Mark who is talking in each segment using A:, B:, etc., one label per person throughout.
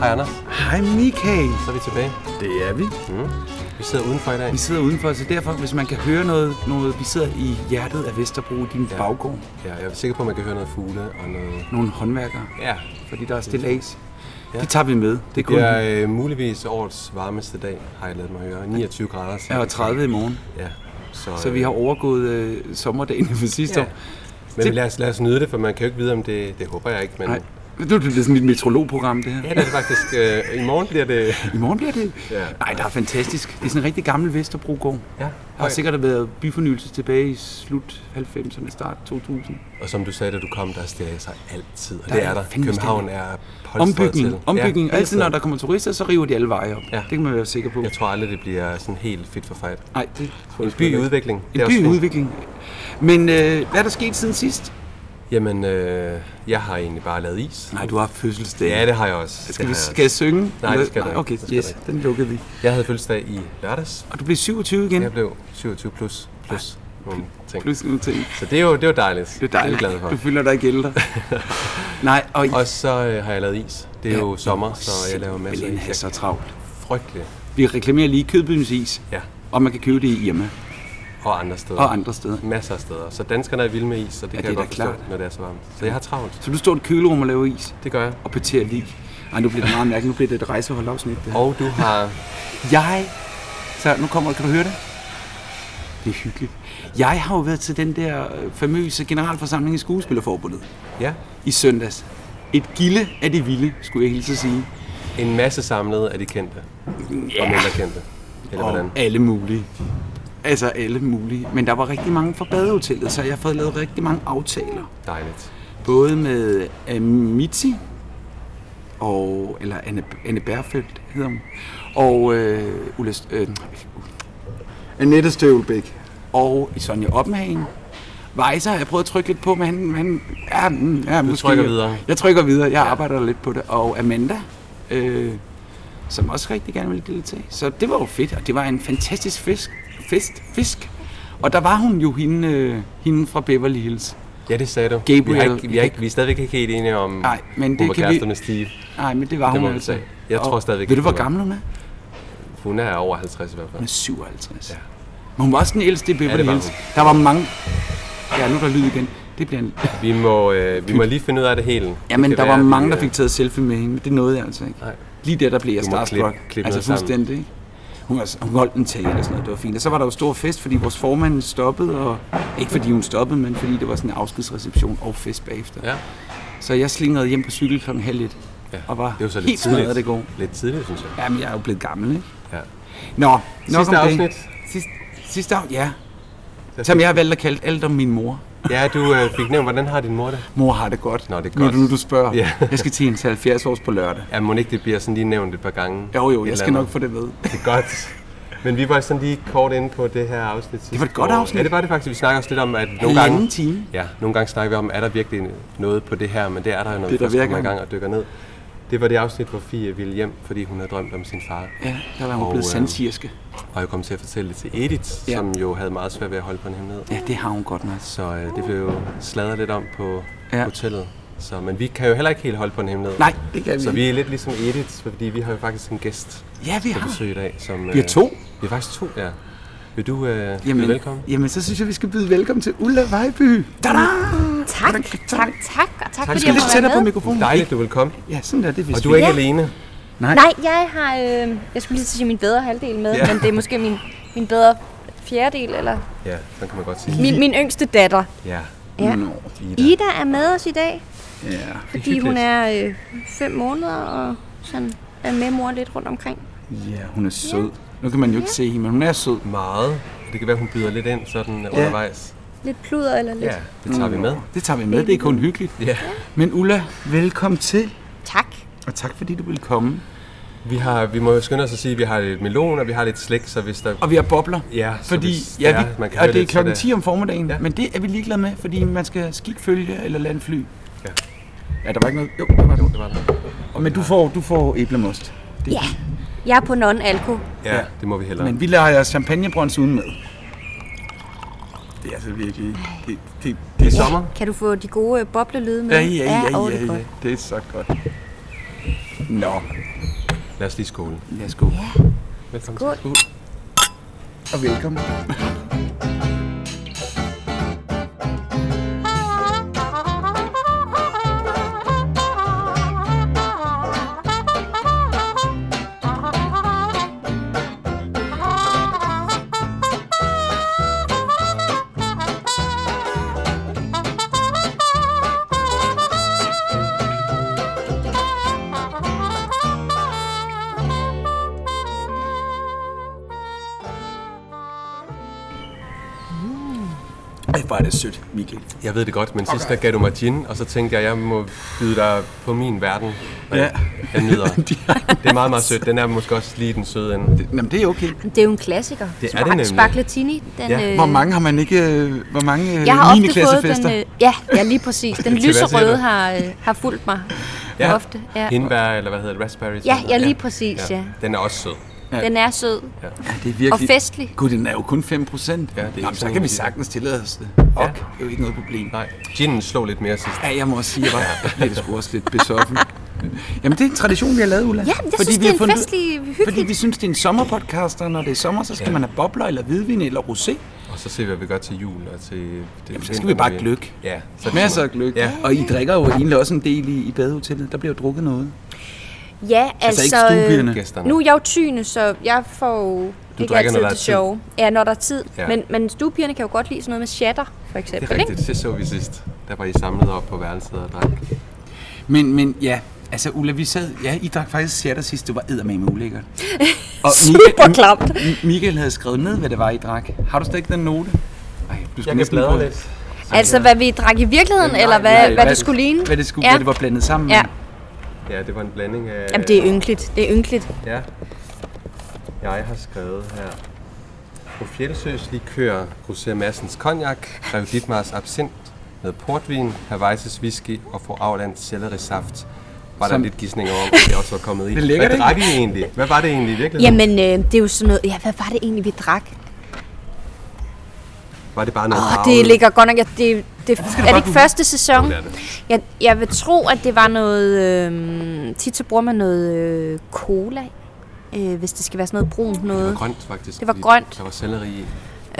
A: Hej Anders,
B: Hej Michael.
A: så er vi tilbage. Mm.
B: Det er vi.
A: Vi sidder udenfor i dag.
B: Vi sidder udenfor, så derfor, hvis man kan høre noget, noget vi sidder i hjertet af Vesterbro, i din ja. baggård,
A: Ja, jeg er sikker på, at man kan høre noget fugle og noget...
B: nogle håndværkere,
A: Ja.
B: fordi der er stillads. Ja. Det tager vi med. Det er kun
A: Det er øh, muligvis årets varmeste dag, har jeg lavet mig høre. 29 grader. cirka.
B: er jo 30 i morgen,
A: Ja. Så,
B: så
A: øh,
B: vi har overgået øh, sommerdagen fra sidste
A: Ja.
B: år.
A: Men lad os, lad os nyde det, for man kan jo ikke vide, om det... Det håber jeg ikke, men...
B: Nej. Nu er det blevet sådan et metrologprogram, det her.
A: Ja, det er det faktisk... Øh, I morgen bliver det...
B: I morgen bliver det.
A: Ja.
B: Nej, der er fantastisk. Det er sådan en rigtig gammel Vesterbrogård.
A: Ja.
B: Der har sikkert været byfornyelse tilbage i slut 90'erne, start 2000.
A: Og som du sagde, da du kom, der stiller sig altid. Og
B: Der
A: det
B: er
A: er der.
B: fandme
A: København er polstret til.
B: Ombygning. Ombygning.
A: altså. Ja, hele
B: Altid når
A: tiden.
B: der kommer turister, så river de alle veje op.
A: Ja.
B: Det kan man være sikker på.
A: Jeg tror aldrig, det bliver sådan helt fit for fight.
B: Nej, det tror jeg
A: En
B: sgu
A: by i
B: ikke.
A: udvikling.
B: En
A: det er også
B: by i
A: fint.
B: udvikling. Men øh, hvad er der sket siden sidst?
A: Jamen, øh, jeg har egentlig bare lavet is.
B: Nej, du har fødselsdag.
A: Ja, det har jeg også.
B: skal,
A: det
B: vi,
A: har jeg også.
B: skal jeg synge?
A: Nej, det skal du ikke.
B: Okay,
A: Det skal
B: yes,
A: du ikke.
B: den lukkede vi.
A: Jeg havde fødselsdag i lørdags.
B: Og du blev 27 igen?
A: Jeg blev 27 plus, plus nogle ting.
B: Plus nogle ting.
A: Så det er jo, det er jo dejligt.
B: Det er dejligt.
A: Det er jeg glad
B: Du
A: for.
B: føler dig ikke ældre. Nej, og...
A: Og så øh, har jeg lavet is. Det er jo sommer, så jeg laver masser af
B: Simpelthen
A: is.
B: have
A: Jeg
B: så travlt.
A: er frygtelig.
B: Vi reklamerer lige Kødbyens Is,
A: Ja.
B: og man kan købe det i Irma
A: Og andre steder.
B: og andre steder.
A: Masser af steder. Så danskerne er vilde med is, og det
B: Ja,
A: kan jeg
B: det er
A: godt
B: da
A: forstå,
B: klart.
A: når det er så varmt. Så jeg har travlt.
B: Så du står i et kølerum og laver is
A: Det gør jeg.
B: og pæterer lige. Ej, nu bliver det meget mærkeligt. Nu bliver det et rejseholdafsnit. Det her.
A: Og du har...
B: Jeg... Så nu kommer kan du høre det? Det er hyggeligt. Jeg har jo været til den der øh, famøse generalforsamling i Skuespillerforbundet
A: Ja,
B: i søndags. Et gilde af det vilde, skulle jeg hilse at sige.
A: en masse samlet af de kendte. Og mindre kendte. Eller hvordan?
B: Og alle mulige. Altså alle mulige. Men der var rigtig mange fra badehotellet, så jeg har fået lavet rigtig mange aftaler.
A: Dejligt.
B: Både med Amici, og, eller Anne, Anne Bærfeldt hedder hun, og øh, Ulla, St- øh, Annette Støvelbæk, og Sonja Oppenhagen. Weiser har jeg prøvet at trykke lidt på, men han, han ja, mm, ja, måske,
A: trykker videre.
B: Jeg trykker videre, jeg arbejder lidt på det. Og Amanda, øh, som også rigtig gerne ville deltage. Så det var jo fedt, og det var en fantastisk fisk. Fest, fisk. Og der var hun jo hende, øh, hende fra Beverly Hills.
A: Ja, det sagde du. Vi, har
B: Gabriel-
A: ikke, vi, har ikke, vi er stadigvæk ikke helt enige om,
B: Nej, men det
A: hun var
B: kan vi-
A: kæresten med Steve.
B: Nej, men det var
A: Det må
B: hun
A: vi
B: altså.
A: sige. Jeg tror stadigvæk
B: Ved
A: ikke,
B: du, hvor
A: hun er.
B: gammel hun er?
A: Hun er over 50 i hvert
B: Hun
A: fald.
B: er 57. Ja. Men hun var også den ældste i Beverly
A: det var
B: Hills.
A: hun.
B: Der var mange... Ja, nu er der lyd igen. Det bliver en...
A: Vi må, øh, vi må lige finde ud af det hele.
B: Ja, men
A: Det
B: der
A: kan
B: var
A: være,
B: mange,
A: vi,
B: der
A: øh,
B: fik taget selfie med hende, men det nåede jeg altså ikke.
A: Nej.
B: Lige der, der blev jeg
A: Du må klippe-
B: starstruck.
A: klippe
B: altså
A: noget sammen.
B: fuldstændig. ikke? Hun, var, hun holdt en tale og sådan noget, det var fint. Og så var der jo stor fest, fordi vores formand stoppede, og ikke fordi hun stoppede, men fordi det var sådan en afskedsreception og fest bagefter.
A: Ja.
B: Så jeg slingrede hjem på cykel kl. halv et.
A: Ja.
B: Og var
A: det er jo så lidt
B: helt
A: tidligt.
B: smadret af det gode.
A: Lidt tidligt, synes jeg.
B: Jamen, jeg er jo blevet gammel, ikke?
A: Ja.
B: Nå, nok
A: Sidste
B: om
A: afsnit.
B: Det. Sidste, sidste afsnit, ja. Som jeg har valgt at kalde alt om min mor.
A: Ja, du øh, fik nævnt, hvordan har din mor det?
B: Mor har det godt.
A: Nå, det er
B: Nu
A: godt.
B: du, du spørger.
A: Ja.
B: jeg skal til hendes 70 års på lørdag.
A: Ja, må ikke det bliver sådan lige nævnt et par gange?
B: Jo, jo,
A: Et
B: jeg
A: eller
B: skal
A: andet.
B: nok få det ved.
A: Det er godt. Men vi var sådan lige kort inde på det her afsnit. sidste
B: var et godt
A: år.
B: afsnit.
A: Ja, det var det faktisk. Vi snakker også lidt om, at nogle
B: Halvanden
A: gange...
B: time.
A: Ja, nogle gange snakker vi om, er der virkelig noget på det her, men det er der jo, når vi
B: Det er der
A: først kommer i
B: virkelig.
A: gang og dykker ned. Det var det afsnit, hvor Fie ville hjem, fordi hun havde drømt om sin far.
B: Ja, der var hun
A: Og,
B: blevet
A: øh,
B: sandsirske.
A: Og jeg kom til at fortælle det til Edith,
B: Ja.
A: ja. som jo havde meget svært ved at holde på en hemmelighed.
B: Ja, det har hun godt nok.
A: Så øh, det blev jo sladret lidt om på
B: Ja.
A: ja. hotellet. Så, men vi kan jo heller ikke helt holde på en hemmelighed.
B: Nej, det kan vi
A: Så
B: ikke.
A: vi er lidt ligesom Edith, fordi vi har jo faktisk en gæst
B: Ja, vi
A: på
B: har.
A: besøg i dag. Som, øh,
B: Vi er to.
A: Vi er faktisk to, ja. Vil du øh,
B: Jamen,
A: Jamen. velkommen?
B: jamen, så synes jeg, vi skal byde velkommen til Ulla Vejby. Da-da!
C: Tak, tak, tak, og tak, fordi
A: skal du
B: Lidt
C: jeg må være
B: tættere på
C: med.
B: mikrofonen.
A: Dejligt, du vil komme.
B: Ja, sådan der, det vidste
A: Og du er ikke
C: Ja.
A: alene.
C: Nej, jeg har, øh, jeg skulle lige til at sige min bedre halvdel med,
A: Ja.
C: ja. men det er måske min, min bedre fjerdedel, eller
A: Ja, sådan kan man godt sige.
C: min, min yngste datter.
A: Ja,
C: Ja.
B: Nå,
A: Ida.
C: Ida er med os i dag,
B: ja.
C: fordi hun er øh, fem måneder, og sådan er med mor lidt rundt omkring.
B: ja, hun er sød. Nu kan man jo ikke se hende, men hun er sød.
A: Meget. Det kan være, hun byder lidt ind sådan ja. undervejs.
C: Lidt pluder eller lidt.
A: Ja, det tager vi med.
B: Det tager vi med, det er kun hyggeligt.
A: Ja.
B: Men Ulla, velkommen til.
C: Tak.
B: Og tak fordi du ville komme.
A: Vi, har, vi må jo skynde os at sige, at vi har lidt melon, og vi har lidt slik, så hvis der...
B: Og vi har bobler.
A: Ja, så
B: fordi,
A: hvis det
B: ja,
A: er,
B: vi,
A: man kan
B: og
A: høre
B: det er
A: lidt, så
B: klokken
A: det-
B: 10 om formiddagen, ja.
A: Ja.
B: men det er vi ligeglade med, fordi man skal skikfølge eller landfly.
A: Ja.
B: Ja, der var ikke noget. Jo, der var
A: Det
B: det.
A: var der.
B: Men du får, du får æblemost. Det,
C: Ja, jeg er på non-alko.
A: Ja,
B: Ja.
A: ja, det må vi hellere.
B: Men vi leger champagnebrons uden med. Det er altså virkelig... Det, det, det er sommer.
C: Kan du få de gode øh, boblelyde med?
B: Ja, ja, ja, ja,
C: åh,
B: ja,
C: det er
B: ja,
C: godt.
B: ja. Det er så godt. Nå,
A: Lad os lige skåle.
B: lad os gå.
A: Velkommen
C: Skål.
A: til.
B: Og velkommen. Ej, hvor er det sødt, Michael.
A: Jeg ved det godt, men sidst der gav du mig gin, og så tænkte jeg, at jeg må byde dig på min verden. Og
B: Ja.
A: Jeg, jeg nyder. det er meget, meget sødt. Den er måske også lige den søde ende. Det,
B: Jamen, det er okay.
C: Det er jo en klassiker.
A: Det er det nemlig.
C: Sparklatini, den...
A: Ja.
C: øh,
B: Hvor mange har man ikke... øh, Hvor mange øh,
C: Jeg har ofte fået
B: niendeklassefester?
C: den... Øh, ja, ja, lige præcis. Den
A: Til hvad siger
C: lyserøde
A: du?
C: har, øh, har fulgt mig
A: Ja.
C: ofte. Ja.
A: Hindbær, eller hvad hedder det? Raspberry?
C: Ja, ja, lige præcis, ja.
A: Den er også sød.
C: Den er sød.
B: Ja, det er virkelig...
C: Og festlig.
B: Gud, den er jo kun 5 procent.
A: Ja, det er
B: Nå,
A: ikke
B: men så
A: sådan
B: kan vi
A: en-
B: sagtens tillade os det.
A: Ja.
B: Og det er jo ikke noget problem.
A: Nej, ginen slog lidt mere sidst.
B: Ja, jeg må også sige, at jeg var- jeg blev sgu også lidt besoffen. Jamen, det er en tradition, vi har lavet, Ulla.
C: Ja, jeg synes, det er en festlig, hyggelig-
B: Fordi vi synes, det er en sommerpodcast, og når det er sommer, så skal ja. man have bobler, eller hvidvin, eller rosé.
A: Og så ser vi, hvad vi gør til jul og til... Det Jamen,
B: så skal vi bare gløgg.
A: Ja. Så
B: Så Masser af gløk.
A: Ja.
B: Og I drikker jo egentlig også en del i, i badehotellet. Der bliver jo drukket noget.
C: Ja,
B: Altså,
C: altså...
B: ikke
C: øh,
B: stuebierne.
A: Gæsterne.
C: Nu er jeg jo tyne, så jeg får jo
A: drikker,
C: ikke
A: når
C: altid
A: der er
C: det
A: tid.
C: sjove. Ja, når der er tid.
A: Ja.
C: Men, men stuepigerne kan jo godt lide sådan noget med shatter, for
A: Det
C: eksempel.
A: er rigtigt. Det så vi sidst. Der var I samlet op på værelset og drak.
B: Men, men ja, altså Ulla, vi sad, ja, I drak faktisk shatter sidst, det var eddermame ulækkert. Og Michael-
C: Super klamt.
B: M- Michael havde skrevet ned, hvad det var, I drak. Har du stadig ikke den note? Ej, du skal næsten prøve-
C: Ikke? Altså, hvad vi drak i virkeligheden, eller hvad,
B: nej,
C: hvad det skulle ligne.
B: Hvad det, skulle, hvad det var blandet sammen
C: Ja.
B: med.
A: Ja, det var en blanding af...
C: Jamen, det er ynkeligt. Det er ynkeligt.
A: Ja. Jeg har skrevet her. På Fjeldsøs likør, Grosser Massens cognac, Grev Dietmars absint med portvin, Havaises whisky og fru Aulands sellerisaft. Var
B: Som-
A: der lidt gissninger om, at det også var kommet i?
B: Det er lækkert,
A: Hvad
B: ikke?
A: drak I egentlig? Hvad var det egentlig i virkeligheden?
C: Jamen, øh, det er jo sådan noget... Ja, hvad var det egentlig, vi drak?
A: Var det bare noget
C: Åh,
A: farvet?
C: det ligger godt nok... at Det, det, er det ikke første sæson?
A: Jo, det er det.
C: Jeg, jeg vil tro, at det var noget... Øh, tit så bruger man noget øh, cola, øh, hvis det skal være sådan noget brunt
A: Det var
C: noget.
A: grønt, faktisk.
C: Det var
A: fordi
C: grønt.
A: Der var selleri i.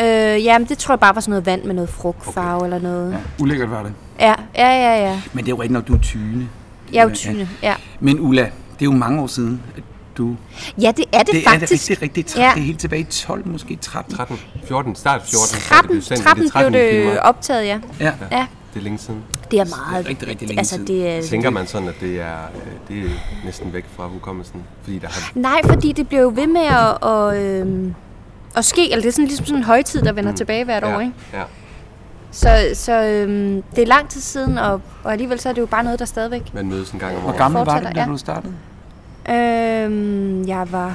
C: Øh, ja, men det tror jeg bare var sådan noget vand med noget frugtfarve okay. eller noget.
B: Ulækkert var det.
C: Ja, ja, ja, ja.
B: Men det er jo rigtigt, når du er tyne.
C: Jeg er jo
B: Ja.
C: tyne, ja.
B: Men Ulla, det er jo mange år siden, at du...
C: Ja, det er det,
B: Det er det
C: faktisk.
B: rigtig, rigtig træt.
C: Ja.
B: Det er helt tilbage i 12, måske 13.
A: 13, 14, start 14. så er det
C: 13,
A: blevet sendt, men er
C: 13 blev
A: 13
C: det
A: filmer.
C: optaget, ja.
B: Ja.
C: Ja,
A: Det er længe siden.
C: Det er meget...
B: rigtig, rigtig længe
C: altså,
B: siden.
C: det er,
A: Tænker man sådan, at det er, øh, det er næsten væk fra hukommelsen? Fordi der har...
C: Nej, fordi det bliver jo ved med at, at, øhm, at ske, eller det er sådan, ligesom sådan en højtid, der vender mm. tilbage hvert år,
A: ja,
C: ikke?
A: Ja.
C: Så, så øhm, det er lang tid siden, og, og alligevel så er det jo bare noget, der stadigvæk...
A: Man mødes en gang om
B: Hvor
A: året.
B: gammel var
C: Fortsætter,
B: det, da
C: ja.
B: du startede?
C: Øhm, jeg var...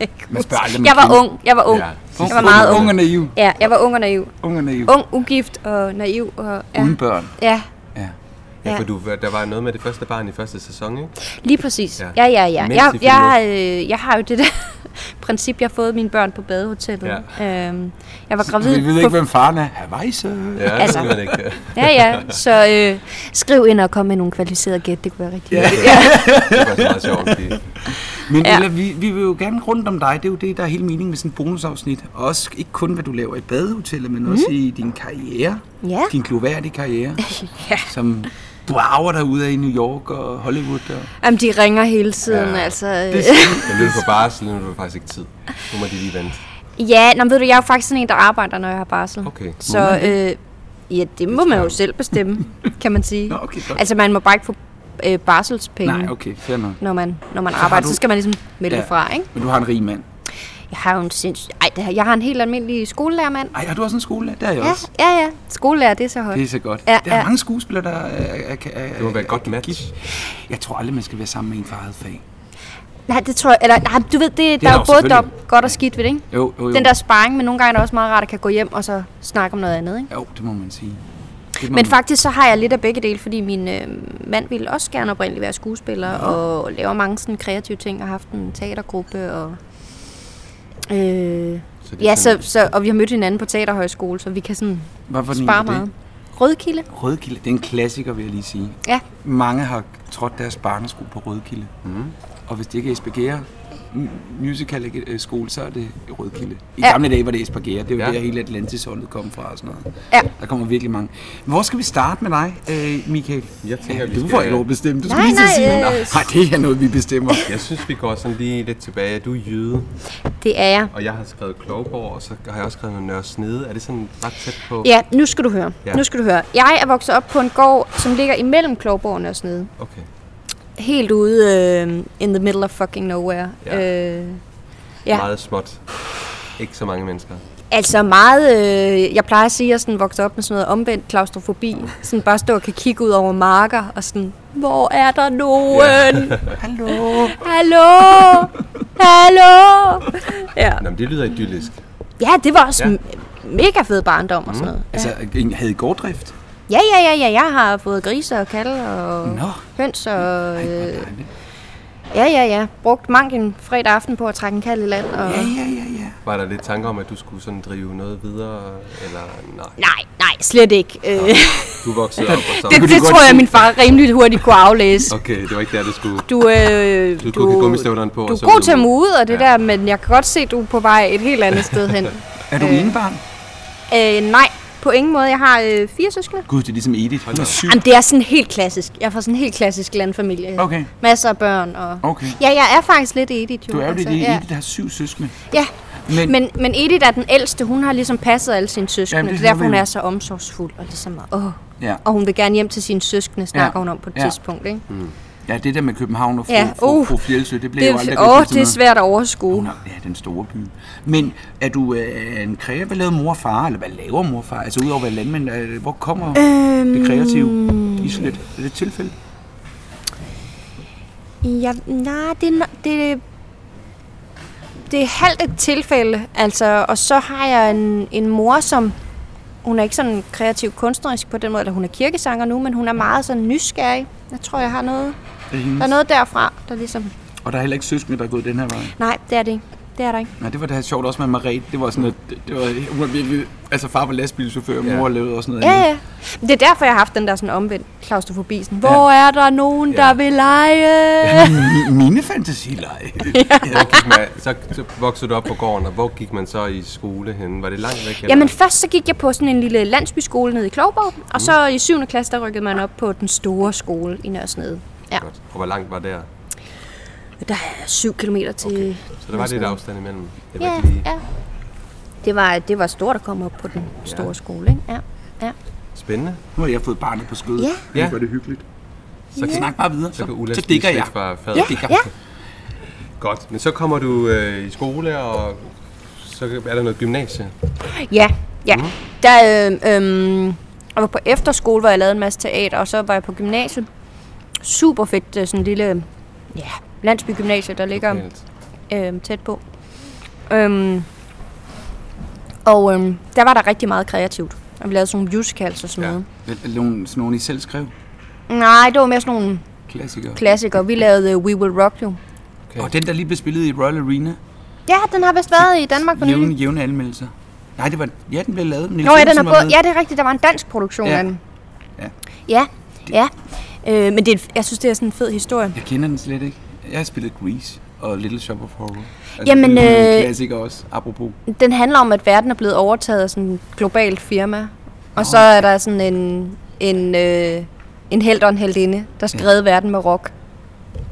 B: Ja. Man spørger aldrig, om
C: Jeg
B: en
C: var
B: kvinde.
C: ung, jeg var ung.
A: Ja.
C: Jeg var meget ung.
B: Ung og naiv.
C: Ja, jeg var ung og naiv.
B: Ung og naiv.
C: Ung, ugift og naiv. Og, ja.
B: Uden børn.
C: ja,
B: Ja.
A: Ja,
C: Ja.
A: for du, der var noget med det første barn i første sæson, ikke?
C: lige præcis.
A: Ja.
C: Ja, ja, ja. ja.
A: Mens
C: Jeg,
A: de
C: jeg, øh, jeg har jo det der princip, jeg har fået mine børn på badehotellet. Ja. Øhm, jeg var gravid
B: Vi ved ikke,
C: på...
B: hvem faren er. Hawaii, så.
A: Ja,
C: Altså.
A: det ved man ikke. øh,
C: Ja, ja. Så øh, skriv ind og kom med nogle kvalificerede gæt, det kunne være rigtig yeah.
A: Det var så meget sjovt. fordi
B: Men ja.
C: Ja.
B: Ella, vi, vi vil jo gerne rundt om dig. Det er jo det, der er hele meningen med sådan et bonusafsnit. Også ikke kun, hvad du laver i badehotellet, men mm. også i din karriere.
C: Mhm. Ja.
B: Din gloværdige karriere. ja. Som du arver dig ud af i New York og Hollywood. Og...
C: Jamen, de ringer hele tiden,
A: Ja.
C: ja. altså. Øh.
A: Men nu er du på barsel, nu er du faktisk ikke tid. Nu må de lige vente.
C: Ja, nå, men ved du, jeg er jo faktisk sådan en, der arbejder, når jeg har barsel.
A: Okay.
C: Så, øh, ja, det må man jo selv bestemme, kan man sige.
B: Nå, okay, godt.
C: altså, man må bare ikke få øh, barselspenge,
B: Nej, okay, fair nok.
C: når man, når man arbejder.
B: du-
C: Du... Så skal man ligesom melde ja. fra, ikke?
B: Men du har en rig mand.
C: Jeg har jo en sindssyg... Ej, det her, jeg har en helt almindelig skolelærermand.
B: Ej, har du også en skolelærer? Det har jeg
C: Ja,
B: også.
C: ja, ja. Skolelærer, det er så højt.
B: Det er så godt.
C: Ja,
B: der er
C: ja.
B: mange skuespillere, der er, er, er,
A: Det må være et godt match.
B: Jeg tror aldrig, man skal være sammen med en fra eget fag.
C: Nej, det tror jeg... Eller, nej, du ved, det, det
B: der
C: der er
B: jo
C: jo både
B: selvfølgelig.
C: der, godt og skidt ved det, ikke?
B: Jo, jo, jo.
C: Den der sparring, men nogle gange er det også meget rart at kan gå hjem og så snakke om noget andet, ikke?
B: Jo, det må man sige. Det må
C: Men
B: man...
C: faktisk så har jeg lidt af begge dele, fordi min øh, mand ville også gerne oprindeligt være skuespiller, og laver mange sådan kreative ting, og har haft en teatergruppe, og... Øh,
A: Så det er
C: ja, så,
A: sådan-
C: så, og vi har mødt hinanden på teaterhøjskole, så vi kan sådan
B: Hvad for en var
C: spare
B: det?
C: meget. Rødkilde?
B: Rødkilde, det er en klassiker, vil jeg lige sige.
C: Ja.
B: Mange har trådt deres barnesko på Rødkilde. Mm.
A: Mhm.
B: Og hvis det ikke er Espagera musical øh, skole, så er det Rødkilde. I ja.
C: Ja.
B: gamle dage var det Espagera. Det er jo ja.
A: Ja.
B: der hele Atlantis-holdet kom fra og sådan noget.
C: Ja.
B: Der kommer virkelig mange. Hvor skal vi starte med dig, øh, Michael?
A: Jeg tænker, vi
B: du
A: skal-
B: får ikke lov at bestemme. Du skal
C: Nej,
B: lige til at
C: nej,
B: sige,
C: øh,
B: nej, det er noget, vi bestemmer.
A: Jeg synes, vi går sådan lige lidt tilbage. Du er jyde,
C: Det er jeg.
A: og jeg har skrevet Klogborg, og så har jeg også skrevet noget Nørre Snede. Er det sådan ret tæt på?
C: Ja, nu skal du høre.
A: Ja.
C: Ja. Nu skal du høre. Jeg er vokset op på en gård, som ligger imellem Klogborgen og sådan noget.
A: Okay.
C: Helt ude øh, in the middle of fucking nowhere.
A: Ja.
C: Øh, Ja.
A: Meget småt. Ikke så mange mennesker.
C: Altså meget, øh, jeg plejer at sige, at jeg sådan voksede op med sådan noget omvendt klaustrofobi. Sådan bare stå og kan kigge ud over marker og sådan, hvor er der nogen?
B: Hallo.
C: Hallo? Hallo? Ja.
A: Nå, men det lyder idyllisk.
C: ja, det var også
A: Ja.
C: ja. mega fed barndom og sådan noget. Ja.
B: Altså, en havde I gårddrift?
C: ja, ja, ja, ja, jeg har fået grise og kalve og
B: Nå.
C: høns og...
B: Hvor
C: Øh,
B: dejligt.
C: ja, ja, ja. Brugt mange en fredag aften på at trække en kalv i land. Og...
B: Ja, ja, ja, ja.
A: Var der lidt tanker om, at du skulle sådan drive noget videre, eller nej?
C: Nej, nej, slet ikke. Øh,
A: Du voksede op, og så...
C: det, det tror jeg, min far rimelig hurtigt kunne aflæse.
A: Okay, det var ikke der, du skulle...
C: Du, øh,
A: Du tog gummistøvlerne på,
C: Du
A: og så
C: er god
A: ud
C: til at
A: nu.
C: mude og det
A: Ja.
C: ja. der, men jeg kan godt se, at du er på vej et helt andet sted hen.
B: Er du øh. barn?
C: øh, nej, på ingen måde. Jeg har øh, fire søskende.
B: Gud, det er ligesom Edith. Hun
A: da
B: er
A: op.
B: syg.
C: Jamen, det er sådan helt klassisk. Jeg er fra sådan en helt klassisk landfamilie.
B: Okay.
C: Masser af børn. Og...
B: Okay.
C: Ja, jeg er faktisk lidt Edith. Jo. Altså,
B: Du er jo det, det er
C: ja.
B: Edith, der har syv søskende.
C: Ja.
B: Men-
C: Men, men, men Edith er den ældste. Hun har ligesom passet alle sine søskende.
B: Jamen,
C: Jamen,
B: det
C: det, det er derfor,
B: hører vi
C: hun
B: jo.
C: er så omsorgsfuld. Og, ligesom, åh.
B: Ja.
C: og hun vil gerne hjem til sine søskende, snakker
B: Ja.
C: ja. hun om på et
B: Ja.
C: ja. tidspunkt. Ikke?
B: Ja, det der med København og fru, ja.
C: Ja,
B: fru,
C: uh.
B: fru Fjeldsø, det blev
C: Det,
B: jo aldrig
C: åh,
B: rigtig til
C: det er
B: noget.
C: svært at overskue.
B: Hun er, ja, den store by. Men er du øh, en kreativ? Hvad lavede mor og far? Eller hvad laver mor og far? Altså udover at være landmænd, øh, hvor kommer øhm... det kreative i sådan et, er det et tilfælde?
C: Ja, nej, det, er no- det, det er halvt et tilfælde, altså, og så har jeg en, en mor, som, hun er ikke sådan kreativ kunstnerisk på den måde, eller hun er kirkesanger nu, men hun er meget sådan nysgerrig. Jeg tror, jeg har noget,
B: Er det hendes?
C: der er noget derfra, der ligesom,
B: Og der er heller ikke søskende, der er gået den her vej.
C: nej, det er det ikke. Det er der ikke.
B: Nej, det var det her sjovt også med Marie. Det var sådan noget, det, det var, hun var virkelig, altså far var lastbilchauffør, og mor lavede også noget
C: Ja,
B: andet.
C: ja. Men Det er derfor, jeg har haft den der sådan omvendt klaustrofobi. Sådan, Hvor er der nogen, der
A: Ja.
C: vil lege?
B: Mi- mine fantasileje.
A: Hvor gik man, så, så voksede du op på gården, og hvor gik man så i skole henne? Var det langt væk? eller?
C: Jamen først så gik jeg på sådan en lille landsbyskole nede i Klogborg, og så i 7. klasse der rykkede man op på den store skole i Nørresnede. Ja,
A: Godt. Og hvor langt var der?
C: der er 7 km til... Okay.
A: Så der var lidt afstand imellem. Jeg ved
C: Ja,
A: ikke lige.
C: ja. Det var, det var stort at komme op på den store skole, ikke? Ja, ja.
A: Spændende.
B: Nu har jeg fået barnet på skødet.
C: Ja.
B: Ja.
A: Ja.
B: Nu var det hyggeligt.
A: Så kan,
B: Snak bare videre,
A: så kan Ulla
B: så
A: spise
B: dækker
A: lidt
B: jeg.
A: Fra fadet.
C: Ja,
B: digger.
C: ja.
A: Godt. Men så kommer du øh, i skole, og så er der noget gymnasie.
C: Ja, ja. Mm. Der, øh, øh, jeg var på efterskole, hvor jeg lavede en masse teater, og så var jeg på gymnasiet. Super fedt, øh, sådan en lille ja, landsbygymnasie, der ligger okay.
A: Helt.
C: øh, tæt på. Øhm, og øh, der var der rigtig meget kreativt. Og vi lavede sådan nogle musicals og sådan
A: Ja.
C: noget.
B: Er er nogen, sådan nogen, I selv skrev?
C: Nej, det var mere sådan nogle
B: Klassikere.
C: klassikere. Vi lavede øh, We Will Rock You.
A: Okay.
B: Og den, der lige blev spillet i Royal Arena.
C: Ja, den har vist været i Danmark for nylig.
B: Jævne, jævne anmeldelser. Nej, det var, ja, den blev lavet. Niels
C: Nå ja, den er
B: Olsen var
C: både,
B: med.
C: ja, det er rigtigt, der var en dansk produktion
B: Ja.
C: af den.
B: Ja.
C: Ja, ja. Øh, men det er, et- jeg synes, det er sådan en fed historie.
B: Jeg kender den slet ikke. Jeg har spillet Grease og Little Shop of Horror. Altså,
C: Jamen,
B: det er
C: øh,
B: en klassiker også, apropos.
C: Den handler om, at verden er blevet overtaget af sådan et globalt firma. Og så er der sådan en, en, øh, en held og en heldinde, der skal redde verden med rock.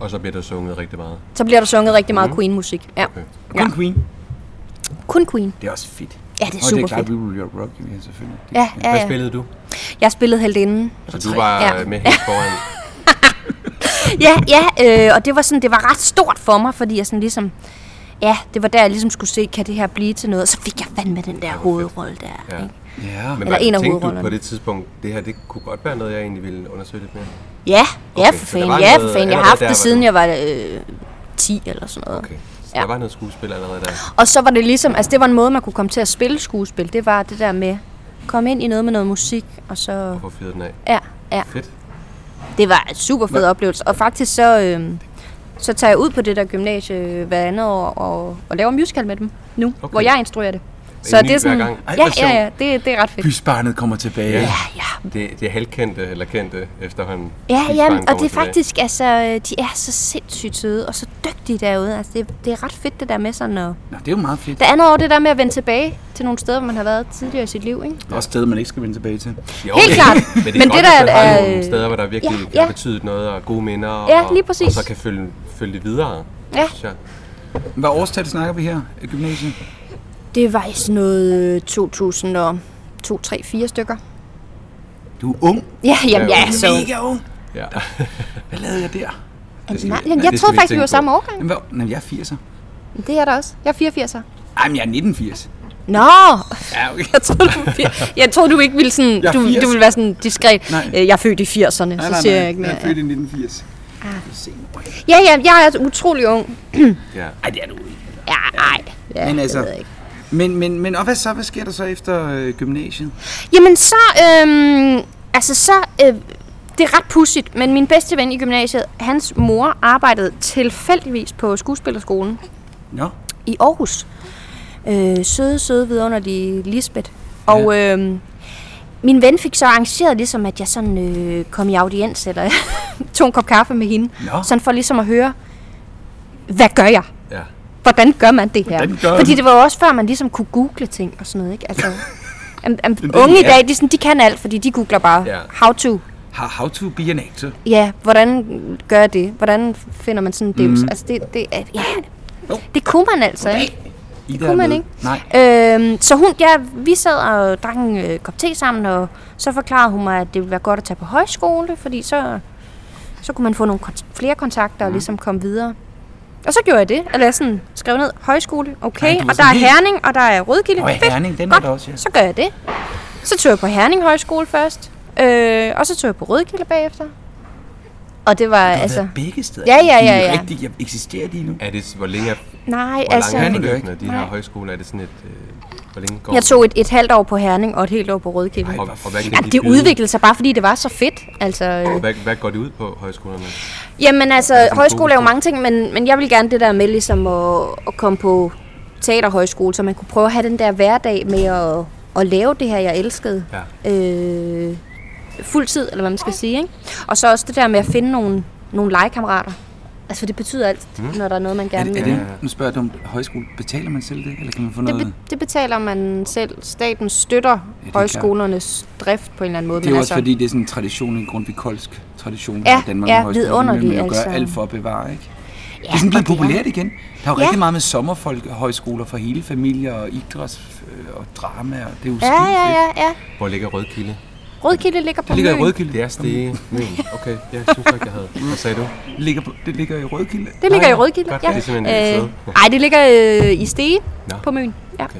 A: Og så bliver der sunget rigtig meget.
C: Så bliver der sunget rigtig meget Queen-musik. Ja.
A: Mm. Okay.
B: Ja. Kun Queen.
C: Kun Queen.
B: Det er også fedt.
C: Ja, det er
B: og det
C: super
B: er klart,
C: fedt.
B: fedt. vi will rock, ja, selvfølgelig. Det-
C: Ja, ja,
A: Hvad
C: ja.
A: spillede du?
C: Jeg spillede heldinden.
A: Så du var
C: Ja.
A: ja. med helt foran.
C: Ja, ja, øh, og det var sådan, det var ret stort for mig, fordi jeg sådan ligesom, ja, det var der, jeg ligesom skulle se, kan det her blive til noget, og så fik jeg fandme den der hovedrolle der.
A: Ja.
C: ikke?
B: Ja.
A: Men hvad
C: Eller en af
A: tænkte du
C: hovedrollerne.
A: på det tidspunkt, det her det kunne godt være noget, jeg egentlig ville undersøge lidt mere?
C: Ja, ja,
A: Okay,
C: for
A: så der var
C: fanden, ja,
A: noget
C: for fanden. Jeg har
A: allerede
C: haft
A: der,
C: det
A: var
C: siden
A: du-
C: jeg var øh, 10 eller sådan noget.
A: Okay. Så
C: Ja.
A: ja. der var noget skuespil allerede der.
C: Og så var det ligesom, altså det var en måde, man kunne komme til at spille skuespil, det var det der med, komme ind i noget med noget musik, og så,
A: Hvor fyrede den af?
C: ja, ja.
A: Fedt.
C: Det var en super fed oplevelse, og faktisk så, øh, så tager jeg ud på det der gymnasie hver andet år og, og laver musical med dem nu, okay.
A: Okay.
C: hvor jeg instruerer det.
A: ny hver gang.
B: Ej,
C: ja,
B: hvor
C: ja,
B: sjovt.
C: ja, det, det er ret fedt.
B: Bysbarnet kommer tilbage.
A: Ja.
C: Ja,
A: Det, det er halvkendte eller kendte efterhånden.
C: ja,
A: Hvis
C: ja,
A: barnet
C: og det
A: kommer
C: er
A: tilbage.
C: faktisk, altså, øh, de er så sindssygt søde og så dygtige derude. Altså, det, det er ret fedt, det der med sådan at...
B: Nå, det er jo meget fedt.
C: Det andet år, det der med at vende tilbage til nogle steder, hvor man har været tidligere i sit liv, ikke?
B: Også et sted, man ikke skal vende tilbage til.
A: Jo,
C: Helt klart.
A: Men det,
C: Men
A: er
C: det
A: godt,
C: der
A: at man har
C: er- øh,
A: nogle steder, hvor der virkelig
C: Ja,
A: ja, ja.
C: ja.
A: har betydet noget og gode minder. Og,
C: Ja, lige præcis.
A: Og så kan følge, følge det videre.
C: Ja.
A: synes jeg.
B: Hvad årstal snakker vi her i gymnasiet?
C: Det var i sådan noget øh, 2000 og 2, 3, 4 stykker.
B: Du er ung.
C: Ja, jamen,
A: Ja,
C: ja,
A: okay.
C: så...
B: Mega ung.
A: Ja.
B: Hvad lavede jeg der?
C: Nej,
A: nej,
C: jamen, jeg
A: det skal vi
C: troede
A: ikke
C: faktisk, vi var
A: tænke på.
C: samme årgang.
B: Jamen, hvad? Jamen, jeg er 80'er.
C: Men Det er der også. Jeg er 84'er.
B: Ej, men jeg er 1980.
C: Nå!
B: Ja, okay.
C: Jeg troede, du, var fir- jeg troede, du ikke ville, sådan,
B: Jeg er
C: du, du
B: 80.
C: ville være sådan diskret.
B: Nej.
C: Øh, Jeg er født i 80'erne, så
B: Nej, nej,
C: siger
B: nej.
C: jeg ikke mere. Ah.
B: Jeg er født i 1980.
C: Ja, ja, jeg er altså utrolig ung.
A: ja.
B: Ej, det er du ikke.
C: Ja, nej. Ja,
B: Men
C: det
B: altså-
C: ved jeg ikke.
B: Men, men, men og hvad så? Hvad sker der så efter øh, gymnasiet?
C: Jamen så, øhm, altså så, øh, det er ret pudsigt, men min bedste ven i gymnasiet, hans mor arbejdede tilfældigvis på skuespillerskolen
B: Nå,
C: i Aarhus. Øh, søde, søde, vidunderlige Lisbeth. Og øhm, min ven fik så arrangeret ligesom, at jeg sådan øh, kom i audiens, eller tog en kop kaffe med hende.
B: Nå.
C: Sådan for ligesom at høre, hvad gør jeg?
A: ja.
C: hvordan gør man det her?
B: Hvordan gør
C: Fordi
B: man-
C: det var jo også før, man ligesom kunne google ting og sådan noget, ikke? Altså, am, am,
B: den
C: unge i
B: app.
C: dag, de, er sådan, de kan alt, fordi de googler bare,
A: Ja.
C: how to,
B: How, how to be an actor.
C: ja, hvordan gør jeg det? Hvordan finder man sådan en dims?
B: Mhm.
C: Altså, det, det, er- ja, det kunne man altså, ikke?
B: I det
C: kunne man ikke.
B: Nej.
C: Øhm, så hun, ja, vi sad og drak en øh, kop te sammen, og så forklarede hun mig, at det ville være godt at tage på højskole, fordi så, så kunne man få nogle kont- flere kontakter
B: Mhm.
C: og ligesom komme videre. Og så gjorde jeg det, eller jeg sådan skrev ned, højskole, okay,
B: Ej, du var
C: og der
B: sådan
C: er
B: helt-
C: Herning, og der er Rødgilde.
B: Og
C: Fedt,
B: Herning, den var
C: godt,
B: der også, ja.
C: så gør jeg det. Så tog jeg på Herning Højskole først, øh, og så tog jeg på Rødgilde bagefter. Og det var,
B: Du har
C: altså...
B: været begge steder.
C: Ja, ja, ja,
B: De er
C: ja.
B: Rigtig, jeg eksisterer de nu.
A: Er det, hvor længe er,
C: Nej,
A: hvor
C: altså...
A: lange er
B: Herning gør
A: forløbene af de her
C: Nej.
A: højskoler? Er det sådan et... Øh, hvor længe går
C: Jeg tog et, et halvt år på Herning, og et helt år på Rødgilde.
A: og, og hvad kan
C: Ja,
A: de
C: det
A: byde?
C: udviklede sig bare, fordi det var så fedt. Altså, øh.
A: Hvad, hvad går det ud på højskolerne?
C: Jamen altså,
A: sådan en
C: højskole er jo
A: fokus på?
C: mange ting, men, men jeg vil gerne det der med ligesom at, at komme på teaterhøjskole, så man kunne prøve at have den der hverdag med at, at lave det her, jeg elskede. Ja. Øh, fuld tid, eller hvad man skal sige. Ikke? Og så også det der med at finde nogle, nogle legekammerater. Altså, for det betyder alt, mm. når der er noget, man
B: Er
C: gerne
B: det, er
C: vil.
B: det, nu spørger jeg dig om højskole. Betaler man selv det, eller kan man få
C: øh. Det,
B: noget?
C: be, det betaler man selv. Staten støtter ja,
B: klart.
C: højskolernes drift på en eller anden måde.
B: Det er
C: men
B: jo også
C: altså,
B: fordi, det er sådan en tradition, en grundvikolsk tradition
C: Ja,
B: i Danmark.
C: ja,
B: med højskolen,
C: vidunderlig,
B: men man gør
C: altså.
B: alt for at bevare, ikke? Ja, det er sådan blevet
C: og det er-
B: populært igen. Der er jo
C: Ja.
B: ja. rigtig meget med sommerfolkhøjskoler for hele familier og idræts øh, og drama, og det er jo
C: Ja,
B: skide
C: ja,
B: fedt.
C: ja, ja.
A: Hvor ligger Rødkilde?
C: Rødkilde ligger på
B: Det ligger i
C: Møn.
B: Rødkilde.
A: Det er stege. Men, okay, jeg synes faktisk, jeg havde. Hvad sagde du?
B: Det ligger, på, det ligger i Rødkilde.
C: Det ligger
A: Nå,
C: i Rødkilde,
A: godt,
C: ja.
A: det er simpelthen et sted.
C: Nej, det ligger øh, i Stege
A: Nå.
C: på Møn. Ja.
A: Okay.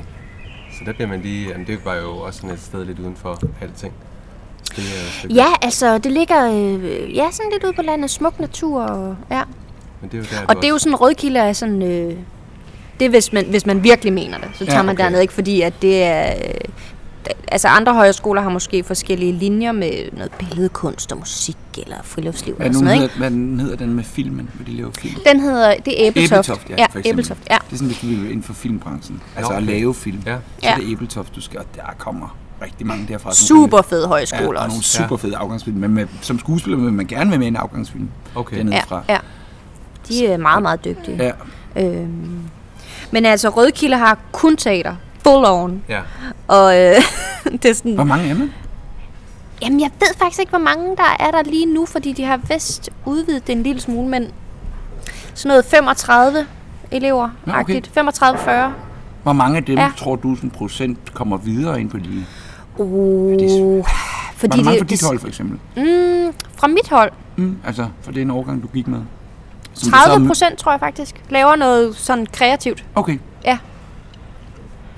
A: Så der bliver man lige... Jamen, det var jo også sådan et sted lidt uden for alting. Så det er jo selvfølgelig-
C: ja, altså det ligger øh, ja, sådan lidt ude på landet. Smuk natur. Og, ja.
A: Men det er jo der,
C: og
A: du
C: det er jo
A: også-
C: sådan, Rødkilde er sådan... Øh, det er, hvis man, hvis man virkelig mener det. Så tager man
A: okay.
C: derned, ikke? Fordi at det er... Øh, altså andre højskoler har måske forskellige linjer med noget billedkunst og musik eller friluftsliv
B: Hvad
C: eller
B: nu
C: sådan noget,
B: hedder,
C: ikke?
B: hvad den hedder den med filmen, hvor de laver film?
C: Den hedder, det er Æbletoft.
B: Æbletoft, ja,
C: ja
B: for eksempel.
C: Æbletoft, ja.
B: Det er sådan lidt vi inden for filmbranchen. Altså
A: okay.
B: at lave film.
A: Ja.
B: Så
C: Ja.
B: er det Æbletoft, du skal, og der kommer rigtig mange derfra. som
C: Super
B: ryger-
C: fede højskoler
B: ja, og
C: også.
B: nogle super fede afgangsfilm. Men med, som skuespiller vil man gerne være med i en afgangsfilm.
A: Okay.
B: Dernede
C: Ja,
B: fra.
C: ja. De er meget, meget dygtige.
B: ja.
C: Øhm. Men altså, Rødkilde har kun teater. Full on.
A: Ja.
C: Og øh, det er sådan...
B: Hvor mange er man?
C: Jamen, jeg ved faktisk ikke, hvor mange der er der lige nu, fordi de har vist udvidet det en lille smule, men sådan noget 35 elever
B: Nå, okay.
C: 35-40.
B: Hvor mange af dem,
C: Ja.
B: ja. tror du, sådan procent kommer videre ind på lige? Var
C: Uh, fordi
B: der mange
C: det,
B: fra dit
C: det-
B: hold, for eksempel?
C: Mm, fra mit hold.
B: Mm, altså, for den årgang, du gik med? Som du så-
C: 30 procent, tror jeg faktisk, laver noget sådan kreativt.
B: Okay.
C: Ja.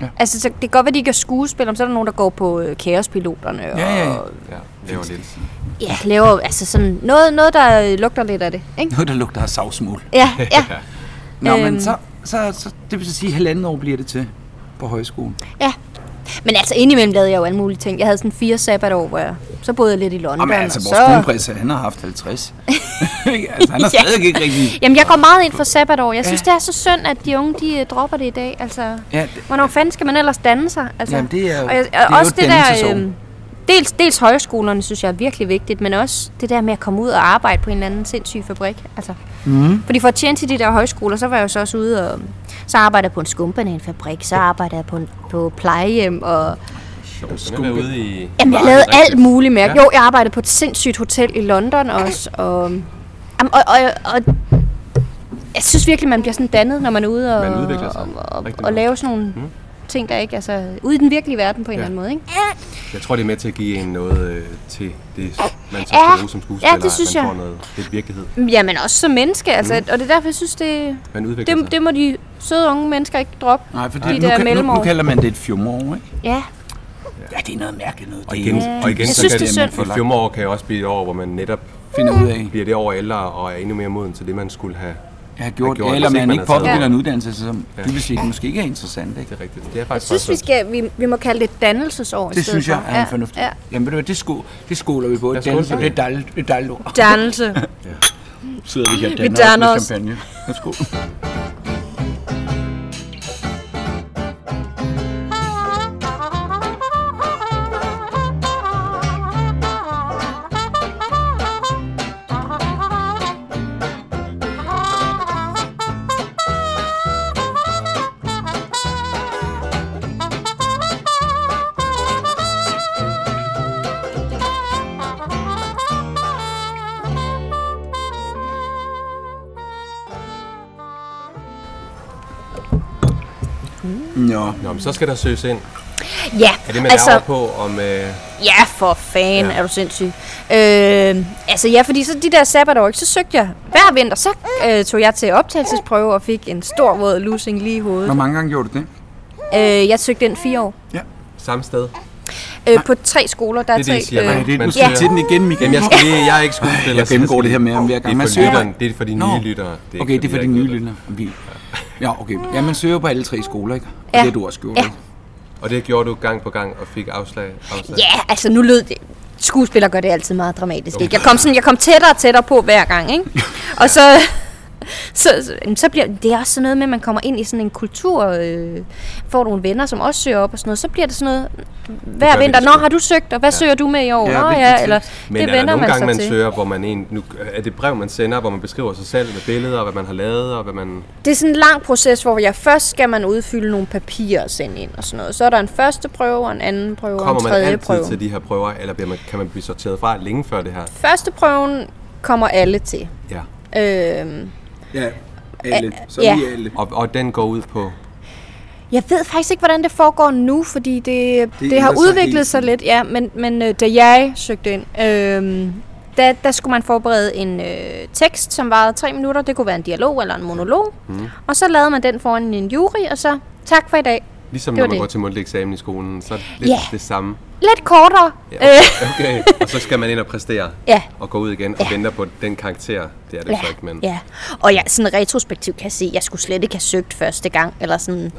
B: Ja.
C: Altså, så det kan godt være, de ikke er skuespillere, men så er der nogen, der går på øh, kaospiloterne og
B: Ja, ja, ja.
A: Ja, laver lidt.
C: ja, laver altså sådan noget, noget, der øh, lugter lidt af det. Ikke?
B: Noget, der lugter af savsmål.
C: Ja, ja,
B: Nå, øhm.
C: Øhm.
B: men så, så, så, det vil så sige, at halvanden år bliver det til på højskolen.
C: ja. Men altså, indimellem lavede jeg jo alle mulige ting. Jeg havde sådan fire sabbatår, hvor jeg så boede jeg lidt i London.
B: Jamen altså,
C: og
B: vores
C: så...
B: kronprins, han har haft 50. Ikke? altså, han har
C: Ja.
B: stadig ikke rigtig...
C: Jamen, jeg går meget ind for sabbatår. Jeg synes,
B: Ja.
C: det er så synd, at de unge, de øh, dropper det i dag. Altså,
B: Ja, det,
C: hvornår fanden skal man ellers danne sig? Altså,
B: Jamen, det er jo-
C: og jeg,
B: det er jo
C: og også
B: et
C: det der,
B: dannelsesår.
C: øhm, dels, dels højskolerne, synes jeg er virkelig vigtigt, men også det der med at komme ud og arbejde på en eller anden sindssyg fabrik. Altså, mm. Fordi for at tjene til de der højskoler, så var jeg jo så også ude og... Så arbejder jeg på en skumbananfabrik, så arbejder jeg på, en, på plejehjem, og...
A: Den er ude i...
C: Jamen, jeg lavede alt muligt mærke.
A: Ja.
C: Jo, jeg arbejdede på et sindssygt hotel i London også, og... Jamen, og, og, og jeg synes virkelig, man bliver sådan dannet, når man er ude og,
A: Man udvikler sig
C: og, og,
A: rigtig
C: og
A: meget. Mhm.
C: lave sådan nogle mm. ting, der ikke... Altså, ude i den virkelige verden på en
A: Ja.
C: eller anden måde, ikke?
A: Jeg tror, det er med til at give en noget øh, til det, man så
C: Ja.
A: skal bruge som skuespiller.
C: Ja, det
A: at
C: synes
A: man
C: jeg.
A: får noget, lidt virkelighed.
C: Jamen, også som menneske, altså. Mm. Og det er derfor, jeg synes, det...
A: Man udvikler
C: Det,
A: sig.
C: det må de søde unge mennesker ikke droppe.
B: nej, for
C: De
B: det,
C: der
B: nu, kan, nu,
C: mellemår.
B: nu, kalder man det et fjumår, ikke?
C: Ja,
B: Ja, det er noget mærkeligt noget.
A: Og igen,
B: det er,
A: og igen
C: Jeg
A: så
C: synes,
A: kan
C: det er synd.
A: et fjumreår kan jo også blive et år, hvor man netop
B: finder ud af.
A: bliver det år ældre og er endnu mere moden til det, man skulle have.
B: Jeg har gjort,
A: gjort,
B: ja, eller
A: hvis ikke
B: man
A: man
B: ikke
A: har taget
B: påbegynder
A: det.
B: en uddannelse, som
A: Ja.
B: ja. dybest set måske ikke er interessant.
A: Det
B: Ikke?
A: er rigtigt. Det er
C: jeg
A: faktisk
C: synes, vi, skal, vi, vi må kalde det dannelsesår i
B: Det
C: stedet
B: synes jeg
C: for.
B: er en fornuftig.
C: Ja,
B: Ja. Jamen ved du hvad, det, sko, det skoler vi på.
A: Lad os
B: Det, det,
A: skåle
B: det
A: for
B: er dejligt, det er dejligt ord.
C: Dannelse.
B: sidder vi her og
C: danner danner
B: med
C: os.
B: champagne. Værsgo. Nå,
A: Nå, men så skal der søges ind.
C: ja,
A: Er det, man altså...
C: altså...
A: laver på, om... Øh,
C: Ja, for fan,
A: Ja.
C: ja. er du sindssyg. Øh, altså ja, fordi så de der sabbatår, ikke, så søgte jeg hver vinter, så øh, tog jeg til optagelsesprøve og fik en stor våd losing lige i
B: hvor
C: hovedet.
B: mange gange gjorde du det?
C: Øh, jeg søgte den fire år.
B: Ja.
A: samme sted.
C: Øh, på tre skoler, der er
A: Det er det, jeg siger. Nej,
C: tre... øh,
B: Nej, det,
A: Man
B: er- nu
A: skal-
B: skal vi til den igen, Michael.
A: Jamen, jeg, skal lige, jeg er ikke skuespiller.
B: Jeg
A: så
B: gennemgår
A: skal-
B: det her mere om hver
A: Det
B: gang.
A: er
B: Man
A: for
B: søger-
A: lytteren. Det er for de nye lyttere. Det
B: okay, det er for de nye
A: lyttere.
B: lyttere. Vi... Ja, okay. Ja, man søger på alle tre skoler, ikke? Og
C: Ja.
B: ja. det har du også gjort,
C: Ja.
B: ikke?
A: Og det gjorde du gang på gang og fik afslag. afslag.
C: Ja, altså nu lød det... Skuespiller gør det altid meget dramatisk, ikke? Jeg kom, sådan, jeg kom tættere og tættere på hver gang, ikke? Og så... Så, så, jamen, så bliver det er også sådan noget med, at man kommer ind i sådan en kultur, øh, får nogle venner, som også søger op og sådan noget, så bliver det sådan noget
A: gør
C: hver
A: vi
C: vinter,
A: det
C: nå
A: sgu."
C: har du søgt, og hvad ja. søger du med i år?
B: Ja,
C: nå
B: hvilke
C: ja,
B: ting?
C: eller
A: Men
C: det
A: er der
C: vender
A: nogle
C: man
A: gange,
C: sig
A: man
C: til.
A: søger, hvor man en, nu, er det brev, man sender, hvor man beskriver sig selv med billeder, og hvad man har lavet, og hvad man...
C: Det er sådan en lang proces, hvor jeg først skal man udfylde nogle papirer og sende ind og sådan noget. Så er der en første prøve, og en anden prøve, og
A: Kommer
C: en
A: man
C: tredje
A: altid
C: prøve.
A: til de her prøver, eller bliver man, kan man blive sorteret fra længe før det her?
C: Første prøven kommer alle til.
A: Ja.
C: Øhm,
B: Ja, alle. Så
C: Ja.
B: lige alle.
A: Og, og den går ud på...
C: Jeg ved faktisk ikke, hvordan det foregår nu, fordi det, det,
B: Det
C: det har
B: ændrer sig
C: udviklet
B: hele
C: sig
B: tiden.
C: lidt. Ja, men, men øh, da jeg søgte ind, øh, der, der skulle man forberede en øh, tekst, som varede tre minutter. Det kunne være en dialog eller en monolog. Mm. Og så lavede man den foran en jury, og så tak for i dag.
A: Ligesom
C: Det
A: når
C: var
A: man
C: det.
A: går til mundtlig eksamen i skolen, så er det lidt
C: Ja.
A: det samme.
C: Lidt kortere.
A: Ja,
C: Øh,
A: okay. okay. Og så skal man ind og præstere.
C: Ja.
A: Og gå ud igen og ja. venter på den karakter. Det er det så ikke, men...
C: ja. Og jeg sådan retrospektivt kan jeg se, at jeg skulle slet ikke have søgt første gang. Eller sådan.
B: Det,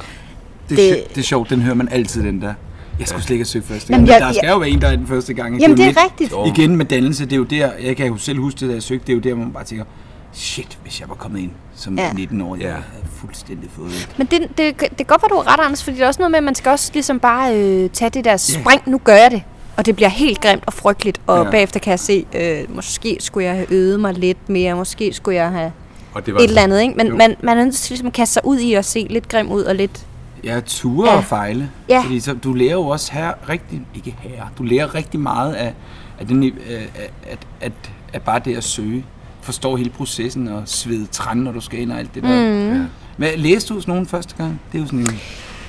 C: Det-
B: det, det er sjovt, den hører man altid, den der. Jeg skulle slet ikke have søgt første gang.
C: Jamen,
B: Jamen,
C: jeg-
B: jeg, der skal jo være en, der er den første gang.
C: Jamen,
B: jo
C: det er
B: lidt-
C: rigtigt.
A: Jo.
B: Igen med dannelse, det er jo der, jeg kan jo selv huske det, da jeg søgte, det er jo der, hvor man bare tænker, shit, hvis jeg var kommet ind som
C: Ja.
B: ja. 19 år, jeg
A: Ja.
B: havde fuldstændig fået det.
C: Men det, det, det kan godt være, du har ret, Anders, fordi det er også noget med, at man skal også ligesom bare øh, tage det der
B: Ja.
C: spring, nu gør jeg det. Og det bliver helt grimt og frygteligt, og ja.
B: Ja.
C: bagefter kan jeg se, øh, måske skulle jeg have øvet mig lidt mere, måske skulle jeg have
A: Og det
C: et eller andet, ikke? Men
B: Jo.
C: man, man er nødt til ligesom at kaste sig ud i at se lidt grim ud og lidt...
B: Jeg turer
C: Ja.
B: ja. at fejle,
C: Ja.
B: fordi så, du lærer jo også her rigtig, ikke her, du lærer rigtig meget af, af, den, øh, af at, at, at bare det at søge, forstår hele processen og svede træn, når du skal ind og alt det der. Mm.
A: Ja.
B: Men læste du hos nogen første gang? Det er jo sådan en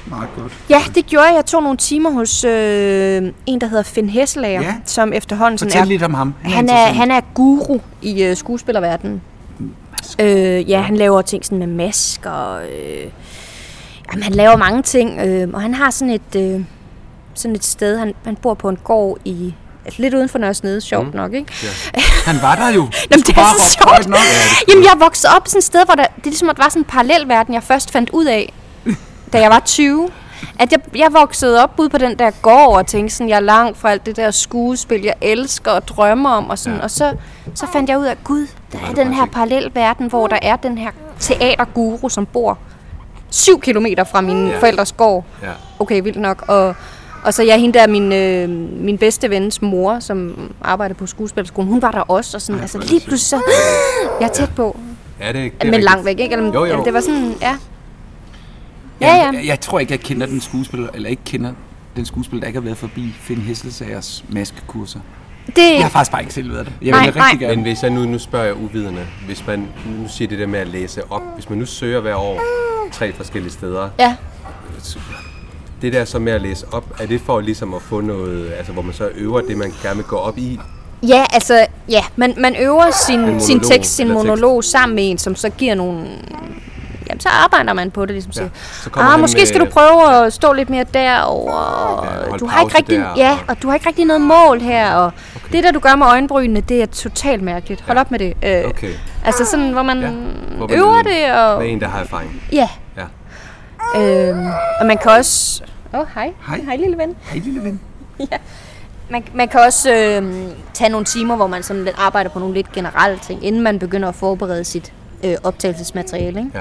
B: meget godt.
C: Ja, det gjorde jeg. Jeg tog nogle timer hos øh, en, der hedder Finn Hesselager, ja.
B: Ja.
C: som efterhånden sådan
B: Fortæl
C: er...
B: lidt om ham.
C: Han er, han er guru i øh, skuespillerverdenen. Øh, ja, han laver ting sådan med masker. Og, øh, jamen, han laver mange ting, øh, og han har sådan et, øh, sådan et sted, han, han bor på en gård i altså lidt uden for Nørre Snede, sjovt mm. nok, ikke?
B: Han var der jo.
C: Jamen, det er
B: bare
C: så
B: råbe
C: sjovt.
B: højt nok.
C: Jamen, jeg voksede op sådan et sted, hvor der, det er ligesom, at der var sådan en parallel verden, jeg først fandt ud af, da jeg var 20. At jeg, jeg voksede op ude på den der gård og tænkte sådan, jeg er langt fra alt det der skuespil, jeg elsker og drømmer om og sådan. Ja. Og så, så fandt jeg ud af, gud, der er den her parallel verden, hvor der er den her teaterguru, som bor syv kilometer fra mine ja.
A: Ja.
C: forældres gård.
A: Ja.
C: Okay, vildt nok. Og, og så jeg, hende der, min, øh, min bedste vens mor, som arbejder på skuespillerskolen, hun var der også. Og sådan, altså lige pludselig så, jeg er tæt på.
A: Ja, det, det er
C: Men
A: rigtigt.
C: langt væk, ikke? Eller,
A: Jo, jo.
C: eller Det var sådan, ja. Ja,
B: Jamen,
C: ja.
B: Jeg, jeg tror ikke, jeg kender den skuespiller, eller ikke kender den skuespiller, der ikke har været forbi Finn Hesselsagers maskekurser.
C: Det,
B: Jeg har faktisk bare ikke selv været der. Jeg
C: Nej,
B: vil rigtig
C: nej.
B: gerne.
A: Men hvis jeg nu, nu spørger jeg uvidende, hvis man nu siger det der med at læse op, hvis man nu søger hver år tre forskellige steder,
C: ja.
A: det der så med at læse op, er det for ligesom at få noget, altså hvor man så øver det, man gerne vil gå op i?
C: Ja, altså, ja, man, man øver sin,
A: monolog
C: sin tekst, sin
A: eller tekst.
C: monolog sammen med en, som så giver nogle... Jamen, så arbejder man på det, ligesom siger.
A: så kommer
C: ah,
A: han
C: måske
A: med-
C: skal du prøve at stå lidt mere derover. og
A: Ja, holde
C: du har ikke
A: pause
C: rigtig,
A: der,
C: ja,
A: og-
C: og du har ikke rigtig noget mål her, og okay. det der, du gør med øjenbrynene, det er totalt mærkeligt. Hold op med det. Øh,
A: Okay.
C: Altså sådan, hvor man,
A: Ja.
C: ja,
A: Hvor man
C: øver
A: ved-
C: det, og...
A: Med en, der har erfaring.
C: Ja,
A: Ja.
C: øh, og man kan også... Åh, oh, hej.
B: Hej.
C: Hej, lille ven.
B: Hej, lille ven.
C: Man, man kan også øh, tage nogle timer, hvor man sådan lidt arbejder på nogle lidt generelle ting, inden man begynder at forberede sit øh, optagelsesmateriale. Ikke?
A: ja.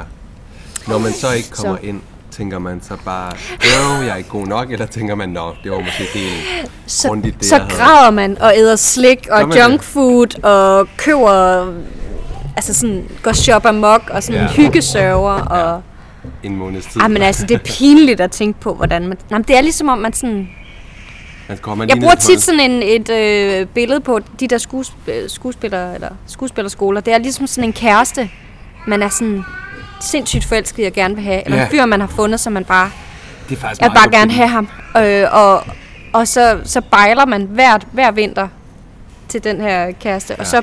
A: Når man så ikke kommer
C: Så.
A: så. ind, tænker man så bare, jo, jeg er ikke god nok, eller tænker man, nå, det var måske ikke helt
C: Så,
A: grundigt det,
C: så
A: jeg havde.
C: graver man og æder slik og
A: Gør man
C: junk
A: det?
C: food og køber, altså sådan går shop amok og sådan ja.
A: Ja.
C: hyggesørger. Og,
A: en måneds tid.
C: ja. men altså, det er pinligt at tænke på, hvordan man... Jamen, det er ligesom om, man sådan...
A: Man kommer
C: altså, Jeg
A: lige
C: bruger
A: ned på
C: tit
A: det.
C: sådan en, et øh, billede på de der skuesp- øh, skuespillere, eller skuespillerskoler. Det er ligesom sådan en kæreste, man er sådan sindssygt forelsket i og gerne vil have. Eller en
B: Ja.
C: fyr, man har fundet, som man bare...
B: Det er faktisk
C: Jeg vil
B: meget
C: bare
B: godt
C: gerne have
B: billede.
C: ham. Øh, og og så, så bejler man hver, hver vinter til den her kæreste. Ja. Og så,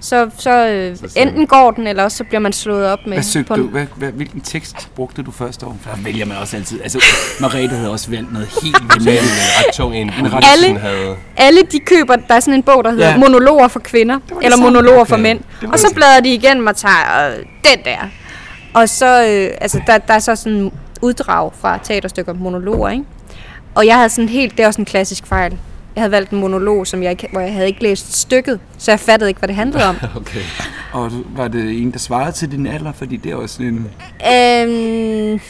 C: så, så, øh, så
A: sådan-
C: enten går den, eller også så bliver man slået op med...
B: Hvad søgte
C: på en-
B: du? Hvad, hvad, hvilken tekst brugte du første år? Der vælger man også altid. Altså, Margrethe havde også valgt noget helt
A: Men
B: vanilligt.
A: en ret tung en,
B: ret-
A: Alle... havde.
C: alle de køber, der er sådan en bog, der hedder ja.
B: Ja.
C: Monologer for kvinder, eller
B: samme.
C: Monologer for
A: Okay.
C: mænd.
B: Det var
C: Og
B: det
C: så
B: samme.
C: bladrer de igen og tager øh, den der. Og så, øh, altså, der, der er så sådan uddrag fra teaterstykker, monologer, ikke? Og jeg havde sådan helt, det er også en klassisk fejl. Jeg havde valgt en monolog, som jeg ikke, hvor jeg havde ikke læst stykket, så jeg fattede ikke, hvad det handlede om.
A: Okay.
B: Og du- var det en, der svarede til din alder? Fordi det er også sådan en...
C: øhm,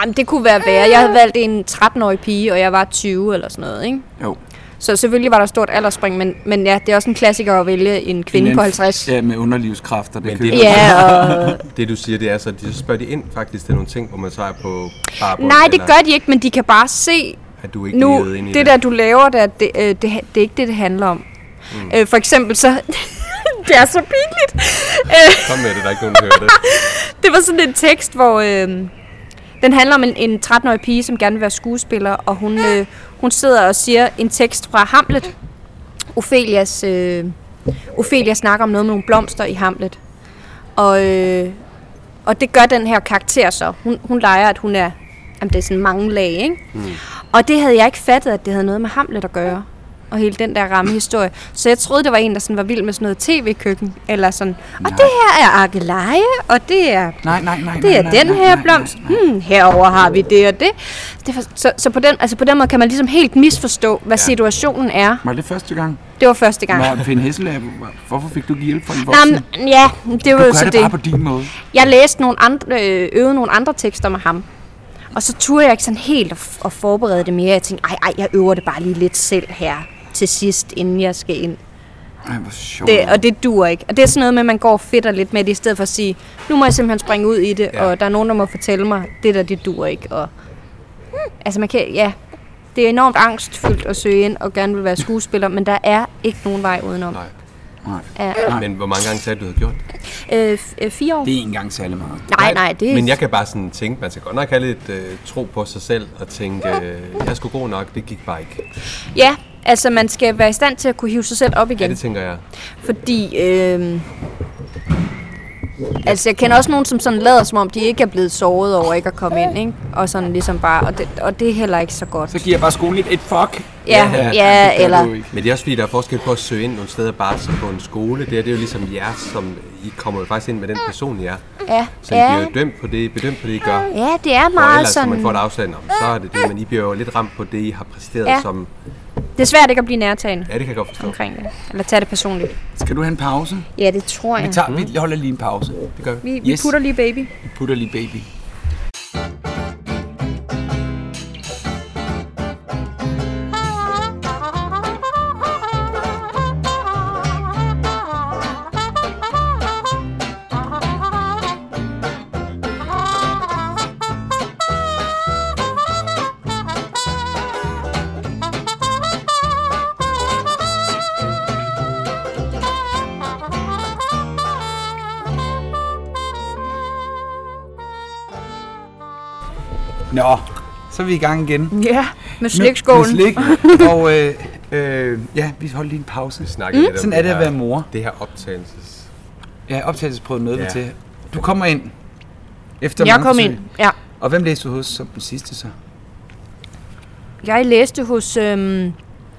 C: jamen, det kunne være værre. Jeg havde valgt en 13-årig pige, og jeg var 20 eller sådan noget, ikke?
B: Jo.
C: Så selvfølgelig var der et stort alderspring, men, men ja, det er også en klassiker at vælge en kvinde
B: en
C: på
B: anden-
C: 50.
B: Ja, med underlivskræfter. Det,
A: Men
B: kører.
A: det-
C: Ja, og...
A: Det du siger, det er så, de, så spørger de ind faktisk til nogle ting, hvor man så er på barbund,
C: Nej, det
A: eller
C: gør de ikke, men de kan bare se
A: at du ikke
C: nu,
A: levede ind i
C: det, der du laver der, det, øh, det, det er ikke det, det handler om. Mm. Øh, for eksempel så... det er så pinligt. Øh,
A: Kom med det, der er ikke nogen, der hører det.
C: det var sådan en tekst, hvor... Øh, Den handler om en, en 13-årig pige, som gerne vil være skuespiller, og hun, øh, hun sidder og siger en tekst fra Hamlet. Ophelias, øh, Ophelia snakker om noget med nogle blomster i Hamlet. Og, øh, og det gør den her karakter så. Hun, hun leger, at hun er... Jamen, det er sådan mange lag, ikke? Mm. Og det havde jeg ikke fattet, at det havde noget med Hamlet at gøre. Og hele den der rammehistorie. Så jeg troede, det var en, der sådan var vild med sådan noget tv-køkken. Eller sådan, og det her er Arkeleje, og det er
B: Nej, nej, nej.
C: det er
B: nej,
C: den
B: nej,
C: her
B: nej,
C: blomst.
B: nej, nej.
C: Hmm, herover har vi det og det. det var, så, så på den, altså på den måde kan man ligesom helt misforstå, hvad ja. situationen er.
B: Var det første gang?
C: Det var første gang.
B: Nå, Finn Hesselab, hvorfor fik du ikke hjælp fra en
C: Nå,
B: voksen?
C: men, ja, det var
B: du
C: jo
B: gør
C: så
B: det,
C: det.
B: bare på din måde.
C: Jeg læste nogle andre, øh, øvede nogle andre tekster med ham. Og så turde jeg ikke sådan helt at, f- at forberede det mere. Jeg tænkte, ej, ej, jeg øver det bare lige lidt selv her til sidst, inden jeg skal ind.
B: Ej, hvor sjovt.
A: Mm.
C: Det, og det dur ikke. Og det er sådan noget med, at man går og fedter lidt med det, i stedet for at sige, nu må jeg simpelthen springe ud i det, ja. og der er nogen, der må fortælle mig, det der, det dur ikke. Og, hmm, altså man kan, ja, det er enormt angstfyldt at søge ind og gerne vil være skuespiller, men der er ikke nogen vej udenom.
A: Nej.
B: Nej.
C: Ja.
A: Men hvor mange gange sagde du, du havde gjort det?
C: Øh, f- øh, fire år?
B: Det er ikke engang særlig meget.
C: nej, nej, det er...
A: Men jeg kan bare sådan tænke, man skal godt nok have lidt øh, tro på sig selv og tænke, øh, jeg er sgu god nok, det gik bare ikke.
C: Ja, altså man skal være i stand til at kunne hive sig selv op
A: Ja,
C: igen.
A: det tænker jeg.
C: Fordi, øh, altså jeg kender også nogen, som sådan lader, som om de ikke er blevet såret over ikke at komme ind, ikke? Og sådan ligesom bare, og det, og det er heller ikke så godt.
B: Så giver jeg bare skolen et, et fuck.
C: Ja, ja, ja eller...
A: Men det er også fordi, der er forskel på at søge ind nogle steder bare som på en skole. Det, her, det er jo ligesom jer, som I kommer jo faktisk ind med den person, I er.
C: Ja,
A: Så I bliver
C: ja,
A: jo dømt på det, bedømt på det, I gør.
C: ja, det er
A: Og
C: meget
A: ellers, når man
C: sådan...
A: får et afslag, nå, men så er det det. Men I bliver jo lidt ramt på det, I har præsteret
C: Ja. Mm.
A: ja. som...
C: Det er svært ikke at blive nærtagende
A: Ja, det kan jeg godt forstå.
C: omkring det. Eller tage det personligt.
B: Skal du have en pause? Mm-hmm.
C: Ja, det tror jeg.
B: Vi, tager, vi holder lige en pause. Det gør
C: Vi, vi
B: Yes.
C: putter lige baby.
B: Vi putter lige baby. Nå, så er vi i gang igen.
C: Ja, med
B: Med
C: slikskålen.
B: slik. Og øh, øh, ja, vi holder lige en pause.
A: Vi snakker mm. lidt om
B: Sådan er det at
A: her-
B: være mor.
A: Det her optagelses...
B: Ja, optagelsesprøven nåede vi
A: Ja.
B: til. Du kommer ind. Efter
C: Jeg
B: mange
C: kom
B: forsøg.
C: ind, ja.
B: Og hvem læste du hos som den sidste så?
C: Jeg læste hos øhm,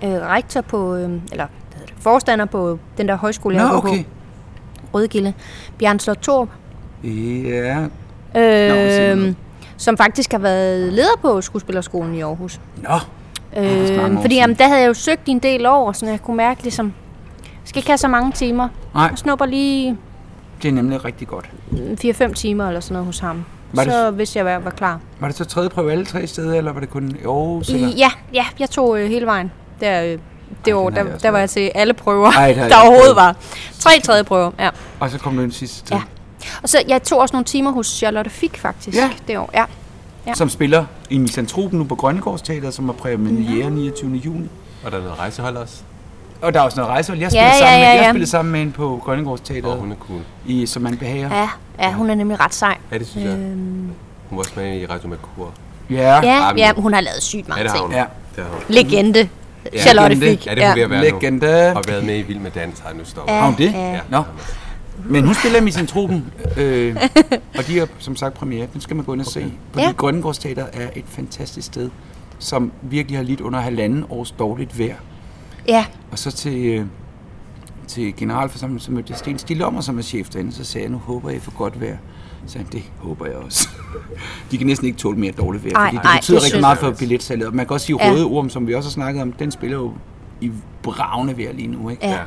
C: øh, rektor på, øhm, eller hvad hedder det, forstander på den der højskole, jeg
B: Nå,
C: var
B: okay.
C: på, Rødgilde, Bjørn Slot Torp,
B: Ja. siger
C: øhm,
B: noget.
C: som faktisk har været leder på skuespillerskolen i Aarhus.
B: Nå. også mange år
C: Øhm, fordi
B: siden.
C: jamen, der havde jeg jo søgt i en del år, så jeg kunne mærke ligesom, jeg skal ikke have så mange timer.
B: Nej,
C: Jeg snupper lige
B: det er nemlig rigtig godt.
C: mm, 4-5 timer eller sådan noget hos ham.
B: Var det-
C: så vidste jeg, hvad jeg var klar.
B: Var det så tredje prøve alle tre steder, eller var det kun i Aarhus? Eller?
C: I, ja, ja, jeg tog øh, hele vejen der, øh, det
B: Ej,
C: år.
B: den har jeg
C: Der,
B: også
C: der var
B: lavet.
C: jeg til alle prøver,
B: Ej, det har jeg
C: der
B: også
C: overhovedet
B: lavet.
C: var. Tre tredje prøver, ja.
B: Og så kom du ind sidste tid.
C: Ja. Og så jeg tog også nogle timer hos Charlotte Fick faktisk
B: Ja.
C: det år. Ja. Ja.
B: Som spiller i Misantropen nu på Grønnegårdsteateret, som er
C: Mhm.
B: premiere 29. juni.
A: Og der er noget rejsehold også.
B: Og der er også noget rejsehold. Jeg
C: Ja,
B: spillede,
C: ja,
B: sammen,
C: ja,
B: Med,
C: ja.
B: jeg spillede sammen med en på Grønnegårdsteateret,
A: Og hun er cool.
B: i Som man behager.
C: Ja, ja, hun er nemlig ret sej.
A: Ja, det synes jeg. Hun var også med i Radio Mercur.
B: Ja.
C: Ja,
A: Ej, men-
C: ja, hun har lavet sygt
A: Ja,
C: mange
A: det har
C: ting.
A: hun.
B: Ja.
A: Det har hun.
C: Legende. Charlotte
B: Legende.
C: Fick.
A: Ja, det er hun ved at være
B: Legende.
A: nu. Og været med i Vild med Dans, har jeg nu stoppet.
B: Har hun det?
C: Ja.
B: Nå. Men hun spiller i Misantropen, øh, og de har som sagt premiere. Den skal man gå ind og se. Fordi
C: Ja.
B: ja. Grønnegårdsteater er et fantastisk sted, som virkelig har lidt under halvanden års dårligt vejr.
C: Ja,
B: Og så til, øh, til generalforsamlingen, så mødte jeg Sten Stilommer, som er chef derinde, så sagde jeg, nu håber jeg for godt vejr. Så sagde han, det håber jeg også. De kan næsten ikke tåle mere dårligt vejr,
C: Ej,
B: fordi det
C: ej,
B: betyder
C: det
B: rigtig
C: synes
B: meget
A: jeg
B: for
A: også.
B: billetsalget. Og man kan også sige,
C: Ja.
B: Røde Orm, som vi også har snakket om, den spiller jo i bravende vejr lige nu, ikke?
C: Ja.
A: Ja.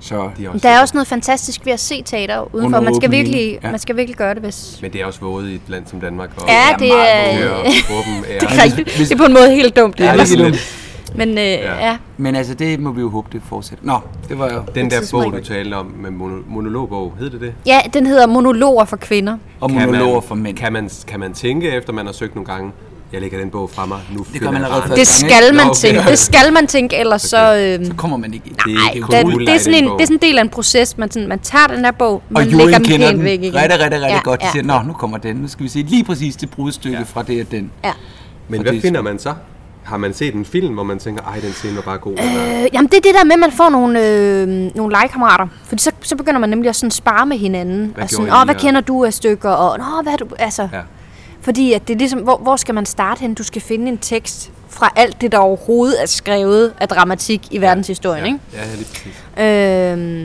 B: Så
A: De er
C: men
A: også
C: der er også noget fantastisk ved at se teater udenfor.
B: Under
C: Man skal,
B: åben
C: virkelig,
B: himmel, ja.
C: man skal virkelig gøre det, hvis...
A: Men det er også våget i et land som Danmark. Og
C: Ja, det er...
A: Det er åben ære.
C: Det er, rigtigt. det er på en måde helt dumt, det
A: Ja,
C: er,
A: det er sådan
C: men,
A: lidt.
C: men øh, ja.
B: Men altså, det må vi jo håbe, det fortsætter. Nå, det var jo...
A: Den der
C: tidspunkt.
A: bog, du talte om med mono- monologbog, hed det det?
C: ja, den hedder Monologer for kvinder.
B: Og monologer for mænd.
A: Kan man, kan man tænke, efter man har søgt nogle gange, Jeg lægger den bog fra mig. Nu
B: gør
A: flytter
B: man
A: jeg
B: allerede
A: barnet.
B: første
C: Det skal man
A: Nå, okay.
C: tænke. Det skal man tænke, ellers så... Øh,
B: Så kommer man ikke ind.
A: Det er
C: Nej,
A: ikke
C: det,
A: cool.
C: det, er sådan en,
A: Den bog.
C: det er sådan en del af en proces. Man, sådan, man tager den der bog, man
B: Og
C: lægger
B: juryen
C: den
B: kender
C: pænt
B: den
C: væk igen.
B: rigtig, rigtig, rigtig ja, godt. De
C: Ja,
B: siger, nå, nu kommer den. Nu skal vi se lige præcis det brudstykke ja. fra det og den.
C: ja.
A: Men
B: Og
A: hvad
B: det er
A: finder man så? Har man set en film, hvor man tænker, ej, den scene var bare god? Eller,
C: Øh, jamen, det er det der med, at man får nogle, øh, nogle legekammerater. Fordi så, så begynder man nemlig at sådan spare med hinanden.
A: Hvad
C: og sådan,
A: gjorde I
C: åh,
B: øh?"
C: hvad
A: her?"
C: kender du af stykker? Og, Nå, hvad er du... Altså,
A: ja.
C: Fordi at det er ligesom, hvor, hvor skal man starte hen? Du skal finde en tekst fra alt det, der overhovedet er skrevet af dramatik i verdenshistorien, ikke?
A: Ja, ja, lige præcis.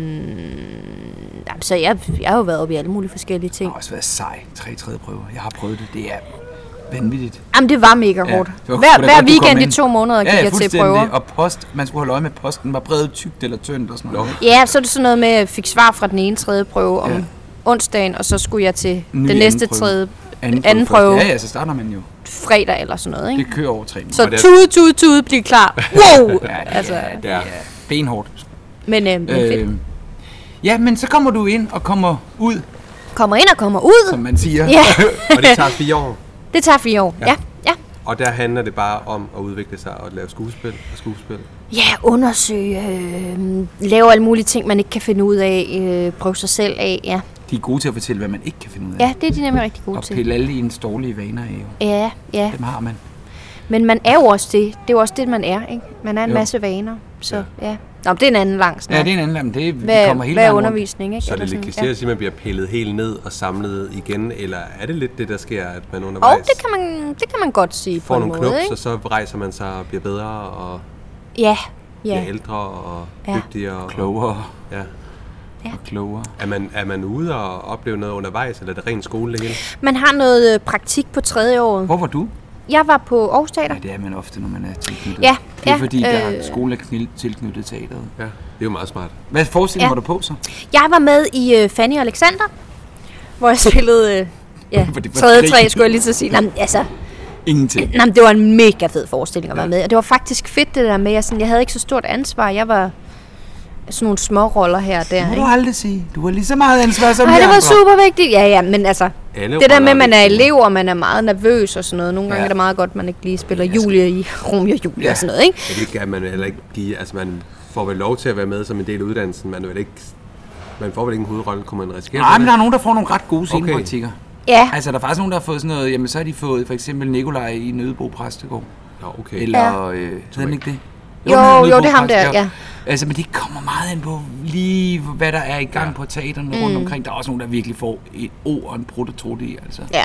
C: Øhm, jamen, så jeg, jeg har jo været oppe i alle mulige forskellige
B: Det
C: ting.
B: har også været sej. Tre tredje prøver. Jeg har prøvet det. Det er vanvittigt.
C: Jamen, det var mega hårdt.
B: det
C: Ja,
B: var-
C: hver
B: hvordan
C: hver
B: du kom
C: weekend
B: ind.
C: i to måneder gik
B: ja, ja,
C: jeg til
B: fuldstændig.
C: prøver.
B: Og post, man skulle holde øje med posten. Var brevet tykt eller tyndt og sådan noget.
C: Ja, så er det sådan noget med, at jeg fik svar fra den ene tredje prøve om
B: Ja.
C: onsdagen, og så skulle jeg til
B: Ny
C: den
B: anden
C: næste
B: prøve.
C: tredje anden,
B: prøve
C: anden
B: først.
C: prøve,
B: Ja, ja, så starter man jo.
C: fredag eller sådan noget, ikke?
B: Det kører over tre måneder.
C: Så
A: Og det-
C: tude, tude, tude, bliv klar. Wow!
B: Ja, det
C: altså,
B: er, det
A: Ja.
B: er benhårdt.
C: men, øh, men fedt.
B: Øh, ja, men så kommer du ind og kommer ud,
C: Kommer ind og kommer ud.
B: som man siger.
C: Ja,
A: Og det tager fire år.
C: det tager fire år. Ja, ja. ja.
A: Og der handler det bare om at udvikle sig og at lave skuespil og skuespil.
C: Ja, undersøge, øh, lave alle mulige ting, man ikke kan finde ud af, øh, prøve sig selv af, ja.
B: De er gode til at fortælle, hvad man ikke kan finde ud af.
C: Ja, det er de nemlig rigtig gode
B: og
C: til.
B: pille alle ens dårlige vaner af. jo.
C: Ja, ja.
B: Dem har man.
C: Men man er jo også det. Det er jo også det, man er, ikke? Man er en
B: Jo.
C: jo. masse vaner, så ja. ja. Nå, men det er en anden lang snak.
B: Ja, det er en anden. men Det,
C: hvad,
B: vi kommer hele
C: hvad er
B: vejen rundt.
C: undervisning, ikke?
A: Så er
C: Eller
A: det lidt
C: sådan,
A: klichéet at sige, at man bliver pillet helt ned og samlet igen, eller er det lidt det, der sker, at man
C: Og
A: undervejs
C: det kan, man, det kan man godt sige på
A: får
C: en
A: nogle
C: måde,
A: knups,
C: ikke?
A: og så rejser man sig og bliver bedre og
C: Ja,
A: bliver
C: ja.
A: ældre og
C: Ja.
A: dygtigere? Og,
B: Klogere
A: Ja.
C: Ja.
B: og klogere.
A: Er, man, er man ude og opleve noget undervejs, eller er det ren skole det hele?
C: Man har noget øh, praktik på tredje året.
B: Hvor var du?
C: Jeg var på Aarhus Teater.
B: Ja, det er man ofte, når man er tilknyttet.
C: Ja,
B: det er
C: ja,
B: fordi, der er
C: øh.
B: skole er knil- tilknyttet teateret.
A: Ja, det er jo meget smart.
B: Hvad forestilling
C: Ja.
B: var du på så?
C: Jeg var med i øh, Fanny og Alexander, hvor jeg spillede øh, ja,
B: Hvor det var
C: tredje
B: krig.
C: træ, skulle jeg lige så sige. Jamen, altså,
B: Ingenting.
C: jamen, det var en mega fed forestilling at være med i, Og det var faktisk fedt det der med, at jeg, sådan, jeg havde ikke så stort ansvar. Jeg var sådan nogle små roller her og der.
B: Det må
C: Ikke?
B: du aldrig sige. Du har lige så meget ansvar som
C: Ej,
B: de
C: det var
B: andre.
C: super vigtigt. Ja, ja, men altså,
A: Alle
C: det der
A: roller
C: med,
A: er
C: at man er
A: vigtige.
C: elev, og man er meget nervøs og sådan noget. Nogle gange
B: Ja.
C: er det meget godt, at man ikke lige spiller Julie i Romeo og Julie
B: Ja.
C: og sådan noget, ikke?
A: Jeg vil ikke, at man heller ikke blive, altså man får vel lov til at være med som en del af uddannelsen, man er vel ikke, man får vel ikke en hovedrolle, kunne man risikere
B: Nej,
A: det?
B: men der er nogen, der får nogle ret gode scenepraktikker.
C: Ja,
B: Altså, der er faktisk nogen, der har fået sådan noget, jamen så har de fået for eksempel Nikolaj i Nødebo Præstegård.
A: Nå, okay.
B: Eller, ja. øh, hedder han
A: jeg.
B: ikke det?
C: Jo,
B: han hedder
C: jo,
B: Nødebo
C: det er ham der,
B: Præstegård.
C: ja.
B: Altså, men det kommer meget ind på lige, hvad der er i gang på teaterne rundt
C: Mm.
B: omkring. Der er også nogen, der virkelig får et O og en prototode i, altså.
C: ja.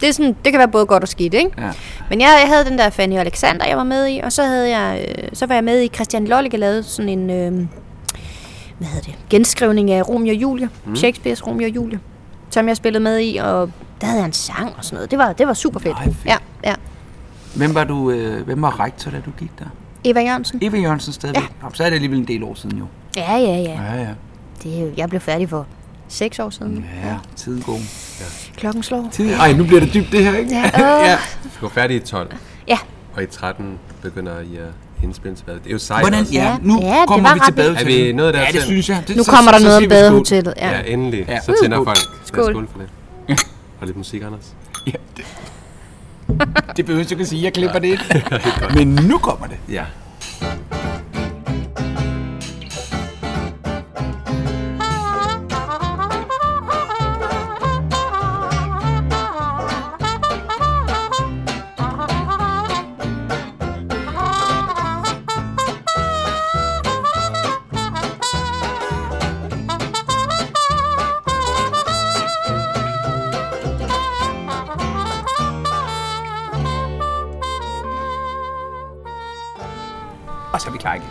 C: Det, er sådan, det kan være både godt og skidt, ikke?
B: Ja.
C: Men jeg, jeg havde den der Fanny og Alexander, jeg var med i, og så, havde jeg, øh, så var jeg med i Christian Lollike lavede sådan en øh, hvad hedder det, genskrivning af Romeo og Julie, mm. Shakespeare's Romeo og Julie, som jeg spillede med i, og der havde jeg en sang og sådan noget. Det var, det var super fedt.
B: Nej, fedt.
C: Ja, ja.
B: Hvem var, du, øh, hvem var rektor, da du gik der?
C: Eva Jørgensen.
B: Eva Jørgensen stadigvæk. Ja. Nå, så er det alligevel en del år siden jo.
C: Ja, ja, ja. Mm.
B: Ja, ja.
C: Det, er jo- jeg blev færdig for seks år siden.
B: Ja, tiden går.
C: Klokken slår.
B: Tiden. Ej, nu bliver det dybt det her, ikke?
C: Ja, øh, ja.
A: Du var færdig i 12,
C: ja.
A: og i 13 begynder I at indspille til badet. Det er jo sejt
B: Hvordan,
A: også.
B: ja,
C: Ja,
B: nu
C: ja, det
B: kommer
C: var
B: vi
C: ret
B: til
C: vildt.
A: Er
B: badehotellet.
A: vi nået dertil?
B: Ja, det synes jeg. Det,
C: Nu kommer der noget om
B: siger vi skål.
C: badehotellet. Ja.
A: Ja, endelig.
B: Ja.
A: Ja. Så tænder folk. Skål.
C: Skål.
A: Ja, skål for det. Og lidt musik, Anders.
B: Det behøver du ikke at sige, jeg klipper det ind. Men nu kommer det.
A: Ja.
B: Og så er vi klar igen.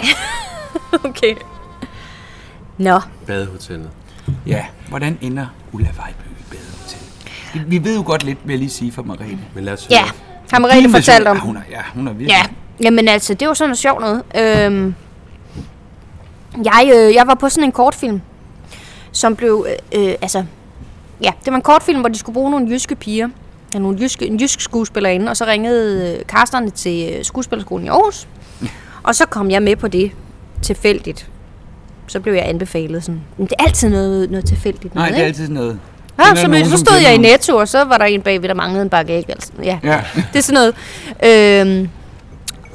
C: Okay. Nå.
A: Badehotellet.
B: Ja, hvordan ender Ulla Vejby i badehotellet? Vi- Vi ved jo godt lidt, vil jeg lige sige for Margrethe.
A: Men lad os
C: Ja,
A: høre.
C: har Marie
B: Hendes
C: fortalt om.
B: version- Ah, Hun er, ja, hun er virkelig.
C: Ja, jamen altså, det var sådan noget sjovt noget. Øhm, jeg, øh, jeg var på sådan en kortfilm, som blev, øh, øh, altså, ja, det var en kortfilm, hvor de skulle bruge nogle jyske piger, ja, nogle jyske, en jysk skuespillerinde, og så ringede øh, casterne til øh, skuespillerskolen i Aarhus, og så kom jeg med på det tilfældigt. Så blev jeg anbefalet sådan, men det er altid noget, noget tilfældigt.
B: Nej,
C: noget,
B: det er
C: ikke?
B: altid sådan noget.
C: Ja,
B: Kender
C: Ah, så,
B: jeg
C: mødte,
B: nogen,
C: så
B: som
C: stod
B: kender
C: jeg i
B: nogen?
C: Netto, og så var der en bagved, der manglede en bakke æg. Altså. Ja.
B: Ja.
C: Det er sådan noget. Øhm,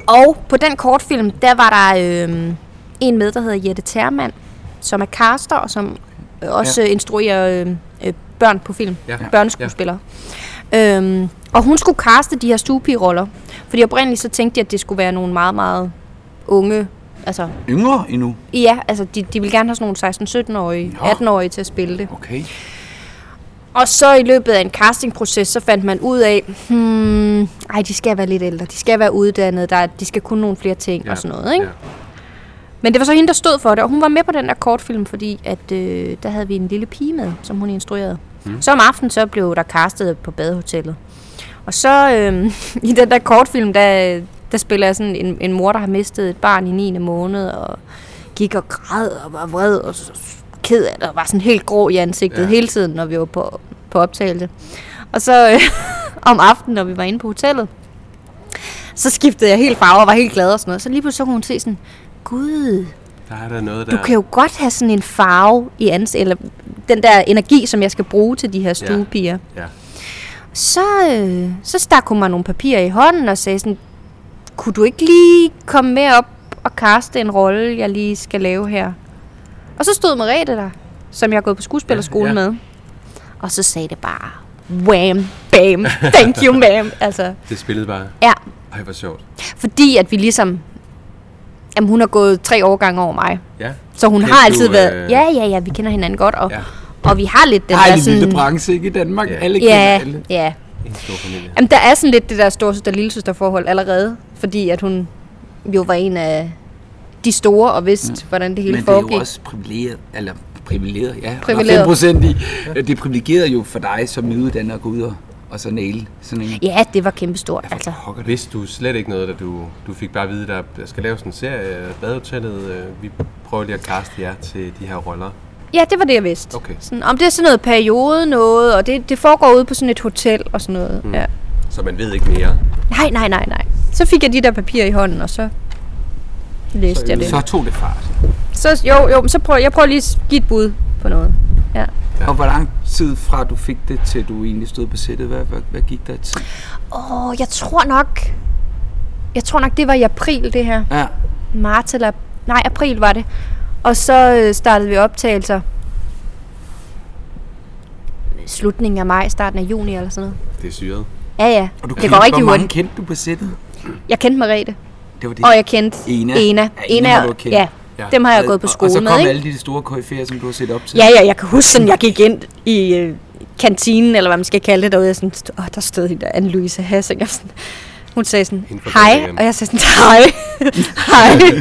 C: og på den kortfilm, der var der øhm, en med, der hedder Jette Termand, som er caster, og som øh, også ja. instruerer øh, øh, børn på film.
A: Ja.
C: Ja. Børneskuespillere. Ja. Øhm, og hun skulle kaste de her stuepigeroller. Fordi oprindeligt så tænkte jeg, at det skulle være nogle meget, meget unge... Altså,
B: Yngre endnu.
C: ja, altså de, de ville gerne have sådan nogle 16-17-årige,
B: Nå.
C: 18-årige til at spille det.
B: Okay.
C: Og så i løbet af en castingproces, så fandt man ud af, hmm, ej, de skal være lidt ældre, de skal være uddannede, der, er- de skal kunne nogle flere ting ja. og sådan noget, ikke? Ja. Men det var så hende, der stod for det, og hun var med på den der kortfilm, fordi at, øh, der havde vi en lille pige med, som hun instruerede. Mm. Så om aftenen, så blev der castet på badehotellet. Og så øh, i den der kortfilm, der, der spiller jeg sådan en, en mor, der har mistet et barn i 9. måned, og gik og græd og var vred og s- s- ked af det, og var sådan helt grå i ansigtet
A: Ja.
C: ja. hele tiden, når vi var på, på optagelse. Og så øh, om aftenen, når vi var inde på hotellet, så skiftede jeg helt farve og var helt glad og sådan noget. Så lige pludselig så kunne hun se sådan, gud,
A: Der er der noget, der...
C: du kan jo godt have sådan en farve i ans, eller den der energi, som jeg skal bruge til de her stuepiger.
A: Ja.
C: Så, øh, så stak hun mig nogle papirer i hånden og sagde sådan, kunne du ikke lige komme med op og kaste en rolle, jeg lige skal lave her? Og så stod Merete der, som jeg er gået på skuespillerskole
A: Ja,
C: ja,
A: ja.
C: ja. med. Og så sagde det bare, wham, bam, thank you, ma'am. Altså,
A: Det spillede bare.
C: ja,
A: Ej, hvor sjovt.
C: fordi at vi ligesom, jamen hun har gået tre årgange over mig.
A: Ja.
C: Så hun
A: Kendte
C: har altid
A: du,
C: været...
A: øh,
C: Ja, ja, ja, vi kender hinanden godt, og,
A: Ja.
C: ja. og vi har lidt den
B: Ej,
C: der
B: det er en lille
C: sådan...
B: branche, ikke? I Danmark.
A: Ja.
B: Alle kender
C: ja,
B: alle.
C: ja.
A: En stor familie.
C: Jamen, der er sådan lidt det der storsøster lillesøster forhold allerede, fordi at hun jo var en af de store og vidste, ja. hvordan det hele
B: Men det er
C: foregik.
B: jo også privilegeret, eller privilegeret, ja.
C: Privilegeret.
B: 5 procent i. Det er privilegeret jo for dig som nyuddannet at gå ud og, og så næle sådan en.
C: Ja, det var kæmpestort, altså.
B: Pokker det.
A: Vidste du slet ikke noget, da du, du fik bare at vide, der der skal laves en serie af badehotellet. øh, Vi prøver lige at kaste jer til de her roller.
C: Ja, det var det, jeg vidste.
A: Okay.
C: Sådan, om det er sådan noget periode noget, og det, det foregår ude på sådan et hotel og sådan noget. Mm. Ja.
A: Så man ved ikke mere.
C: Nej, nej, nej, nej. Så fik jeg de der papirer i hånden, og så læste så, jeg det.
B: Så tog det fart.
C: Så, jo, jo, men så prøv, jeg prøver lige at give et bud på noget. Ja.
A: Ja.
B: Og hvor lang tid fra du fik det, til du egentlig stod på sættet? Hvad, hvad, hvad gik der til?
C: Åh, oh, jeg tror nok... Jeg tror nok, det var i april, det her.
B: Ja.
C: Marts eller... Nej, april var det. Og så øh, startede vi optagelser. Slutningen af maj, starten af juni eller sådan noget.
A: Det er syret.
C: Ja, ja.
B: Og du
C: det går rigtig
B: hvor mange
C: hurtigt.
B: kendte du på sættet?
C: Jeg kendte Merete,
B: Det var det.
C: og jeg kendte
B: Ena.
C: Ena.
B: Ja, Ena har du kendt.
C: ja,
A: Ja.
C: dem har jeg gået på skole
B: og, og så
C: med,
B: kom
C: ikke?
B: alle de store KF'er, som du har set op til.
C: Ja, ja, jeg kan huske, sådan, jeg gik ind i øh, kantinen, eller hvad man skal kalde det derude, og sådan, åh, der stod hende der, Anne-Louise Hassing, og sådan, hun sagde sådan,
A: Hende fra
C: hej,
A: Birmingham.
C: og jeg sagde sådan, hej, hej,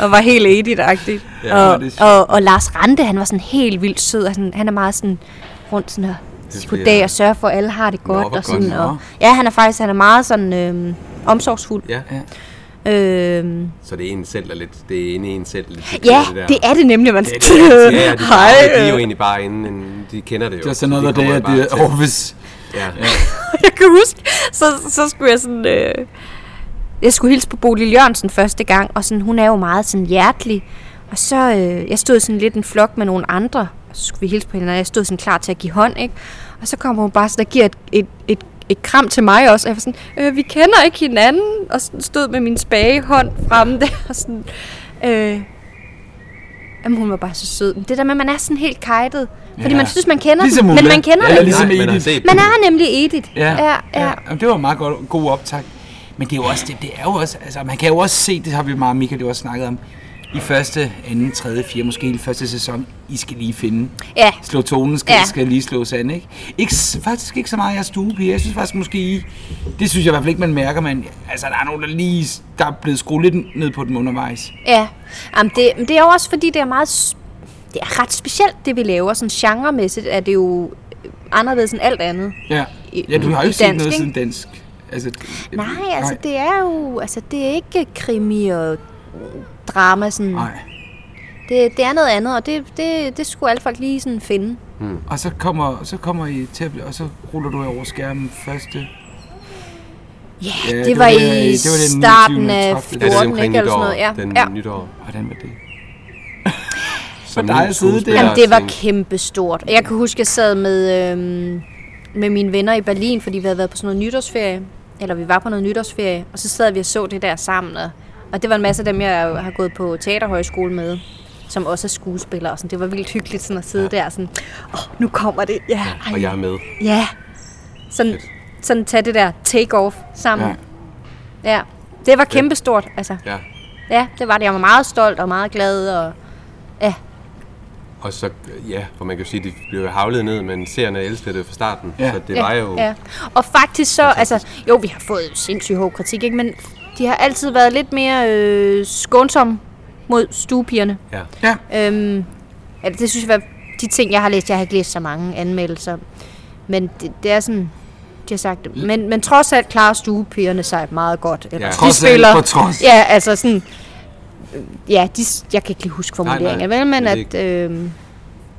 C: og var helt edit-agtig.
A: Ja,
C: Ja, og,
B: det er sjovt.
C: og, og, Lars Rante, han var sådan helt vildt sød, og sådan, han er meget sådan rundt sådan her,
A: Det er
C: sige goddag
A: flere.
C: og sørge for, at alle har det godt.
A: hvor
C: og sådan,
A: godt.
B: Nå.
C: og, ja, han er faktisk han er meget sådan øh, omsorgsfuld.
A: Ja.
B: Ja.
C: Øh,
A: Så det er en selv, der lidt, det er inde i en selv, der lidt
C: ja,
A: der.
C: det er det nemlig, man
A: Ja, det er, de,
C: Hej.
A: Hej, de er jo
C: øh.
A: egentlig bare inde, en- de kender det jo.
B: Det var sådan noget,
A: så
B: hvor det
A: kommer
B: er,
A: bare
B: det
A: til.
B: er oh, hvis,
A: Ja.
C: jeg kan huske, så, så skulle jeg sådan... Øh, jeg skulle hilse på Bodil Jørgensen første gang, og sådan, hun er jo meget sådan hjertelig. Og så, øh, jeg stod sådan lidt en flok med nogle andre, og så skulle vi hilse på hinanden, og jeg stod sådan klar til at give hånd, ikke? Og så kommer hun bare sådan og giver et, et, et, et kram til mig også, og jeg var sådan, øh, vi kender ikke hinanden, og sådan stod med min spagehånd fremme der, og sådan, øh, jamen hun var bare så sød. Men det der med, at man er sådan helt kajtet, fordi
B: Ja.
C: man synes, man kender
B: Ligesom
C: den,
B: Ulla.
C: men man kender
B: Ja,
C: den.
B: ligesom
A: Nej, man har
B: Edith.
A: set
C: Man
A: dem.
C: er nemlig Edith. ja. ja.
B: Jamen, det var en meget god, god optag. Men det er jo også, det, det er jo også, altså man kan jo også se, det har vi meget og Michael jo også snakket om, i første, anden, tredje, fjerde, måske hele første sæson, I skal lige finde.
C: Ja.
B: Slå tonen, skal, ja.
C: Ja.
B: skal lige slås an, ikke? ikke? s- Faktisk ikke så meget jeres stuepiger. Jeg synes faktisk måske, I- det synes jeg i hvert fald ikke, man mærker, men altså der er nogen, der lige, s- der er blevet skruet lidt ned på dem undervejs.
C: Ja, Jamen, det, men det er jo også fordi, det er meget s- det er ret specielt, det vi laver. Sådan genremæssigt er det jo øh, anderledes end alt andet.
B: Ja,
C: I-
B: ja du har jo
C: i
B: ikke set
C: dansk,
B: noget
C: ikke?
B: siden dansk. Altså, det-
C: Nej, altså det er jo altså, det er ikke krimi og drama. Sådan.
B: Nej.
C: Det, det er noget andet, og det, det, det skulle alle folk lige sådan finde.
B: Og så kommer, så kommer I til at blive, og så ruller du over skærmen første
C: Ja,
B: Ja,
C: yeah, det,
B: det
C: det
B: var
C: var
B: det- det var
C: i
B: den
C: starten
B: 29.
C: af
B: træf, det der.
A: Ja, det er
C: 14,
A: omkring
C: ikke? Eller sådan
A: nytår.
C: noget. Ja.
A: Den
C: ja.
A: nytår.
B: Hvordan var det?
A: som
B: dig
A: ny
B: at sidde der.
A: skuespiller.
C: Jamen, det var
A: tænkte,
C: kæmpestort. Og Jeg kan huske, at jeg sad med, øhm, med mine venner i Berlin, fordi vi havde været på sådan noget nytårsferie. Eller vi var på noget nytårsferie. Og så sad vi og så det der sammen. Og, og det var en masse af dem, jeg har gået på teaterhøjskole med som også er skuespillere. og Sådan. Det var vildt hyggeligt sådan at sidde ja. der sådan, åh, oh, nu kommer det. Ja,
A: Og jeg er med.
C: Ja. Sådan,
A: Fedt.
C: sådan tage det der take-off sammen.
B: Ja.
C: Ja. ja. Det var kæmpestort, altså.
A: Ja.
C: Ja, det var det. Jeg var meget stolt og meget glad. Og... Ja,
A: Og så, ja, for man kan jo sige, det blev jo havlet ned, men seerne elskede det fra starten.
B: Ja.
A: Så det
C: ja,
A: var jo...
C: Ja. Og faktisk så, altså, jo, vi har fået sindssygt hård kritik, ikke? men de har altid været lidt mere øh, skånsomme mod stuepigerne.
A: ja.
B: Ja.
C: Øhm, altså, det synes jeg var de ting, jeg har læst. Jeg har ikke læst så mange anmeldelser. Men det, det er sådan, de har sagt det. Men, men trods alt klarer stuepigerne sig meget godt. Eller,
A: Mm. Ja.
C: de
B: Trods alt
C: spiller,
B: på trods.
C: Ja, altså sådan... øh, Ja, de, s- jeg kan ikke lige huske
A: nej,
C: formuleringen, vel, men
A: det er
C: at... Øh,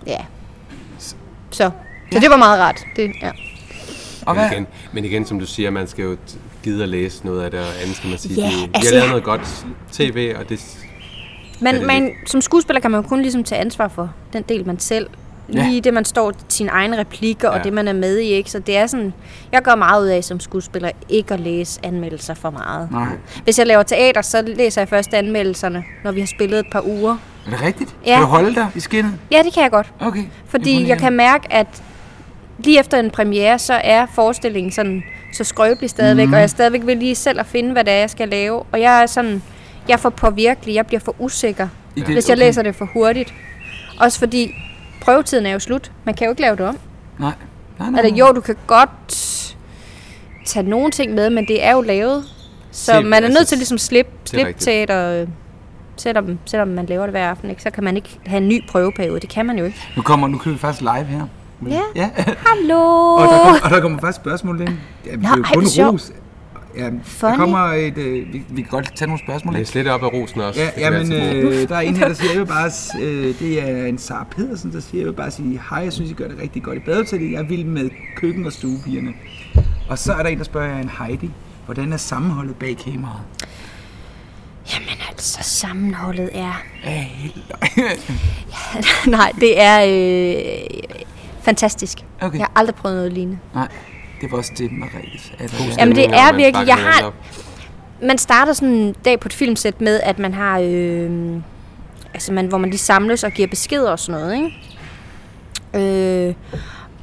C: ja. Så. Så det var meget rart. Det, ja.
A: Men
B: Og hvad?
A: igen, men igen, som du siger, man skal jo t- gide at læse noget af det, og andet skal man sige,
C: Ja,
A: yeah, vi har
C: altså,
A: lavet
C: jeg-
A: noget godt tv, og det...
C: Men
A: Ja, det er
C: man, som skuespiller kan man jo kun ligesom tage ansvar for den del, man selv. Lige det, man står sine egne replikker ja.
A: Ja.
C: og det, man er med i. Ikke? Så det er sådan, jeg gør meget ud af som skuespiller ikke at læse anmeldelser for meget.
B: Nej.
C: Hvis jeg laver teater, så læser jeg først anmeldelserne, når vi har spillet et par uger.
B: Er det rigtigt?
C: Ja.
B: Kan du holde dig i skinnet?
C: Ja, det kan jeg godt.
B: Okay.
C: Fordi jeg
B: Imponerende.
C: kan mærke, at lige efter en premiere, så er forestillingen sådan så skrøbelig stadigvæk,
B: Mhm.
C: mm. og jeg stadigvæk vil lige selv at finde, hvad det er, jeg skal lave. Og jeg er sådan, jeg er for påvirkelig, jeg bliver for usikker,
B: I
C: ja.
B: det,
C: hvis jeg
B: okay.
C: læser det for hurtigt. Også fordi prøvetiden er jo slut. Man kan jo ikke lave det om.
B: Nej. Nej, nej.
C: Eller jo, du kan godt tage nogle ting med, men det er jo lavet.
A: Se,
C: Så Se, man er
A: altså,
C: nødt til ligesom slip, slip
A: rigtigt.
C: teater, øh, selvom, selvom man laver det hver aften, ikke? så kan man ikke have en ny prøveperiode. Det kan man jo ikke.
B: Nu kommer, nu kører vi faktisk live her.
C: Ja.
B: Ja.
C: Hallo!
B: Og der, kommer, og der kommer faktisk spørgsmål ind. Ja, det er
C: Nå,
B: jo
C: ej,
B: kun
C: hvor sjovt.
B: ros. Ja, der
C: Funny.
B: kommer et, øh, vi, vi kan godt tage nogle spørgsmål. ind.
A: Læs lidt op af rosen også.
B: Ja,
A: det kan
B: ja
A: være
B: men
A: altid godt.
B: øh, der er en her, der siger, jeg vil bare, s- øh, det er en Sara Pedersen, der siger, jeg vil bare sige, hej, jeg synes, I gør det rigtig godt i badehotellet. Jeg vil med køkken og stuepigerne. Og så er der en, der spørger en Heidi, hvordan er sammenholdet bag kameraet?
C: Jamen altså, sammenholdet er...
B: Æh,
C: Nej, det er øh, fantastisk.
B: Okay.
C: Jeg har aldrig prøvet noget lignende.
B: nej, det var også det, Marie altså.
C: Jamen, det
A: når
C: er
A: man sparker
C: virkelig- jeg har-
A: hinanden op.
C: Man starter sådan en dag på et filmsæt med, at man har... Øh, altså, man, hvor man lige samles og giver beskeder og sådan noget, ikke? Øh,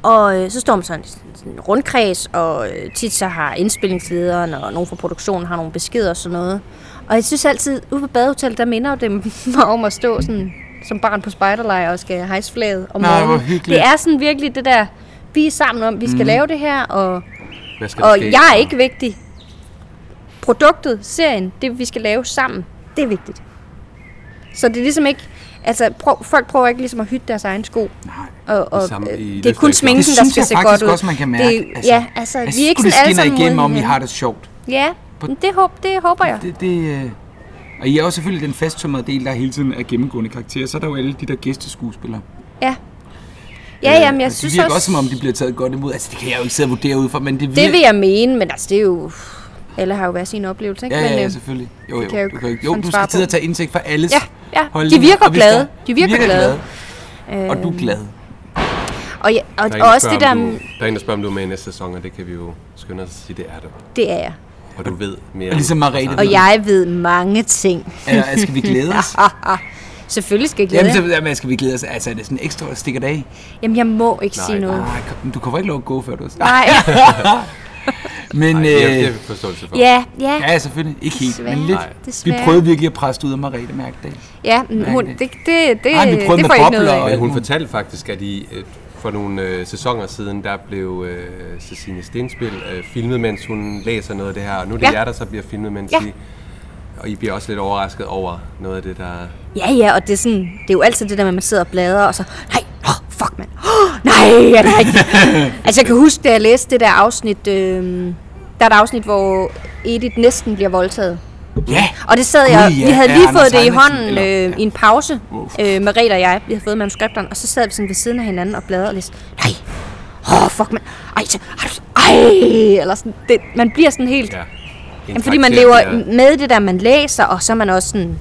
C: og øh, så står man sådan i sådan en rundkreds, og øh, tit så har indspillingslederen og nogen fra produktionen har nogle beskeder og sådan noget. Og jeg synes altid, ude på badehotellet, der minder det mig om at stå sådan, som barn på spejderlejr og skal hejse flaget om
B: Nej, hvor
C: morgenen.
B: hyggeligt.
C: Det er sådan virkelig det der, vi er sammen om, vi skal mm. lave det her, og
A: Hvad skal der
C: Og
A: ske?
C: jeg er ikke vigtig. Produktet, serien, det vi skal lave sammen, det er vigtigt. Så det er ligesom ikke... Altså, prøv, folk prøver ikke ligesom at hytte deres egen sko.
B: Nej.
C: Og, og
A: samme-
C: øh,
A: i
C: det er kun
A: løfteeksemplet.
C: sminken,
B: Det
C: der
B: synes
C: skal
B: jeg
C: se
B: faktisk
C: godt ud.
B: også, man kan mærke.
C: Det, altså, ja, altså,
B: jeg
C: vi er ikke
B: synes,
C: sådan alle
B: det skinner
C: sammen mod
B: igennem, om I
C: hinanden.
B: har det sjovt.
C: Ja, men det, håb, det håber jeg.
B: Det, det, øh, og I er jo selvfølgelig den fasttømrede del, der hele tiden er gennemgående karakterer. Så er der jo alle de der gæsteskuespillere.
C: Ja. Ja, jamen,
B: Øh,
C: jeg
B: altså, det
C: synes
B: virker
C: også...
B: også, som om de bliver taget godt imod. Altså, det kan jeg jo ikke sidde og vurdere ud fra, men det,
C: Det vil jeg mene, men altså, det er jo... Alle har jo hver sin oplevelse, ikke?
B: Ja, ja,
C: men,
B: ja,
C: øh,
B: selvfølgelig. Jo, jo,
C: kan jeg jo
B: du, kan, ikke-
C: ikke
B: jo,
C: sådan
B: du
C: svare
B: skal
C: på.
B: sidde og tage indtægt for alles
C: Ja, ja. De
B: holdninger.
C: virker
B: Og hvis der-
C: glade. De virker glade.
B: Og du er glad.
C: og, ja, og,
A: Der er en,
C: og
A: der
C: også det
A: spørger,
C: der...
A: om Du, der er en, der spørger, om du er med i næste sæson, og det kan vi jo skynde os at sige, det er du.
C: Det er jeg.
A: Og du ved mere.
B: Og ligesom Merete.
C: Og jeg ved mange ting.
B: Eller skal vi glæde os?
C: Selvfølgelig skal jeg glæde
B: Jamen,
C: jer.
B: så, jamen, skal vi glæde os? Altså, er det sådan ekstra, der stikker det af?
C: Jamen, jeg må ikke
A: Nej,
C: sige noget. Nej.
B: Nej, kom- du kommer ikke lov at gå, før du har sagt.
C: Nej.
B: Men,
A: Nej, det er- det er
B: øh,
A: vi forståelse for.
C: ja, ja.
B: ja, selvfølgelig. Ikke helt, men
C: Desværre.
B: lidt.
A: Nej.
B: Vi
C: Desværre.
B: prøvede virkelig at presse det ud af Merete Mærkedal.
C: Ja, men hun,
B: det-
C: det, det, det, det
B: Nej, vi prøvede med
C: får jeg ikke noget
B: bobler
A: Og
C: af.
B: og-
A: hun fortalte faktisk, at I øh, for nogle øh, sæsoner siden, der blev øh, Cecilie Stenspil øh, filmet, mens hun læser noget af det her. Og nu er det
C: Ja.
A: jer, der så bliver filmet, mens
C: Ja.
A: I... Og I bliver også lidt overrasket over noget af det, der...
C: Ja, ja, og det er, sådan, det er jo altid det der med, at man sidder og bladrer, og så, nej, oh, fuck, mand. Oh, nej, er det rigtigt? altså, jeg kan huske, da jeg læste det der afsnit, øh, der er et afsnit, hvor Edith næsten bliver voldtaget.
B: Ja.
C: Og det sad jeg,
B: Gud, ja,
C: vi havde
B: af
C: lige
B: Anders
C: fået det i
B: Heinrich,
C: hånden
B: eller-
C: øh, i en pause, øh, Merete og jeg, vi havde fået manuskripterne, og så sad vi sådan ved siden af hinanden og bladrede og læste, nej, åh, oh, fuck, man, ej, så, har du- ej, eller sådan, det, man bliver sådan helt,
A: Ja.
C: Jamen, fordi man
A: Interakterer
C: lever
A: med jer.
C: med det der, man læser, og så er man også sådan, jamen,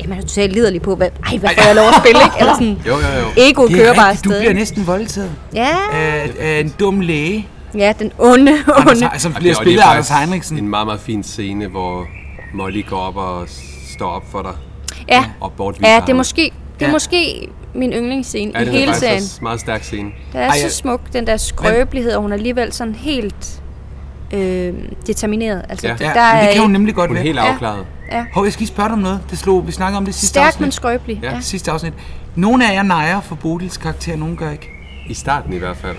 C: kan man jo totalt liderlig på, hvad, ej, hvad får jeg lov at spille, ikke? Eller sådan,
A: Jo, jo, jo.
C: ego kører bare
B: du
C: afsted.
B: bliver
C: ikke?
B: næsten voldtaget
C: Ja,
B: af, af en dum læge,
C: ja, den onde, onde.
B: Anders, som
A: Og det-
B: bliver
A: og det er
B: spillet af Anders
A: faktisk
B: Heinrichsen.
A: En meget, meget fin scene, hvor Molly går op og s- står op for dig.
C: Ja,
A: Og bortviser
C: ja det er
A: ham.
C: måske, det er
B: Ja.
C: måske min yndlingsscene
A: Ja,
C: i
A: den er
C: hele
A: faktisk
C: serien.
A: også en meget stærk scene.
C: Den er
B: Ej,
C: så
B: jeg-
C: smuk, den der skrøbelighed, og hun er alligevel sådan helt øh, determineret. Altså,
A: Ja.
B: Ja,
C: der
B: men det
C: er
B: kan hun
C: en
B: nemlig godt
A: Hun er
B: være.
A: helt afklaret.
B: Hov, jeg skal lige spørge dig om noget. Det slog, vi snakkede om det sidste
C: stærk, men
B: afsnit.
C: skrøbelig.
A: Ja.
C: Ja.
B: sidste afsnit. Nogle af jer nejer for Bodils karakter, nogen gør ikke.
A: I starten i hvert fald.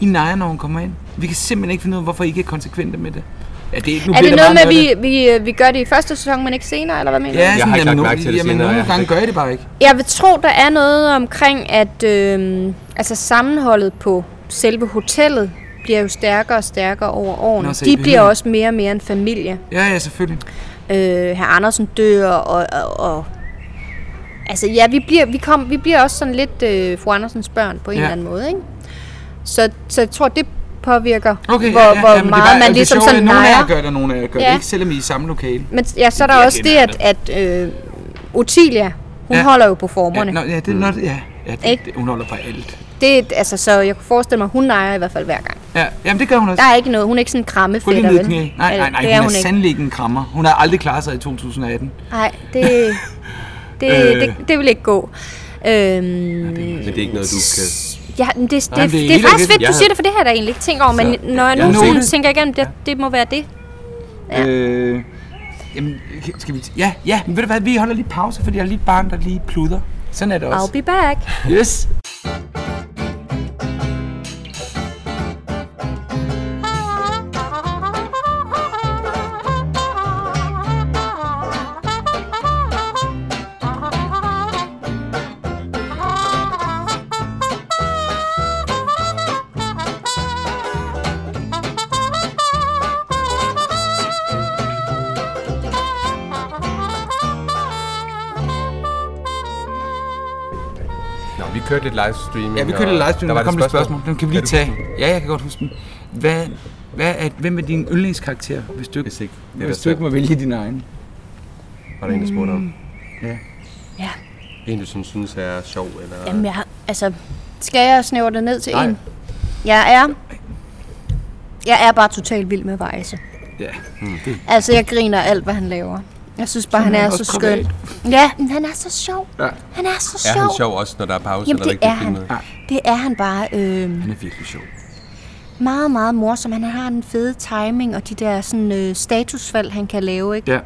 B: I nejer, når hun kommer ind. Vi kan simpelthen ikke finde ud af, hvorfor I ikke er konsekvente med det. Ja, det nu
C: Er
B: bliver
C: det
B: meget
C: noget med, at vi, vi, øh, vi gør det i første sæson, men ikke senere, eller hvad mener
B: Ja,
C: du?
B: sådan,
A: ikke
B: jamen,
A: lagt
B: no-
A: mærke til det
B: jamen,
A: senere,
B: nogle
A: jeg har
B: gange
A: ikke-
B: gør I det bare ikke.
C: Jeg vil tro, der er noget omkring, at øh, altså, sammenholdet på selve hotellet bliver jo stærkere og stærkere over årene.
B: Nå, så I
C: De bliver
B: behøver-
C: også mere og mere en familie.
B: Ja, ja, selvfølgelig.
C: øh, herr Andersen dør, og, og, og altså ja, vi bliver, vi, kom, vi bliver også sådan lidt øh, fru Andersens børn på en
B: Ja.
C: ja. eller anden måde, ikke? Så, så jeg tror, det påvirker,
B: Okay,
C: hvor,
B: ja, ja,
C: hvor
B: jamen, det er
C: meget
B: bare-
C: man
B: det er
C: ligesom
B: sjovt,
C: sådan
B: at Nogle af jer
C: nejer.
B: gør det, og nogle af jer gør det
C: Ja.
B: ikke, selvom I er i samme lokale.
C: Men ja, så er der
A: virkelig
C: også det, at, at øh, Otilia, hun
B: Ja.
C: ja. holder jo på
B: Ja,
C: formerne.
B: nå,
C: Ja,
B: ja, det, nå, ja, ja det,
C: Ikke?
B: det, hun holder på alt.
C: det, er- altså, så jeg kunne forestille mig, hun nejer i hvert fald hver gang.
B: Ja, jamen det gør hun også.
C: Der er ikke noget, hun er ikke sådan en
B: Få lige
C: krammefætter,
B: ned
C: vel?
B: i knæ. Nej, nej,
C: Eller,
B: nej,
C: det
B: hun
C: er
B: er,
C: hun ikke.
B: sandelig ikke en krammer. Hun har aldrig klaret sig i 2018.
C: Nej, det, det,
B: Øh.
C: øh. det, det vil ikke gå. Øhm,
A: Men det er ikke noget, du kan...
C: Ja, men det, det,
B: Nej, men
C: det,
B: det er
C: det er
B: helt
C: faktisk
B: okay.
C: fedt,
A: Jeg
C: du
A: havde-
C: siger det, for det har jeg da egentlig ikke tænkt over, men
A: Så-
C: når jeg
A: Ja,
C: nogensinde
B: note.
C: tænker igennem, det, det må være det. Ja.
B: Øh, jamen, skal vi... Ja, ja, men ved du hvad, vi holder lige pause, fordi jeg har lige et barn, der lige pluder. Sådan er det også.
C: I'll be back.
B: Yes.
A: Nå, vi kørte lidt livestreaming.
B: Ja, vi kørte lidt
A: og
B: livestream, der,
A: var
B: der kom
A: lidt
B: lidt spørgsmål. Dem kan vi lige
A: Kan du
B: tage. Ja, jeg kan godt huske dem. Hvad, hvad er, hvem er din yndlingskarakter, hvis du ikke,
A: Hvis ikke, det er
B: hvis
A: dig
B: du ikke
A: selv.
B: må vælge din egen?
A: Var der en, der spurgte om?
B: Mm.
C: Ja,
A: En, du sådan synes er sjov, eller...
C: jamen jeg, har- altså, skal jeg snævre det ned til
A: Nej.
C: en? Jeg er, jeg er bare totalt vild med Vejse.
B: Ja.
C: Altså, jeg griner alt, hvad han laver. Jeg synes bare, han
B: er
C: er
B: han
C: så
B: også
C: skøn. Ja, men han er så sjov.
B: Ja.
C: Han er så
A: Er
C: sjov.
A: han sjov også, når der er pause?
C: Jamen,
A: når der
C: det
A: ikke
C: er han.
A: filmet?
C: Det er han bare. Øh,
B: Han er virkelig sjov.
C: meget, meget morsom. Han har en fed timing og de der sådan, øh, statusfald, han kan lave. Ikke?
B: Ja.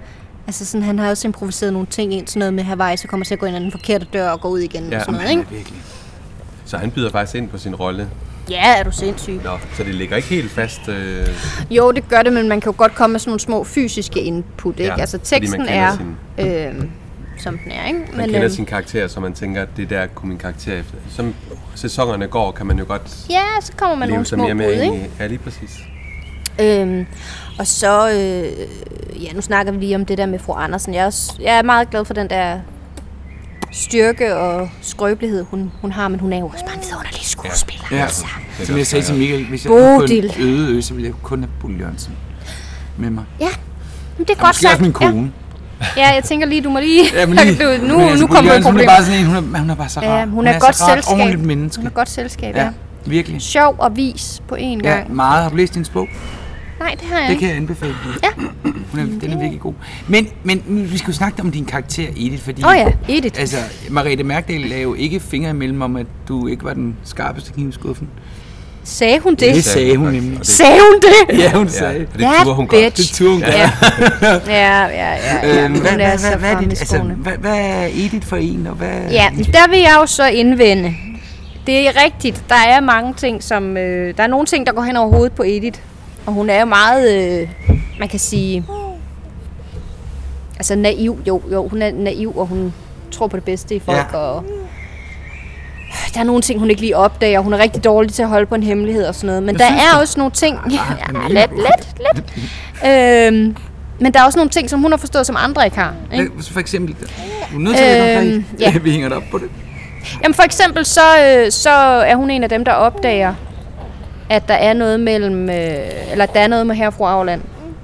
C: Altså sådan, han har også improviseret nogle ting ind, sådan noget med Hawaii, så kommer til at gå ind ad den forkerte dør og gå ud igen
A: Ja,
C: ja, og sådan
A: men
C: noget, ikke?
B: Virkelig.
A: Så han byder faktisk ind på sin rolle.
C: Ja, er du sindssyg.
A: Nå, så det ligger ikke helt fast. Øh,
C: Jo, det gør det, men man kan jo godt komme med sådan nogle små fysiske input, ikke?
A: Ja,
C: Ja, altså
A: fordi man
C: teksten
A: kender
C: er,
A: sin-
C: øh, som den er, ikke? Men,
A: man kender
C: øhm,
A: sin karakter, så man tænker, det der kunne min karakter efter. Som sæsonerne går, kan man jo godt
C: Ja, så kommer man
A: leve
C: nogle
A: sig
C: små
A: mere med
C: bud, ikke?
A: ind i. Ja, lige præcis.
C: Øhm, og så, øh, ja, nu snakker vi lige om det der med fru Andersen. Jeg er, også, jeg er meget glad for den der styrke og skrøbelighed, hun, hun har, men hun er jo også bare en vidunderlig skuespiller.
B: Ja.
C: Altså.
B: Som jeg sagde til Michael, hvis jeg
C: Bodil.
B: var på en øde ø, så ville jeg kun have Bodil Jørgensen med mig.
C: Ja, men det er
B: Og
C: godt
B: Måske
C: sagt.
B: også min kone.
C: Ja. ja, jeg tænker lige, du må lige...
B: Ja, men
C: du,
B: lige,
C: nu,
B: men altså, Bodil
C: nu kommer du i
B: Jørgensen, Hun er
C: problemer.
B: bare sådan en, hun er, hun er bare så rar.
C: Ja, hun
B: hun
C: er,
B: er
C: et godt
B: så rar, et
C: selskab.
B: ordentligt menneske.
C: Hun er et godt selskab, ja.
B: Ja, virkelig.
C: Sjov og vis på én
B: Ja,
C: gang.
B: meget. Har du læst hendes bog?
C: Nej, det har jeg
B: Det
C: ikke.
B: kan jeg anbefale.
C: Ja.
B: Hun er, den er virkelig god. Men, men nu- vi skal jo snakke om din karakter, Edith, fordi...
C: Åh ja, Edith.
B: Altså, Mariette Mærkdal lagde jo ikke fingre imellem om, at du ikke var den skarpeste kniv i skuffen.
C: Sagde hun det?
B: Det sagde hun
A: faktisk,
B: nemlig.
A: og det-
C: Sagde hun det?
B: Ja, hun sagde.
A: og
B: Ja.
A: det
C: Ja,
A: turde hun godt.
C: bitch.
B: Det turde hun godt.
C: Ja, ja, ja. ja, ja.
B: Øhm,
C: Hun
B: hvad,
C: er
B: hvad,
C: så
B: hvad, hvad, er
C: fremme i
B: dit, altså,
C: skoene.
B: hvad, hvad er Edith for en, og hvad...
C: Ja, men der vil jeg jo så indvende. Det er rigtigt. Der er mange ting, som... Øh, der er nogle ting, der går hen over hovedet på Edith. Og hun er jo meget, øh, man kan sige... Altså naiv, jo, jo. Hun er naiv, og hun tror på det bedste i folk,
B: Ja.
C: ja. og... Der er nogle ting, hun ikke lige opdager. Hun er rigtig dårlig til at holde på en hemmelighed og sådan noget. Men der
B: synes
C: er også nogle ting... Ja, lidt, lidt, lidt. Øhm, men der er også nogle ting, som hun har forstået, som andre ikke har. Ikke?
B: Hvad- så For eksempel, du er nødt til at
C: Øhm,
B: vide om
C: ja.
B: Vi hænger dig op på det.
C: Jamen for eksempel, så, øh, så er hun en af dem, der opdager, at der er noget mellem, øh, eller at der er noget med herre og fru Auland.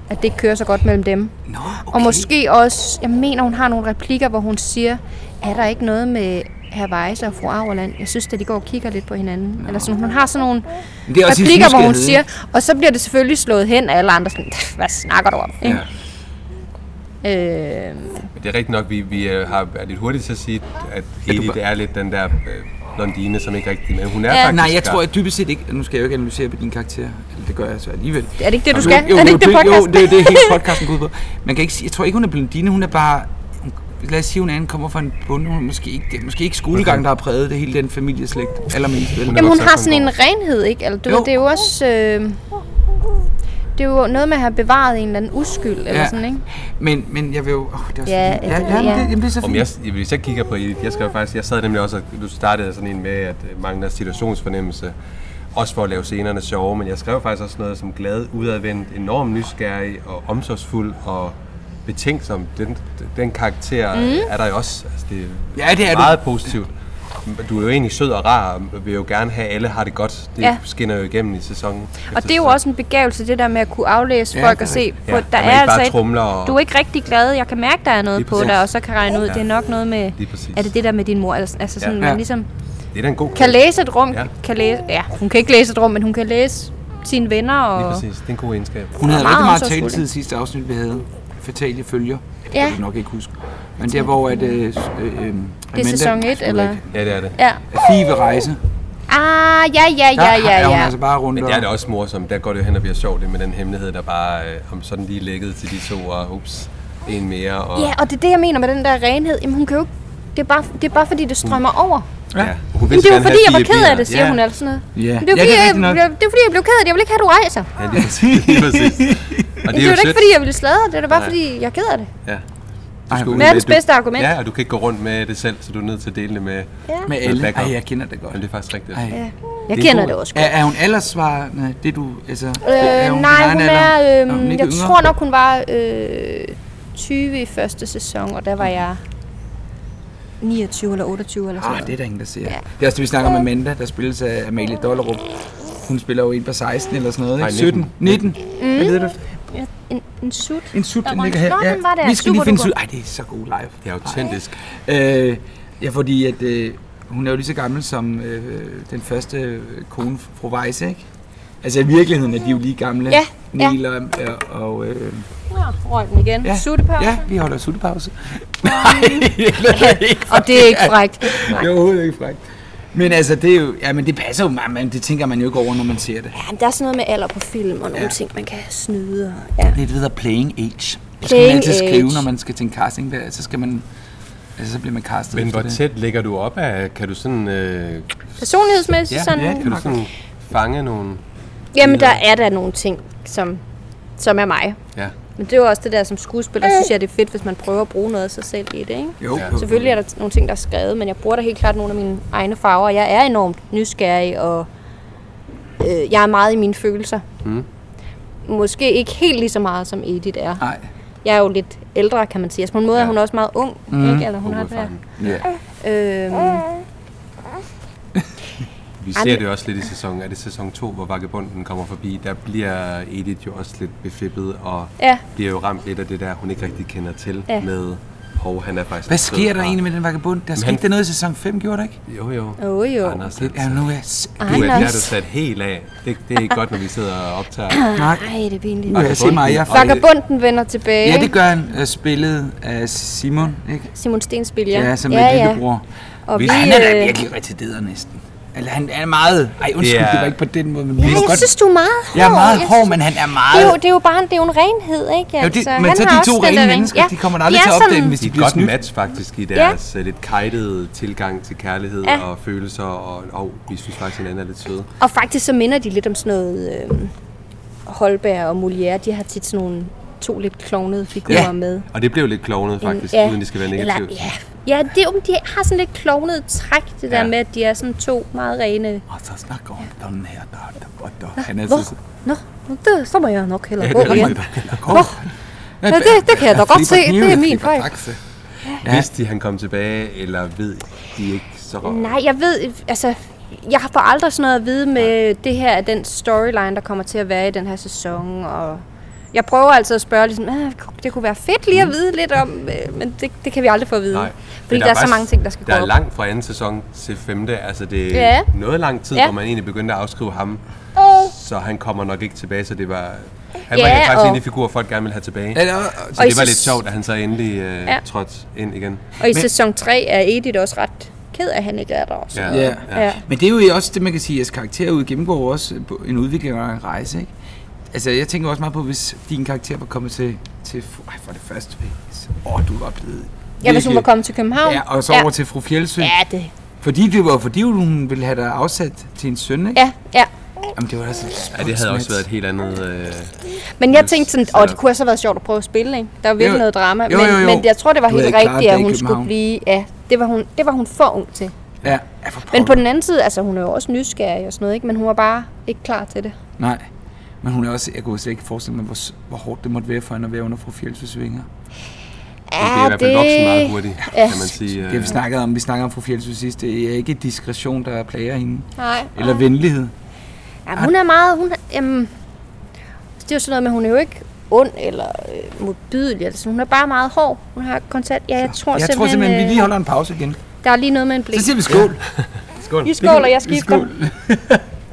C: at det ikke kører så godt mellem dem.
B: Nå, okay.
C: Okay. Og måske også, jeg mener, hun har nogle replikker, hvor hun siger, er der ikke noget med herr Weisse og fru Auerland? Jeg synes, at de går og kigger lidt på hinanden. Eller sådan, hun har sådan nogle
B: Men det er også hendes
C: replikker, hvor hun siger,
B: nysgerrighed,
C: og så bliver det selvfølgelig slået hen af alle andre. Sådan, hvad snakker du om? Ikke? Øh,
A: Men det er rigtigt nok, vi, vi øh, har, er lidt hurtigt til at sige, at Edith er lidt den der øh, blondine, som ikke rigtig... Men hun er
C: Ja.
A: faktisk...
B: Nej, jeg
A: skarp.
B: tror at dybest set ikke... Nu skal jeg jo ikke analysere på din karakter. Eller det gør jeg så alligevel.
C: er det ikke det, du
B: Jo,
C: skal?
B: Jo,
C: er det
B: jo,
C: ikke det,
B: jo,
C: podcasten?
B: det er det hele podcasten går ud på. Man kan ikke sige, jeg tror ikke, hun er blondine. Hun er bare... hun- Lad os sige, hun er en kommer fra en bund. Hun er måske ikke, det er måske ikke skolegang, der har præget det hele den familieslægt. Allermest vel.
C: Jamen, hun
A: vokset op
C: har
A: på en
C: sådan en
A: gård.
C: renhed, ikke? Eller, du
B: Jo.
C: ved, det er jo også... Øh, det er jo noget med at have bevaret en eller anden uskyld, eller
B: Ja.
C: sådan, ikke?
B: Men, men jeg vil jo... Oh, det er også
C: Ja,
B: ja,
C: det-
B: ja, ja,
C: ja.
B: Det, jamen, det er så
A: Om
B: fint.
A: jeg, hvis jeg kigger på Edith, jeg skrev faktisk, jeg sad nemlig også, og- du startede sådan en med, at øh, mangler situationsfornemmelse, også for at lave scenerne sjove, men jeg skrev faktisk også noget som glad, udadvendt, enormt nysgerrig og omsorgsfuld og betænksom. Den, den karakter mm. er der jo også. Altså, det
B: Ja, det er du.
A: meget positivt. Du er jo egentlig sød og rar, og vil jo gerne have, at alle har det godt. Det
C: Ja.
A: skinner jo igennem i sæsonen. Altså,
C: Og det er jo også en begævelse, det der med at kunne aflæse
B: Ja,
C: ja, folk
B: det er
C: og se,
A: rigtigt. Ja,
C: på, der
A: at man
C: er
A: ikke bare
C: altså
A: tromler og-
C: Du er ikke rigtig glad, jeg kan mærke, der er noget
A: Lige
C: på
A: præcis.
C: dig, og så kan regne ud,
A: Ja.
C: det er nok noget med,
A: Lige præcis.
C: er det det der med din mor? eller sådan- Altså sådan,
A: Ja.
C: ja.
B: Ja.
C: man ligesom
A: Det er da en god
C: kan læse et rum,
A: Ja.
C: ja. kan læse, ja, hun kan ikke læse et rum, men hun kan læse sine venner,
A: Lige
C: og
A: præcis. Det er en god egenskab.
B: Hun havde
C: Meget
B: rigtig meget
C: omsorgsfuld,
B: taletid i sidste afsnit, vi havde. Fatale følger. Det
C: Ja.
B: kan du nok ikke huske. Men der, hvor at... Øh, s- øh, øh, Amanda-
C: sæson et,
B: jeg ved
C: eller?
B: ikke.
A: Ja, det er det.
C: ja.
B: Five rejse.
C: Ah, ja, ja,
B: Der
C: ja, ja,
B: er hun
C: ja.
B: altså bare rundt
A: Men det
B: og-
A: er da også morsomt. Der går det jo hen og bliver sjovt, det med den hemmelighed, der bare øh, om sådan lige lækket til de to, og ups, en mere. Og,
C: Ja, og det er det, jeg mener med den der renhed. Jamen, hun kan jo ikke, det er bare, det er bare fordi, det strømmer over.
A: ja. Hun
C: Men
A: vil
C: det
A: så
C: er jo
A: gerne
C: fordi,
A: have
C: jeg var
A: fire
C: ked af
A: biler.
C: det, siger
A: ja.
C: hun eller sådan noget.
B: Ja.
C: Men Det er, jo
B: Ja,
C: fordi,
B: det er
C: jeg,
B: rigtigt nok.
C: jeg- det er fordi, jeg blev ked af det. Jeg vil ikke have, du rejser.
A: Ja, lige præcis. Lige præcis. Og
C: Det er jo ikke, fordi jeg ville sladre. Det er da bare,
A: Nej.
C: fordi jeg er ked af det.
A: Ja.
B: Ej,
A: skulle-
B: hvor-
C: Verdens
A: du-
C: bedste argument.
A: Ja, og du kan ikke gå rundt med det selv, så du er nødt til at dele det med...
C: Ja.
B: Med
A: Med
B: alle.
A: backup.
B: Ej, jeg kender det godt.
A: Men det er faktisk rigtigt.
B: Ej.
C: Ja.
B: Det
C: Jeg
B: er
C: kender
B: god.
C: det også
B: Er, er hun alderssvarende? Det du, altså... Øh,
C: Øh, nej, hun er... Øh,
B: er hun
C: jeg
B: ikke yngre?
C: tror nok, hun var øh, 20 i første sæson, og der var jeg 29 eller 28 eller sådan
B: Ah,
C: noget.
B: det er der ingen, der ser.
C: Ja.
B: Det er også det, vi snakker om Amanda, der spilles af Amalie Dollerup. Hun spiller jo en på 16 eller sådan noget, ikke?
A: Nej, Mm.
B: 17. 19. Hvad hedder det?
C: Ja, En, en sut.
B: En sut,
C: Der
B: den
C: var en-
B: ligger her.
C: Nå, den var der.
B: Vi skal lige
C: Super
B: finde
C: duper.
B: sut. Ej, det er så god live.
A: Det er autentisk.
B: Øh, ja, fordi at, øh, hun er jo lige så gammel som øh, den første øh, kone, fru Weisse, ikke? Altså i virkeligheden er de jo lige gamle.
C: Ja, ja.
B: Niel og, og, og øh,
C: Ja, røg den igen.
B: ja.
C: Ja. Suttepause.
B: Ja, vi holder suttepause. Nej, det er ikke
C: Og det er ikke frækt.
B: det er overhovedet ikke frækt. Men altså, det, er jo, ja, men det passer jo, man, man, det tænker man jo ikke over, når man ser det.
C: Ja, der er sådan noget med alder på film, og nogle ja. ting, man kan snyde. Og, ja.
B: Det er det, der hedder playing age. Det skal man
C: Playing
B: altid skrive,
C: age.
B: når man skal til en casting, der, så skal man, altså, så bliver man castet
A: Men
B: efter
A: hvor
B: det.
A: tæt ligger du op af? Kan du sådan... Øh,
C: Personlighedsmæssigt
A: ja,
C: sådan...
A: ja, kan du sådan fange nogle...
C: Jamen, der er der nogle ting, som, som er mig.
A: Ja.
C: Men det er jo også det der som skuespiller, synes jeg, det er fedt, hvis man prøver at bruge noget af sig selv i det, ikke?
B: Jo,
A: Ja.
B: jo.
C: Selvfølgelig er der nogle ting, der er skrevet, men jeg bruger da helt klart nogle af mine egne farver. Jeg er enormt nysgerrig, og øh, jeg er meget i mine følelser. Mm. Måske ikke helt lige så meget, som Edith er.
B: Nej.
C: Jeg er jo lidt ældre, kan man sige. Altså på en måde
A: Ja.
C: er hun også meget ung, mm. ikke? Eller hun har det der.
A: Uerfaren.
B: Ja.
C: Øhm,
A: Vi
C: Ej,
A: ser
C: men-
A: det jo også lidt i sæson. Er det sæson 2, hvor vagabunden kommer forbi? Der bliver Edith jo også lidt befippet, og
C: Ja.
A: bliver jo ramt lidt af det der, hun ikke rigtig kender til
C: Ja.
A: med Hov, han er faktisk...
B: Hvad
A: en sød
B: sker der
A: far.
B: egentlig med den vagabund? Der skete
A: han-
B: der noget i sæson 5, gjorde der ikke?
A: Jo, jo.
C: Jo, jo.
A: Anders,
B: Det er nu, jeg... s-
C: Ej,
A: du er, der er du
C: Anders.
A: sat helt af. Det, det er ikke godt, når vi sidder og optager.
B: Nej.
C: ej, det er pinligt.
B: Nu kan jeg se mig, jeg...
A: Fuck.
C: Vagabunden vender tilbage.
B: Ja, det
C: ikke?
B: gør han, øh, spillet af Simon, ikke?
C: Simon Stensbil, ja.
B: Ja, som er ja, lillebror.
C: Og vi,
B: Ej, han er da
C: øh,
B: virkelig retideret næsten. Eller han han er meget... Ej, undskyld,
A: Det er-
B: det var ikke på den måde, men vi
C: Ja,
B: må
C: jeg
B: godt...
C: synes, du er meget hård.
B: Jeg er meget
C: Jeg
B: hård,
C: synes-
B: men han er
C: Det er, jo,
B: meget...
C: det er jo bare det er jo en renhed, ikke? Altså,
B: Jo, det, men
C: han
B: så
C: har
B: de to
C: også den
B: rene
C: der ren-
B: mennesker, de kommer aldrig
C: de
B: til
C: er
B: at opdage
C: sådan-
B: dem, hvis
A: De er
B: de
A: et
B: bliver
A: godt
B: snydt.
A: match faktisk i
C: Ja.
A: deres ja. lidt kajtede tilgang til kærlighed
C: Ja.
A: ja. og følelser, og oh, vi synes faktisk, hinanden er lidt søde.
C: Og faktisk så minder de lidt om sådan noget... Øh, Holberg og Molière, de har tit sådan nogle to lidt klovnede figurer
B: Ja.
C: med.
A: Og det blev lidt klovnet faktisk, uden det skal være negativt.
C: Mm, Eller, ja. ja, det, er jo- de har sådan lidt klovnede træk, det der
A: Ja.
C: med, at de er sådan to meget rene...
B: Og så snakker hun sådan her, der, der, der, der. Han er
C: Hvor?
B: så...
C: Nå, nå, det, så må jeg nok hellere
A: Ja,
C: gå
A: det er
C: igen.
A: rigtigt.
C: Nå, ja, det, det kan jeg da godt se. Det er min fejl.
A: Ja. Vidste de, han kom tilbage, eller ved de ikke så
C: Nej, jeg ved, altså, jeg får aldrig sådan noget at vide med det her, er den storyline, der kommer til at være i den her sæson, og Jeg prøver altså at spørge, ligesom, "Ah, det kunne være fedt lige at
B: Mm.
C: vide lidt om, øh, men det, det kan vi aldrig få at vide.
A: Nej.
C: fordi
A: men
C: der, der er så
A: faktisk-
C: mange ting, der skal
A: Der
C: gå
A: er
C: op.
A: langt fra anden sæson til femte. Altså, det er
C: Ja.
A: noget lang tid,
C: Ja. Øh.
A: hvor man egentlig begyndte at afskrive ham. Så han kommer nok ikke tilbage, så det var... Han
C: Ja,
A: var faktisk
C: og-
A: en af de figurer, folk gerne ville have tilbage.
B: Ja, og, og,
A: Så
C: Og
A: det
C: i
A: var
C: sæs-
A: lidt sjovt, at han så endelig øh,
C: Ja.
A: ja. trådte ind igen.
C: Og i sæson 3 er Edith også ret ked af, at han ikke er der også.
B: Ja.
C: Ja.
B: Men det er jo også det, man kan sige, at jeres karakter ud gennemgår jo også på en udvikling og en rejse, ikke? Altså, jeg tænker også meget på, hvis din karakter var kommet til... til fru- ej, for det første, hvis- åh, du var blevet...
C: Ja, hvis hun
B: virkelig-
C: var kommet til København.
B: Ja, og så over til fru Fjeldsø.
C: Ja, det.
B: Fordi det var fordi hun ville have dig afsat til en søn, ikke?
C: Ja, ja.
B: Jamen, det var altså...
A: Ja, det havde også været et helt andet... Øh,
C: Men jeg tænkte sådan,
A: Så-
C: åh, det kunne også have været sjovt at prøve at spille, ikke? Der var virkelig
B: Jo.
C: noget drama.
B: Jo,
C: men,
B: jo, jo.
C: men jeg tror, det var
B: Du havde
C: helt
B: ikke klaret
C: rigtigt,
B: det
C: at
B: i
C: hun
B: København.
C: skulle blive... Ja, det var hun, det var hun for ung til.
B: Ja, ja for
C: Men på
B: pokker.
C: den anden side, altså hun er jo også nysgerrig og sådan noget, ikke? Men hun var bare ikke klar til det.
B: Nej. Men hun er også... Jeg kunne slet ikke forestille mig, hvor, s- hvor hårdt det måtte være for hende at være under fru Fjeldsøs vinger.
A: hun blev i hvert fald voksen meget hurtigt, kan man sige. øh.
B: Det har vi snakket om. Vi snakker om fru Fjeldsø sidst. Det er ikke diskretion, der plager hende.
C: Nej.
B: Eller venlighed.
C: Ja, hun er meget... Hun, er- jamen, det er jo sådan noget med, hun er jo ikke ond eller øh, modbydelig. Altså, hun er bare meget hård. Hun har kontant... Ja, jeg tror
B: Jeg
C: simpelthen...
B: tror simpelthen, vi lige
C: øh,
B: holder en pause igen.
C: Der er lige noget med en blik.
B: Så siger vi skål.
A: Skål.
C: I skål, og jeg skifter.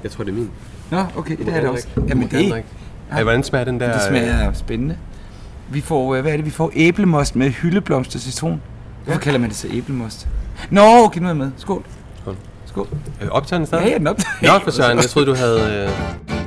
A: Jeg tror, det er min.
B: Nå, okay, det er det også.
A: Du må
B: Jamen
A: gerne
B: det,
A: drikke. Ej, hvordan smager den der... øh,
B: det smager spændende. Vi får, øh, hvad er det, vi får æblemost med hyldeblomst og citron. Hvorfor kalder man det så æblemost? Nå, okay, nu er jeg med. Skål.
A: Skål.
B: Skål.
A: Øh, øh, optager den
B: Ja,
A: stadig?
B: ja, den op.
A: Nå, for søren, jeg troede, du havde... Øh,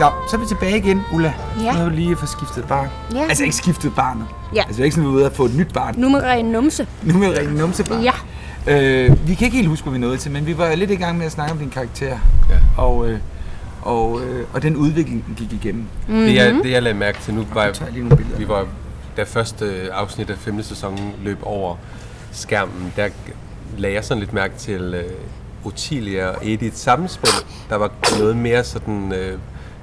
B: Nå, så er vi tilbage igen, Ulla.
C: Ja.
B: Nu har vi lige fået skiftet barn.
C: Ja.
B: Altså ikke skiftet barnet.
C: Ja.
B: Altså vi er ikke sådan, at vi er ude at få et nyt barn.
C: Nu med ren numse.
B: Nu med rent numsebarn.
C: Ja.
B: Øh, vi kan ikke helt huske, hvor vi nåede til, men vi var lidt i gang med at snakke om din karakter.
A: Ja.
B: Og, øh, og, øh, og den udvikling, den gik igennem.
A: det, jeg,
B: Mhm.
A: det, jeg lagde mærke til nu, var,
B: Nu tager jeg lige nogle billeder.
A: vi var, da første øh, afsnit af femte sæson løb over skærmen, der lagde jeg sådan lidt mærke til øh, Otilia og Edith samspil. Der var noget mere sådan øh,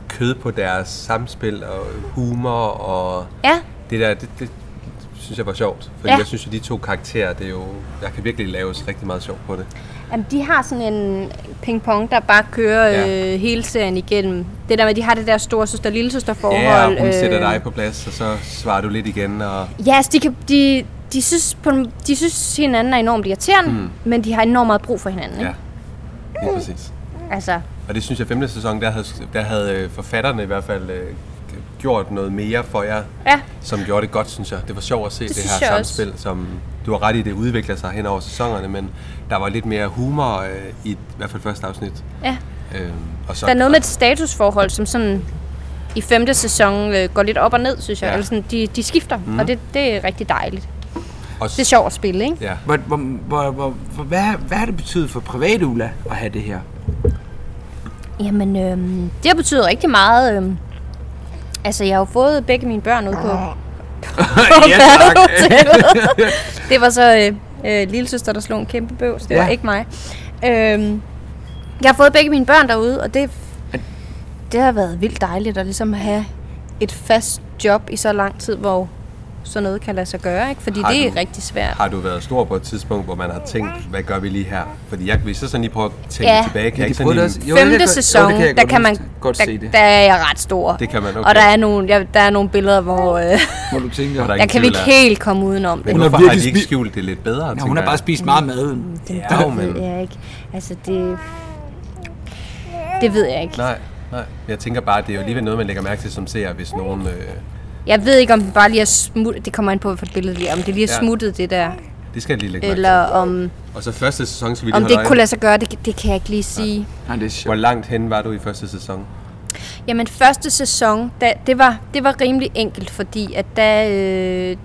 A: kød på deres samspil og humor og
C: Ja,
A: det der, det, det synes jeg var sjovt. Fordi
C: Ja.
A: ja. jeg synes jo, de to karakterer, det er jo, der kan virkelig laves rigtig meget sjovt på det.
C: Jamen, de har sådan en ping-pong, der bare kører
A: Ja.
C: øh, hele serien igennem. Det der med, at de har det der store søster lille søster forhold.
A: Ja, og
B: øh,
A: hun sætter dig på plads, og så svarer du lidt igen, og
C: Ja, altså, de, kan, de, de, synes på, en- de synes hinanden er enormt irriterende, mm. men de har enormt meget brug for hinanden.
A: ja, lige præcis.
C: Ikke? Altså,
A: Og det synes jeg, femte sæson, der havde, der havde øh, forfatterne i hvert fald øh, gjort noget mere for jer,
C: ja,
A: som gjorde det godt, synes jeg. Det var sjovt at se det, det
C: synes
A: her
C: jeg også.
A: samspil, som du har ret i, det udvikler sig hen over sæsonerne, men der var lidt mere humor øh, i, i hvert fald første afsnit.
C: ja.
A: Øh, og så,
C: Der er noget med et statusforhold, som sådan i femte sæson øh, går lidt op og ned, synes jeg. Ja.
A: Ja.
C: Eller sådan, de, de skifter, mm. og det, det er rigtig dejligt.
A: og,
C: Det er sjovt at spille, ikke?
A: Ja,
B: Hvor, hvor, hvor, hvor, hvor, hvad, hvad har det betydet for private Ulla at have det her?
C: Jamen, øhm, det har betydet rigtig meget. Øhm, altså, jeg har jo fået begge mine børn ud på, på
B: Ja,
C: badehotellet. det var så øh, øh, lillesøster, der slog en kæmpe bøvs. Det ja. var
B: Ja.
C: ikke mig. Øhm, jeg har fået begge mine børn derude, og det, det har været vildt dejligt at ligesom have et fast job i så lang tid, hvor sådan noget kan lade sig gøre, ikke? Fordi
A: Har
C: det er
A: du-
C: rigtig svært.
A: har du været stor på et tidspunkt, hvor man har tænkt, hvad gør vi lige her? Fordi jeg, hvis jeg sådan lige prøver at tænke
C: Ja.
A: tilbage, kan
B: Ja,
A: jeg
B: de
A: ikke sådan
B: prøvede
A: lige...
B: også- Jo, det kan
C: femte
B: jeg godt-
C: sæson,
B: jo, det kan jeg
C: der
B: godt
C: kan man
B: huske. godt
C: der,
B: se det.
C: der er jeg ret stor.
A: Det kan man, okay.
C: Og der er nogle, jeg, der er nogle billeder, hvor øh,
B: Må du tænke
A: Og der er
B: dig.
C: jeg kan
A: tvivl
C: vi ikke
A: af-
C: helt komme udenom det.
A: Men
B: Hun har
A: hvorfor har
B: virkelig
A: de ikke
B: smi-
A: skjult det lidt bedre?
B: Ja, hun har bare spist meget mad.
A: Ja, jo, men...
C: Mm, Det ved jeg ikke. Altså, det... Det ved jeg ikke.
A: Nej, nej. Jeg tænker bare, det er jo alligevel noget, man lægger mærke til som seer, hvis nogen... Øh,
C: Jeg ved ikke, om det bare lige er smuttet... Det kommer an på, hvad for et billede lige er. Om det lige er
A: Ja.
C: smuttet, det der.
A: det skal jeg lige lægge
C: Eller
A: mærke
C: om,
A: til. Og så første sæson skal vi lige
C: om det
A: holde
C: ikke
A: øje
C: kunne
A: med.
C: lade sig gøre, det, det kan jeg ikke lige sige.
B: Nej, det er
A: Hvor
B: sjovt.
A: langt hen var du i første sæson?
C: Jamen, første sæson, da, det, var, det var rimelig enkelt, fordi at da, øh,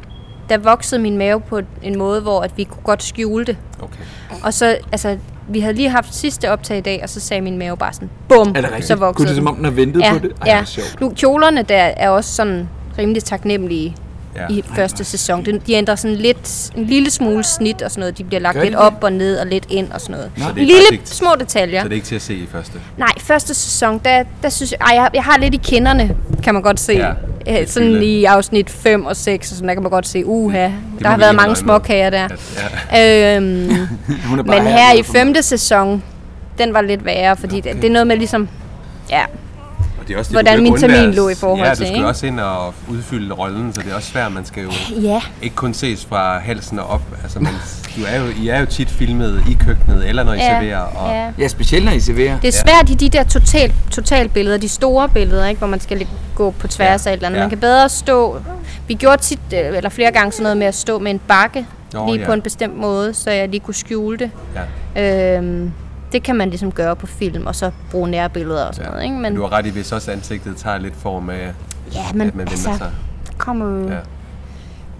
C: der voksede min mave på en måde, hvor at vi kunne godt skjule det.
A: Okay.
C: Og så, altså, vi havde lige haft sidste optag i dag, og så sagde min mave bare sådan, bum,
B: Er det rigtigt?
C: så voksede
B: Gud, det er som om, den har ventet
C: ja,
B: på det. Ej,
C: ja.
B: hvor sjovt.
C: Nu, kjolerne der er også sådan rimelig taknemmelige
A: Ja.
C: i første sæson. De, de ændrer sådan lidt, en lille smule snit og sådan noget. De bliver lagt
B: Gør de
C: lidt
B: det?
C: op og ned og lidt ind og sådan noget.
A: Så det er
C: Lille
A: faktisk ikke-
C: små detaljer.
A: Så det er ikke til at se i første.
C: Nej, første sæson, der, der synes jeg, ej, jeg, jeg har lidt i kinderne, kan man godt se.
A: Ja,
C: Ja,
A: lidt
C: sådan
A: fylde.
C: i afsnit 5 og 6, og sådan, der kan man godt se, uha, der
A: må
C: har
A: vi lige
C: været mange
A: holde øje med.
C: småkager der.
A: Ja.
C: Øhm,
B: Hun er
C: men
B: bare
C: her i
B: for mig.
C: femte sæson, den var lidt værre, fordi okay. det, det er noget med ligesom, ja,
A: Og det er også, det, du
C: Hvordan
A: kan
C: min
A: ikke undvære-
C: termin lå i forhold
A: ja,
C: til,
A: du skal
C: ikke?
A: også ind og udfylde rollen, så det er også svært. Man skal jo
C: ja,
A: ikke kun ses fra halsen og op. Altså, man, du er jo, I er jo tit filmet i køkkenet, eller når I serverer. Og,
C: ja.
B: Ja, specielt når I serverer.
C: Det er svært i de der total, total billeder, de store billeder, ikke, hvor man skal lidt gå på tværs
A: Ja,
C: af et eller andet.
A: ja.
C: Man kan bedre stå... Vi gjorde tit, øh, eller flere gange, sådan noget med at stå med en bakke,
A: Nå,
C: lige
A: ja.
C: på en bestemt måde, så jeg lige kunne skjule det.
A: ja.
C: Øhm, det kan man ligesom gøre på film, og så bruge nære billeder og sådan noget. Ikke?
A: Men
C: Men
A: du har ret i, hvis også ansigtet tager lidt form af,
C: ja, men
A: at man vender
C: altså,
A: sig.
C: der kommer jo
A: Ja.
C: ja.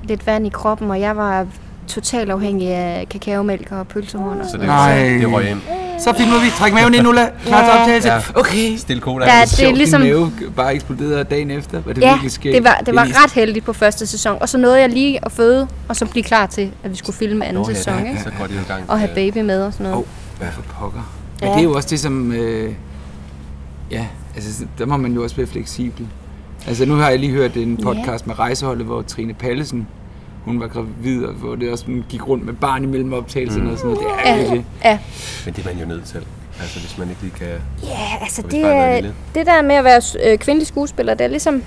C: lidt vand i kroppen, og jeg var totalt afhængig af kakaomælk og pølsehorn og
A: Så
C: sådan
A: det,
C: noget.
B: Nej.
A: Nej. det røg ind.
B: Så filmer vi. Træk maven ind, Ulla. Klar til optagelse.
A: Ja.
B: Okay.
A: Stil Altså, koda.
C: Der er
B: Det
C: Det
B: er ligesom...
C: ligesom-
B: Din mave bare eksploderede dagen efter. Var det
C: Ja,
B: virkelig skægt?
C: det var, det var
B: Ind i-
C: ret heldigt på første sæson, og så nåede jeg lige at føde, og så blive klar til, at vi skulle filme anden
A: Nå, ja,
C: sæson,
A: ja,
C: ikke?
A: Så går det jo i gang.
C: og have
A: Ja.
C: baby med og sådan
B: Åh, oh,
C: noget.
B: hvad for pokker. Men
C: Ja.
B: det er jo også det, som... Øh, ja, altså, der må man jo også være fleksibel. Altså, nu har jeg lige hørt en podcast med Rejseholdet, hvor Trine Pallesen, hun var gravid, og hvor det også sådan gik rundt med barn imellem optagelserne mm. og sådan noget. Det er
C: Ja,
B: virkelig...
C: ja.
A: Men det er man jo nødt til. Altså, hvis man ikke lige kan...
C: ja altså
A: hvis
C: det,
A: barnet er
C: er-
A: lille.
C: det der med at være øh, kvindelig skuespiller, det er ligesom,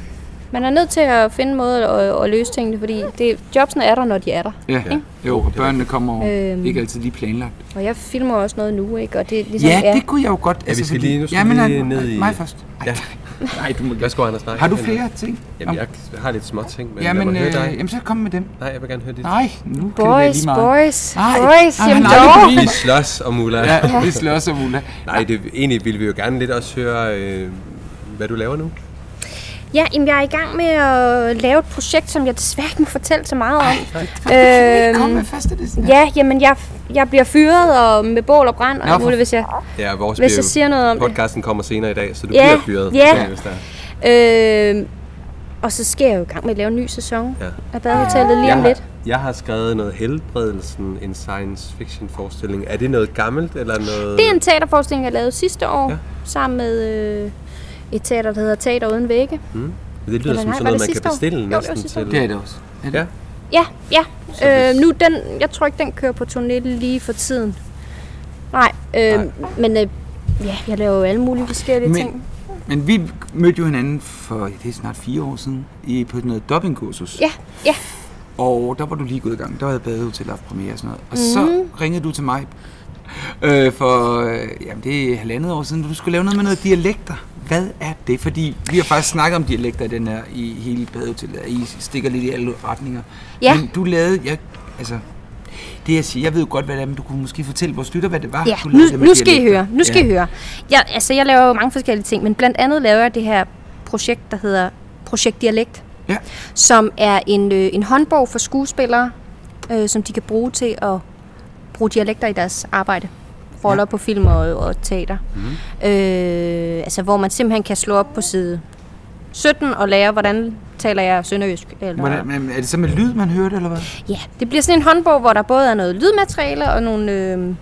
C: man er nødt til at finde en måde at, at løse tingene, fordi det, jobsene er der, når de er der.
B: Ja,
A: Ja.
B: jo, og børnene kommer over.
C: Øhm.
B: ikke altid lige planlagt.
C: Og jeg filmer også noget nu, ikke? Og det er ligesom,
B: Ja, det kunne jeg jo godt. Altså, Ja,
A: skal lige- nu skal vi lige ned i-
B: Mig først. Ej,
A: Ja.
B: Nej, du må gerne.
A: Værsgo, Anders. Nej,
B: Har du
A: men-
B: flere ting?
A: Jamen, jeg har lidt små ting, men
B: Jamen,
A: lad mig
B: øh,
A: høre dig.
B: jamen, så kom med dem.
A: Nej, jeg vil gerne høre dit.
B: Nej, nu kan det være
C: Boys,
B: lige meget.
C: boys,
B: Nej,
C: boys,
B: nej,
C: jamen
B: nej, nej,
C: dog.
B: nej.
A: Vi slås om Ulla.
B: Ja, vi slår os om Ulla.
A: Nej, det, egentlig ville vi jo gerne lidt også høre, øh, hvad du laver nu.
C: Ja, jamen, jeg er i gang med at lave et projekt, som jeg desværre ikke må fortælle så meget om. Øhm,
B: Kom med første det
C: ja, jamen, jeg, jeg bliver fyret og med bål og brand og
B: Nå,
C: alt
B: for-
C: muligt, hvis jeg...
A: Ja, vores
C: Hvis
A: bliver
C: jeg
A: jo-
C: siger noget om det.
A: Podcasten kommer senere i dag, så du
C: Ja,
A: bliver fyret.
C: ja.
A: Ja. Hvis der er.
C: Øhm, og så skal jeg jo i gang med at lave en ny sæson
A: Ja.
C: af Badehotellet lige
A: Jeg
C: om
A: har,
C: lidt.
A: jeg har skrevet noget helbredelsen, en science fiction forestilling. Er det noget gammelt eller noget?
C: Det er en teaterforestilling, jeg lavede sidste år,
A: Ja.
C: ja. sammen med øh, et teater, der hedder Teater Uden Vægge.
A: det lyder
C: Eller
A: som
C: nej,
A: sådan noget,
C: var det
A: man kan
C: sidste år?
A: bestille
C: Jo, det var
A: næsten
C: sidste år.
A: til.
B: Det er det også. Er det?
A: Ja.
C: Ja, ja.
A: hvis-
C: Øh, nu den, jeg tror ikke, den kører på turné lige for tiden. Nej, øh,
A: Nej.
C: Nej. men øh, ja, jeg laver jo alle mulige forskellige men, ting.
B: Men, men vi mødte jo hinanden for, ja, det er snart fire år siden, i, på sådan noget dobbingkursus.
C: Ja, ja.
B: Og der var du lige gået i gang. Der havde badehotel haft premiere og sådan noget. Og så
C: Mhm.
B: ringede du til mig øh, for, øh, jamen det er halvandet år siden, du skulle lave noget med noget dialekter. Hvad er det? Fordi vi har faktisk snakket om dialekter i den her, i hele badehotellet, og I stikker lidt i alle retninger.
C: Ja.
B: Men du lavede, jeg, altså, det jeg siger, jeg ved jo godt, hvad det er, men du kunne måske fortælle vores lytter, hvad det var,
C: Ja,
B: Ah, du lavede det
C: nu,
B: med
C: nu skal I
B: dialekter.
C: høre. Nu skal
B: ja.
C: ja. I høre. Jeg, altså, jeg laver jo mange forskellige ting, men blandt andet laver jeg det her projekt, der hedder Projekt Dialekt,
B: Ja,
C: som er en, øh, en håndbog for skuespillere, øh, som de kan bruge til at bruge dialekter i deres arbejde. Roller ja. på film og, og teater.
B: Mhm.
C: Mm. Øh, altså, hvor man simpelthen kan slå op på side 17 og lære, hvordan taler jeg sønderjysk. Eller,
B: Hvordan, men er det så med lyd, man hører det, eller hvad?
C: Ja, det bliver sådan en håndbog, hvor der både er noget lydmateriale og nogle øh,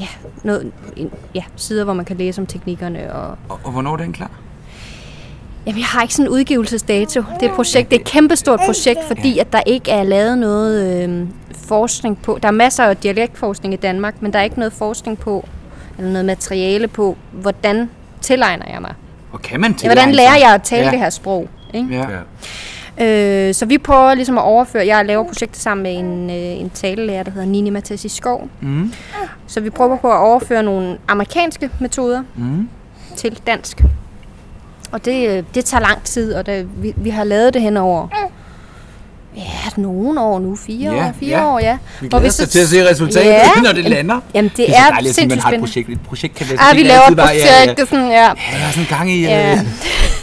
C: ja, noget, en, ja, sider, hvor man kan læse om teknikkerne. Og,
B: Og, og hvornår er den klar?
C: jamen, jeg har ikke sådan en udgivelsesdato. Det er et projekt, det er et kæmpestort projekt, fordi at der ikke er lavet noget øh, forskning på. Der er masser af dialektforskning i Danmark, men der er ikke noget forskning på, eller noget materiale på, hvordan tillegner jeg mig.
B: Og kan man
C: Ja,
B: til?
C: hvordan lærer jeg at tale
B: Ja.
C: ja. det her sprog? Ikke?
B: Ja.
A: Ja.
C: Øh, så vi prøver ligesom at overføre. Jeg laver projektet sammen med en, øh, en talelærer, der hedder Nini Mathis i Skov. Mm. Så vi prøver på at overføre nogle amerikanske metoder
B: Mm.
C: til dansk. Og det, øh, det tager lang tid, og det, vi, vi har lavet det hen over ja, nogle år nu. Fire
B: Ja,
C: år, fire
B: ja.
C: år, ja.
B: Vi
C: Hvor
B: glæder
C: så-
B: os til at se resultatet,
C: Ja.
B: når det lander.
C: Jamen, det,
B: så
C: er,
B: dejligt, at sige,
C: sindssygt
B: man har et
C: spændende.
B: projekt. Et projekt kan være
C: Ah, vi
B: ikke
C: laver
B: altid
C: et projekt, det er sådan, ja.
B: Ja, jeg har sådan gang i...
C: ja.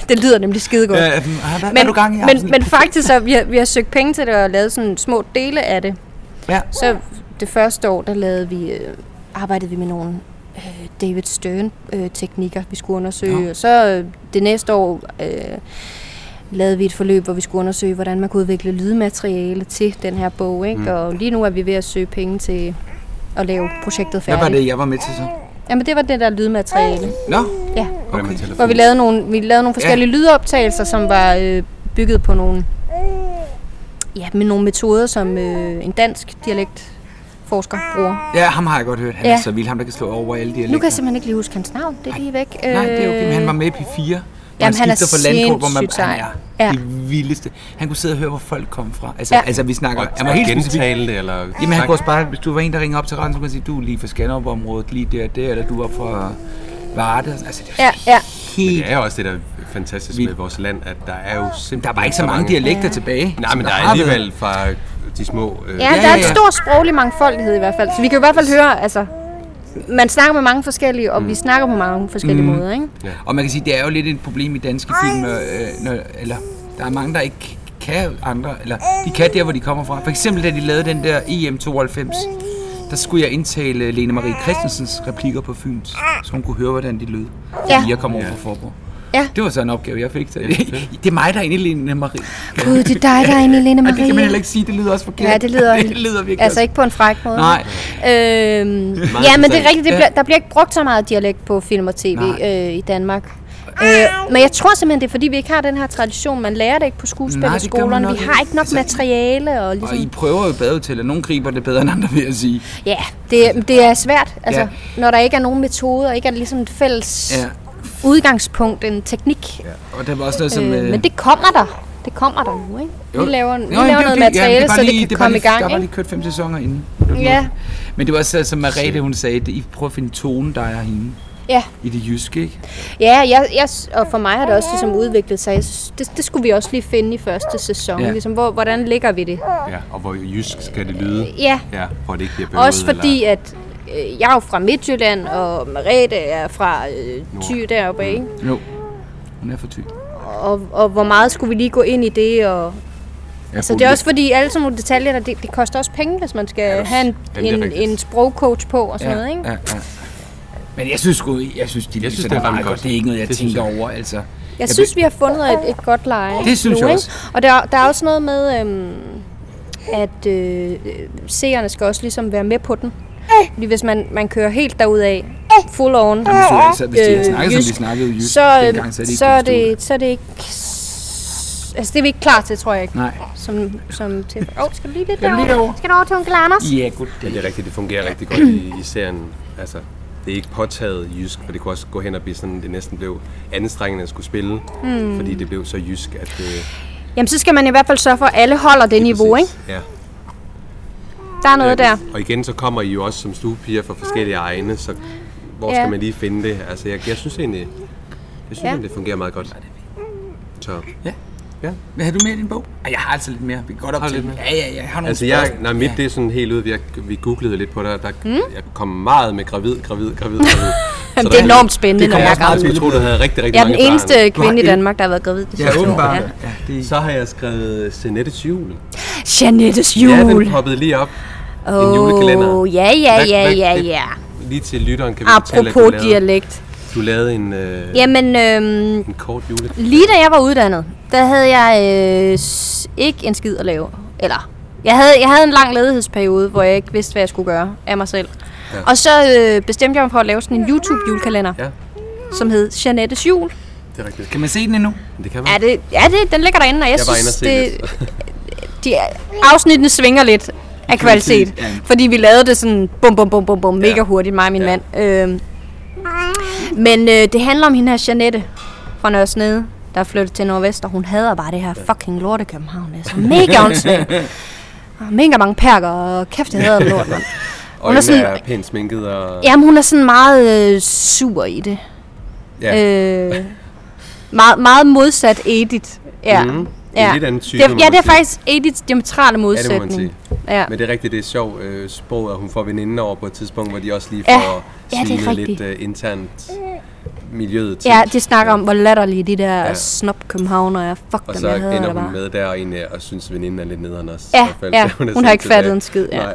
C: det lyder nemlig skidegodt.
B: Øh, øh, hvad, hvad er
C: men,
B: du gang i? Jeg har
C: men,
B: sådan-
C: men faktisk, så vi har, vi har søgt penge til det og lavet sådan små dele af det.
B: Ja.
C: Så det første år, der lavede vi, øh, arbejdede vi med nogle øh, David øh, Stern-teknikker, vi skulle undersøge.
B: Nå.
C: Ja. Så øh, det næste år øh, lavede vi et forløb, hvor vi skulle undersøge, hvordan man kunne udvikle lydmateriale til den her bog. Ikke? Mm. Og lige nu er vi ved at søge penge til at lave projektet
B: Hvad
C: færdigt.
B: var det, jeg var med til så?
C: Jamen, det var det der lydmateriale.
B: Nå,
C: Ja.
A: Hvordan man
B: Okay.
A: telefoner.
C: Hvor vi lavede nogle, vi lavede nogle forskellige ja. lydoptagelser, som var øh, bygget på nogle, ja, med nogle metoder, som øh, en dansk dialektforsker bruger.
B: ja, ham har jeg godt hørt. Han ja.
C: Ja.
B: er så vild. Ham, der kan slå over alle de
C: Nu kan jeg simpelthen ikke lige huske hans navn. Det er lige væk.
B: Nej, det er okay, men han var med i P4. Jamen,
C: Jamen, han er
B: hvor man,
C: sindssygt
B: han
C: sej.
B: er
C: Ja.
B: det vildeste. Han kunne sidde og høre, hvor folk kom fra. Altså, ja.
C: Ja.
B: altså vi snakker...
A: Og,
B: Han var helt specifik.
A: gentale det, eller...
B: Jamen, han
A: snakke-
B: kunne også bare, hvis du var en, der ringer op til radioen, så kunne han sige, du er lige fra Skanderborg-området, lige der og der, eller du var fra Varde. Altså, det var
C: Ja, ja.
B: helt...
A: Det er jo også det, der er fantastisk
B: Vi-
A: med vores land, at der er jo simpelthen
B: Der var ikke så mange dialekter tilbage.
A: Nej,
B: som
A: men der er
B: har været.
A: alligevel fra de små... Øh,
C: Ja,
B: Ja,
C: der
B: ja,
C: er en
B: ja.
C: stor sproglig mangfoldighed i hvert fald. Så vi kan jo i hvert fald høre, altså, man snakker med mange forskellige,
B: Mm.
C: og vi snakker på mange forskellige mm. måder, ikke?
B: Og man kan sige, det er jo lidt et problem i danske film, øh, når, eller der er mange, der ikke kan andre, eller de kan der, hvor de kommer fra. For eksempel, da de lavede den der EM92, der skulle jeg indtale øh, Lene Marie Christensens replikker på Fyns, så hun kunne høre, hvordan de lød, fordi
C: Ja.
B: jeg kom over fra Forborg.
C: Ja.
B: Det var så en opgave, jeg fik til. Det er mig, der er inde i Lene Marie.
C: Gud, det er dig, der er inde i Lene
B: Og
C: Marie.
B: det kan man heller ikke sige, det lyder også forkert.
C: Ja, det lyder,
B: det lyder virkelig
C: altså
B: også-
C: ikke på en fræk måde.
B: Nej.
C: Øhm, ja, men det
A: interessant.
C: er rigtigt, det
B: Ja.
C: bliver, der bliver ikke brugt så meget dialekt på film og tv
B: Nej.
C: øh, i Danmark. Øh, men jeg tror simpelthen, det er fordi, vi ikke har den her tradition. Man lærer det ikke på
B: Nej, det gør man
C: skuespillerskolerne.
B: nok
C: Vi har
B: ikke.
C: ikke nok
B: Altså,
C: materiale. Og
B: Og I
C: ligesom,
B: prøver jo badehotel, og nogen griber det bedre end andre, vil jeg sige.
C: ja, det, det er svært, altså,
B: Ja.
C: når der ikke er nogen metode, og ikke er ligesom et fælles
B: Ja.
C: udgangspunkt, en teknik.
B: Og der var også noget, som...
C: Øh, men det kommer der. Det kommer der nu, ikke?
B: Jo.
C: Vi laver, vi
B: Nå, jamen,
C: laver
B: det er
C: noget
B: jo det. Ja,
C: materiale,
B: er bare
C: så det
B: lige-
C: kan
B: er bare
C: komme i
B: lige- Der
C: gang,
B: var
C: ikke?
B: lige kørt fem sæsoner inden. Det var
C: Ja.
B: den. Men det var også, som Margrethe, hun sagde, det, I prøver at finde tonen, der er hende
C: Ja.
B: i det jyske, ikke?
C: Ja, jeg, jeg, og for mig har det også ligesom udviklet sig. Jeg synes, det, det skulle vi også lige finde i første sæson.
B: Ja.
C: Ja. Ligesom, hvor, hvordan ligger vi det?
A: ja, og hvor jysk skal det lyde.
C: Ja,
A: Ja, hvor det ikke bliver bøvet.
C: også fordi, at øh, jeg er jo fra Midtjylland, og Merete er fra øh, Thy deroppe, ikke?
B: Jo. Hun er for tyk.
C: Og, og hvor meget skulle vi lige gå ind i det? Og,
B: Ja,
C: så Altså, det er også fordi, alle sådan nogle detaljer, der, det, det koster også penge, hvis man skal ja, have en,
A: Jamen, det er
C: en,
A: rigtigt.
C: en sprogcoach på og sådan
B: ja,
C: noget, ikke?
B: Ja, ja. Men jeg synes sgu, jeg synes, de jeg
A: synes,
B: synes,
A: det
B: det
A: er
B: meget
A: ret
B: godt.
A: godt.
B: godt. Det er ikke noget, jeg
A: Det synes
B: tænker
A: jeg.
B: over, altså.
C: Jeg synes, vi har fundet et, et godt leje.
B: Det synes jeg
C: ikke?
B: også.
C: Og der, der er også noget med, øhm, at øh, øh, seerne skal også ligesom være med på den. Fordi hvis man, man kører helt derudad, full on,
B: Jamen, så, altså, hvis de havde
C: øh,
B: snakket, som de
C: jysk,
B: snakkede jysk
C: så, øh,
B: dengang, så er de ikke
C: så, er
B: kunnet stå
C: det, så er det ikke... Altså, det er vi ikke klar til, tror jeg ikke.
B: Nej.
C: Som, som til... Åh, oh, skal du lige lidt
B: Jamen, lige derovre.
C: derovre? Skal du over til onkel Anders?
B: Ja, godt.
A: Men det er rigtigt, det fungerer rigtig godt i, i serien. Altså, det er ikke påtaget jysk, for det kunne også gå hen og blive sådan, det næsten blev anstrengende at skulle spille,
C: Hmm.
A: mm. fordi det blev så jysk, at øh, det...
C: Jamen, så skal man i hvert fald sørge for, at alle holder det niveau, ikke?
A: Ja.
C: Der er noget der.
A: Og igen, så kommer I jo også som stuepiger fra forskellige egne, så hvor
C: Ja.
A: skal man lige finde det? Altså, jeg, jeg synes egentlig, jeg synes,
C: Ja.
A: ja. det fungerer meget godt. Så,
B: Ja.
A: ja.
B: Hvad har du med i din bog? Ej, jeg har altså lidt mere. Vi kan godt op
A: Har du
B: til.
A: lidt mere?
B: Ja, ja, ja. Jeg har nogle
A: Altså, jeg,
B: spørgsmål.
A: nej, mit det er sådan helt ud. Jeg, vi googlede lidt på det, og der, mm. jeg kom meget med gravid, gravid, gravid, gravid. Så
C: Hmm? Jamen,
A: der-
C: det er enormt spændende,
B: det
C: når
B: kommer
C: jeg er
B: også meget
C: gammel.
A: Jeg skulle tro, du havde rigtig, rigtig
C: Jeg er
A: mange
C: den eneste
A: Barn.
C: kvinde i
B: en-
C: Danmark, der har været gravid de
B: Ja,
C: sidste år.
B: åbenbart.
C: Ja.
B: Ja, det
A: Så har jeg skrevet Senettes jul.
C: Janettes jul.
A: Ja, den poppede lige op. Oh, en julekalender.
C: ja, ja,
A: Hvad-
C: ja,
A: hvad-
C: ja,
A: det-
C: ja.
A: Lige til lytteren kan vi fortælle, at du
C: Apropos
A: lavede,
C: dialekt.
A: du lavede en, øh,
C: Jamen, øhm,
A: en kort jule.
C: lige da jeg var uddannet, der havde jeg øh, s- ikke en skid at lave. Eller, jeg havde, jeg havde en lang ledighedsperiode, hvor jeg ikke vidste, hvad jeg skulle gøre af mig selv. Ja. Og så øh, bestemte jeg mig for at lave sådan en YouTube-julekalender,
A: Ja,
C: som hed Janettes Jul.
A: det er rigtigt.
B: Kan man se den endnu?
A: Men det kan man.
C: Ja, det, ja det, den ligger derinde, og jeg,
A: jeg var inde og
C: synes,
A: se
C: det,
A: lidt.
C: de, afsnittene svinger lidt af kvalitet.
B: Ja.
C: Fordi vi lavede det sådan bum bum bum bum bum mega hurtigt, mig og min
A: Ja.
C: ja. mand. Øhm, men øh, det handler om hende her Janette fra Nørresnede, der er flyttet til Nordvest, og hun hader bare det her fucking lorte København. Det er så mega åndssvagt. Og Mega mange perker, og kæft, jeg hader det lort, mand.
A: Og
C: hun er
A: er
C: sådan-
A: er pænt sminket og...
C: Jamen, hun er sådan meget øh, sur i det.
A: Ja,
C: Øh, meget, meget modsat Edith. Ja.
A: Mhm. En
C: ja.
A: lidt anden type,
C: det er,
A: må
C: ja,
A: man
C: det er
A: sige.
C: faktisk Ediths diametrale
A: ja, det må man
C: modsætning.
A: sige.
C: Ja.
A: Men det er rigtigt, det er sjovt øh, sprog, at hun får veninden over på et tidspunkt, hvor de også lige
C: Ja.
A: får
C: Ja, det er
A: svinet lidt
C: rigtigt.
A: øh, internt miljøet til.
C: Ja, de snakker om, hvor latterlige de der
A: Ja.
C: ja. snop københavnere er. Fuck
A: Og
C: dem,
A: så
C: jeg hader
A: ender
C: det bare.
A: hun med der og, egentlig, og synes, veninden er lidt nederen også.
C: Ja,
A: Så faldt-
C: ja.
A: så er
C: Hun har
A: sådan
C: ikke fattet
A: tilbage.
C: en skid, ja.
A: Nej.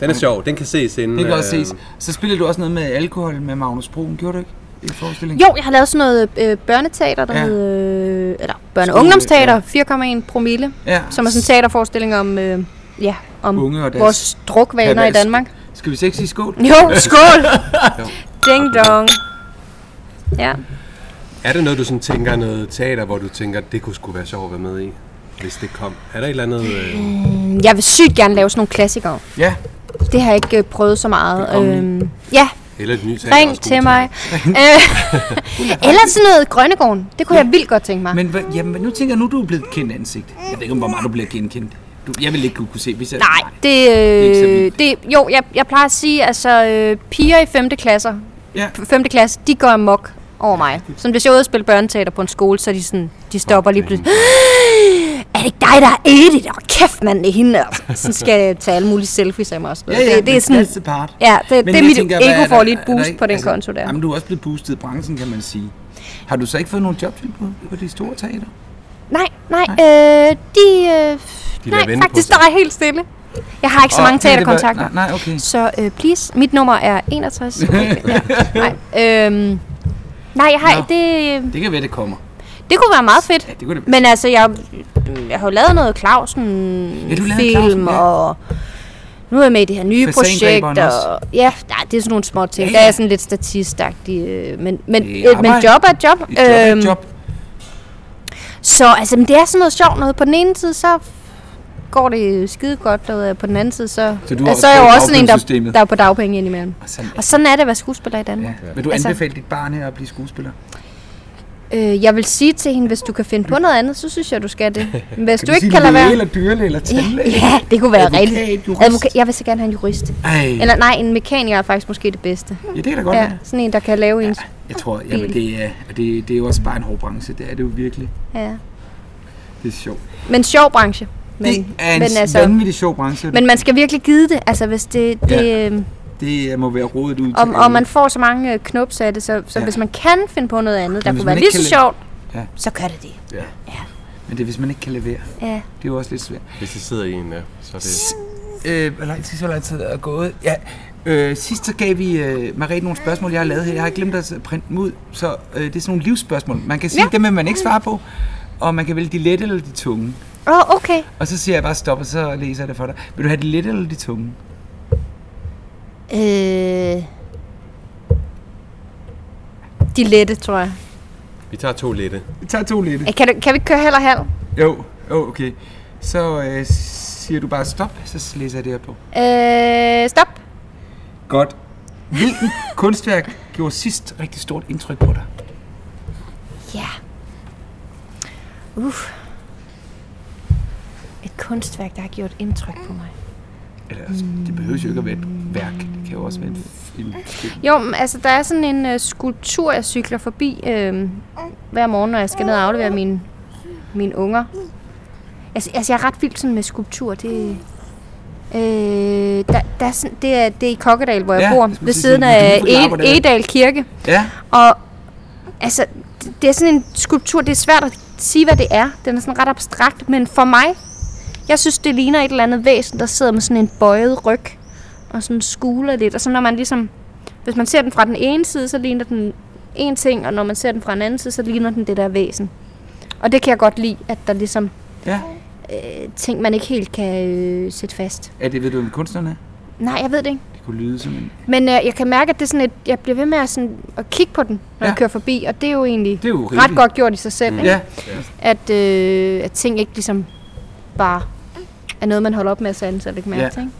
A: Den er sjov, den kan ses inden...
B: Det kan også
A: øh,
B: ses. Så spiller du også noget med alkohol med Magnus Broen, gjorde du ikke? i forestillingen?
C: Jo, jeg har lavet sådan noget øh, børneteater, der
B: Ja.
C: ja. hed... Øh, eller børne- og
B: Skole,
C: ungdomsteater, 4,1 promille,
B: Ja.
C: som er sådan en teaterforestilling om, øh, ja, om
B: Unge og deres-
C: vores drukvaner i
B: Pervers-
C: Danmark.
B: Skal vi så ikke sige skål?
C: Jo, skål! Ding dong. Ja.
A: Er det noget, du sådan tænker, noget teater, hvor du tænker, det kunne sgu være sjovt at være med i, hvis det kom? Er der et eller andet... Øh,
C: Jeg vil sygt gerne lave sådan nogle klassikere.
B: Ja.
C: Det har jeg ikke øh, prøvet så meget.
B: kongelige.
C: Øhm, ja,
A: eller et nyt teater? også
C: ring
A: god
C: til mig. Øh, Eller sådan noget Grønnegården. Det kunne jeg vildt godt tænke mig.
B: Men hvad, jamen, nu tænker jeg, nu du er blevet et kendt ansigt. Jeg ved ikke, om hvor meget du bliver genkendt. Du, jeg vil ikke kunne kunne se, hvis jeg...
C: Nej, det,
B: er ikke så
C: øh,
B: vildt.
C: det jo, jeg, jeg plejer at sige, altså øh, piger i 5. klasser,
B: Ja.
C: 5. klasse, de går amok over mig. Sådan hvis jeg er ude og spille børneteater på en skole, så er de sådan, de stopper lige pludselig. Er det ikke dig, der er Edith? Og kæft, mand, det er hende. Altså. Sådan skal jeg tage alle mulige selfies af mig også.
B: Ja, ja,
C: det, det, er
B: men
C: sådan,
B: that's the part.
C: Ja, det,
B: Men
C: det er
B: jeg
C: mit
B: tænker, hvad er
C: ego
B: der-
C: får lige
B: er
C: et
B: der
C: boost
B: ikke-
C: på den
B: altså,
C: konto der.
B: Jamen, du er også blevet boostet i branchen, kan man sige. Har du så ikke fået nogen jobtilbud på de store teater?
C: Nej, nej, øh, de, øh,
A: De lader
C: nej
A: vente på
C: faktisk,
A: sig.
C: der er helt stille. Jeg har ikke så
B: Åh,
C: mange
B: det er det bare-
C: teaterkontakter.
B: nej, nej, okay.
C: Så øh, please, mit nummer er 61. Okay, ja. nej, øhm, nej, jeg har,
B: Nå.
C: det,
B: Det kan være, det kommer.
C: det kunne være meget fedt.
B: Ja, det kunne det være.
C: Men altså, jeg, jeg har jo lavet noget Clausen-film,
B: Ja, du lavede Clausen, ja.
C: og nu er jeg med i det her nye projekt.
B: Fasandræberen også.
C: Og, ja, nej, det er sådan nogle små ting.
B: Ja,
C: Ja,
B: ja.
C: Der er sådan lidt statistagtig, øh, men, men,
B: Det er
C: øh, men
B: arbejde.
C: job er job.
B: Et job, er
C: Øhm,
B: et job.
C: Så altså, men det er sådan noget sjovt noget. På den ene side, så går det skide godt derude, og øh, på den anden side, så,
B: Så du er
C: altså, så er jeg
B: også
C: jo
B: på
C: også sådan en, der,
B: dagpengesystemet?
C: der er på dagpenge indimellem.
B: Og sådan-
C: Og sådan er det at være skuespiller i Danmark.
B: Ja. Vil du
C: Altså-
B: anbefale dit barn her at blive skuespiller?
C: Øh, jeg vil sige til hende, hvis du kan finde på noget andet, så synes jeg, du skal det. Men hvis du,
B: vil
C: ikke
B: sige
C: kan lade
B: læge
C: være...
B: eller dyrlæge eller tandlæge?
C: Ja, det kunne være
B: Advokat,
C: rigtigt.
B: jurist.
C: jeg vil så gerne have en jurist.
B: Ej,
C: Eller nej, en mekaniker er faktisk måske det bedste.
B: ja, det kan da godt
C: Ja,
B: være.
C: sådan en, der kan lave ens...
B: Jeg tror, jamen, det, er, og det, det er jo også bare en hård branche. Det er det jo virkelig.
C: Ja.
B: Det er sjovt.
C: Men sjov branche. Men,
B: det er en
C: men, altså,
B: vanvittig sjov branche.
C: men man skal virkelig gide det, altså hvis det... det
B: Ja.
C: øhm,
B: det øh, må være rodet ud
C: Og,
B: til
C: og
B: alle.
C: man får så mange øh, knups af det, så, så
B: Ja.
C: ja. hvis man kan finde på noget andet, der
B: hvis
C: kunne
B: man
C: være
B: ikke
C: lige så
B: kan
C: sjovt,
B: Ja.
C: ja. så gør det det.
B: Ja.
C: Ja.
B: Men det er, hvis man ikke kan levere.
C: Ja.
B: Det er jo også lidt svært.
A: Hvis det sidder i en, ja, så er det...
B: Øh, hvor lang tid så lang tid er gået? Ja, øh, sidst så gav vi øh, Marie nogle spørgsmål, jeg har lavet her. Jeg har glemt at printe dem ud, så øh, det er sådan nogle livsspørgsmål. Man kan sige, ja.
C: Ja.
B: dem vil man ikke svare på, og man kan vælge de lette eller de tunge.
C: Åh, oh, okay.
B: Og så siger jeg bare stop, og så læser jeg det for dig. Vil du have de lette eller de tunge?
C: Øh... De lette, tror jeg.
A: Vi tager to lette.
B: Vi tager to lette.
C: Øh, Kan, du, kan vi ikke køre halv og halv?
B: Jo, jo okay. Så øh, siger du bare stop, så læser jeg det her på.
C: Øh, stop.
B: Godt. Hvilken kunstværk gjorde sidst rigtig stort indtryk på dig?
C: Ja. Uff. Et kunstværk, der har gjort indtryk på mig.
B: Eller, altså, det behøves jo ikke at være et værk. Det kan jo også være en film.
C: Jo, men altså, der er sådan en øh, skulptur, jeg cykler forbi øh, hver morgen, når jeg skal ned og aflevere mine, mine unger. Altså, altså, jeg er ret vild sådan med skulptur. Det, øh, der, der er sådan, det, er, det er i Kokkedal, hvor jeg
B: Ja,
C: bor,
B: jeg skulle
C: ved
B: til at
C: siden
B: sige, vil
C: af
B: du lige forklare, hvor
C: e-
B: det er?
C: Egedal Kirke.
B: Ja,
C: Og altså, det- det er sådan en skulptur, det er svært at sige, hvad det er. Den er sådan ret abstrakt, men for mig, jeg synes, det ligner et eller andet væsen, der sidder med sådan en bøjet ryg og sådan skuler lidt. Og så når man ligesom, hvis man ser den fra den ene side, så ligner den en ting, og når man ser den fra den anden side, så ligner den det der væsen. Og det kan jeg godt lide, at der ligesom
B: ja.
C: øh, ting, man ikke helt kan øh, sætte fast.
B: Er det, ved du, hvem kunstneren er?
C: Nej, jeg ved det ikke.
B: Det kunne lyde som en...
C: Men øh, jeg kan mærke, at det er sådan et, jeg bliver ved med at, sådan, at kigge på den, når
B: Ja.
C: ja. jeg kører forbi, og det er jo egentlig
B: Det er jo
C: ret
B: rimeligt.
C: godt gjort i sig selv, ikke?
B: Mm. Ja,
C: At, øh, at ting ikke ligesom bare er noget, man holder op med at sande, så det kan mærke
B: Ja.
C: til, ikke?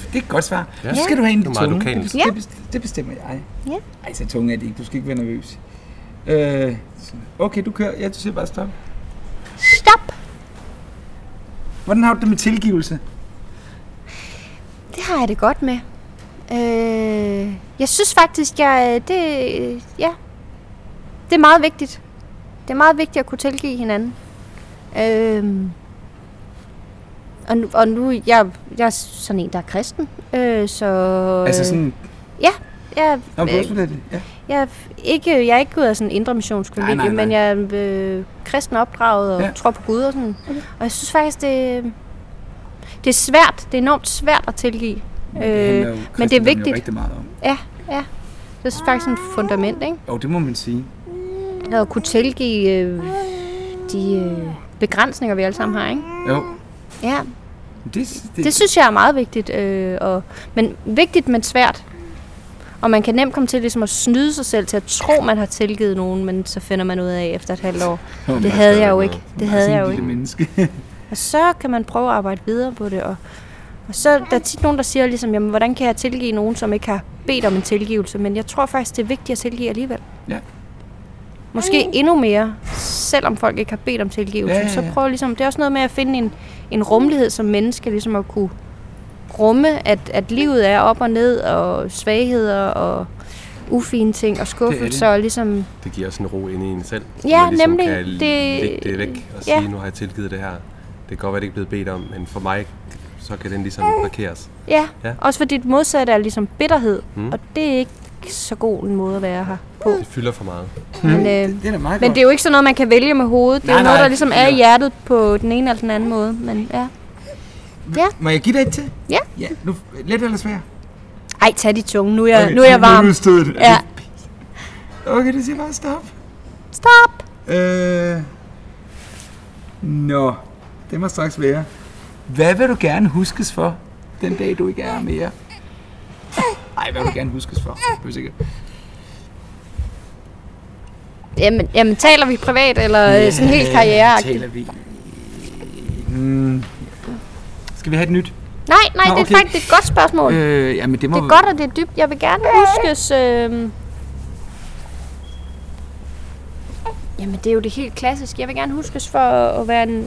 B: det, det er et godt svar.
A: Ja.
B: Ja. Så skal du have en i
A: Det er meget
B: tunge.
A: lokalt.
B: Det,
C: Ja.
B: bes- det bestemmer jeg.
C: Ja.
B: Ej, så tunge er det ikke. Du skal ikke være nervøs. Øh, okay, du kører. Ja, du siger bare stop.
C: Stop!
B: Hvordan har du det med tilgivelse?
C: Det har jeg det godt med. Øh, jeg synes faktisk, jeg, øh, det, ja, det er meget vigtigt. Det er meget vigtigt at kunne tilgive hinanden. Øh, og, nu, og nu, jeg, jeg er sådan en, der er kristen, øh, så...
B: Altså sådan...
C: Ja, jeg,
B: Nå, men
C: øh,
B: øh, det. Ja.
C: Jeg er, f- ikke, jeg er ikke ud af sådan en indre missionsfamilie,
B: Nej, nej, nej.
C: men jeg er øh, kristen opdraget og
B: Ja.
C: ja. tror på Gud og sådan. Og jeg synes faktisk, det, det er svært. Det er enormt svært at tilgive.
B: Det handler jo
C: men det er
B: kristendommen jo
C: vigtigt.
B: rigtig meget om.
C: Ja, ja. Det er faktisk en fundament, ikke?
B: Jo, det må man sige.
C: At kunne tilgive øh, de øh, begrænsninger, vi alle sammen har, ikke?
B: Jo,
C: Ja,
B: det, det,
C: det synes jeg er meget vigtigt. Øh, og, men vigtigt, men svært. Og man kan nemt komme til ligesom at snyde sig selv til at tro, man har tilgivet nogen, men så finder man ud af efter et halvt år. Det havde jeg jo ikke. Det havde jeg jo ikke.
B: menneske.
C: Og så kan man prøve at arbejde videre på det. Og, og så der er tit nogen, der siger, ligesom, jamen, hvordan kan jeg tilgive nogen, som ikke har bedt om en tilgivelse? Men jeg tror faktisk, det er vigtigt at tilgive alligevel.
B: Ja.
C: Måske endnu mere, selvom folk ikke har bedt om tilgivelse.
B: Ja, ja, ja.
C: Så prøv ligesom, det er også noget med at finde en, en rummelighed som menneske, ligesom at kunne rumme, at, at livet er op og ned, og svagheder, og ufine ting, og skuffelser, og ligesom...
A: Det giver også en ro inde i en selv. så
C: Ja,
A: man ligesom
C: nemlig.
A: Kan
C: Det-
A: det... lægge det væk og
C: ja.
A: sige, nu har jeg tilgivet det her. Det kan godt være, det ikke er blevet bedt om, men for mig, så kan den ligesom parkeres.
C: Ja,
A: Ja.
C: også fordi det modsatte er ligesom bitterhed,
A: Mm.
C: og det er ikke så god en måde at være her på.
A: Det fylder for meget.
C: Men, øh,
B: Det er da meget
C: men det er jo ikke sådan noget, man kan vælge med hovedet. Det er
B: Nej,
C: jo noget,
B: nej.
C: der ligesom er i hjertet på den ene eller den anden måde. Men ja.
B: Må jeg give dig et til?
C: Ja.
B: ja. Nu, let eller svært?
C: Ej, tag de tunge. Nu er jeg, nu er jeg varm.
B: Nu stod det.
C: Ja.
B: Okay, det siger bare stop.
C: Stop!
B: Øh... Nå, det må straks være. Hvad vil du gerne huskes for, den dag du ikke er her mere? Ej, hvad vil du gerne huskes for? Det er sikkert.
C: Jamen, jamen taler vi privat, eller øh, sådan helt karriereagtigt?
B: Taler vi... Mm. Skal vi have et nyt?
C: Nej, nej,
B: Nå,
C: det
B: okay.
C: er faktisk det er et godt spørgsmål.
B: Øh, jamen det må...
C: Det er godt, og det er dybt. Jeg vil gerne huskes... Øh... Jamen, det er jo det helt klassiske. Jeg vil gerne huskes for at være en,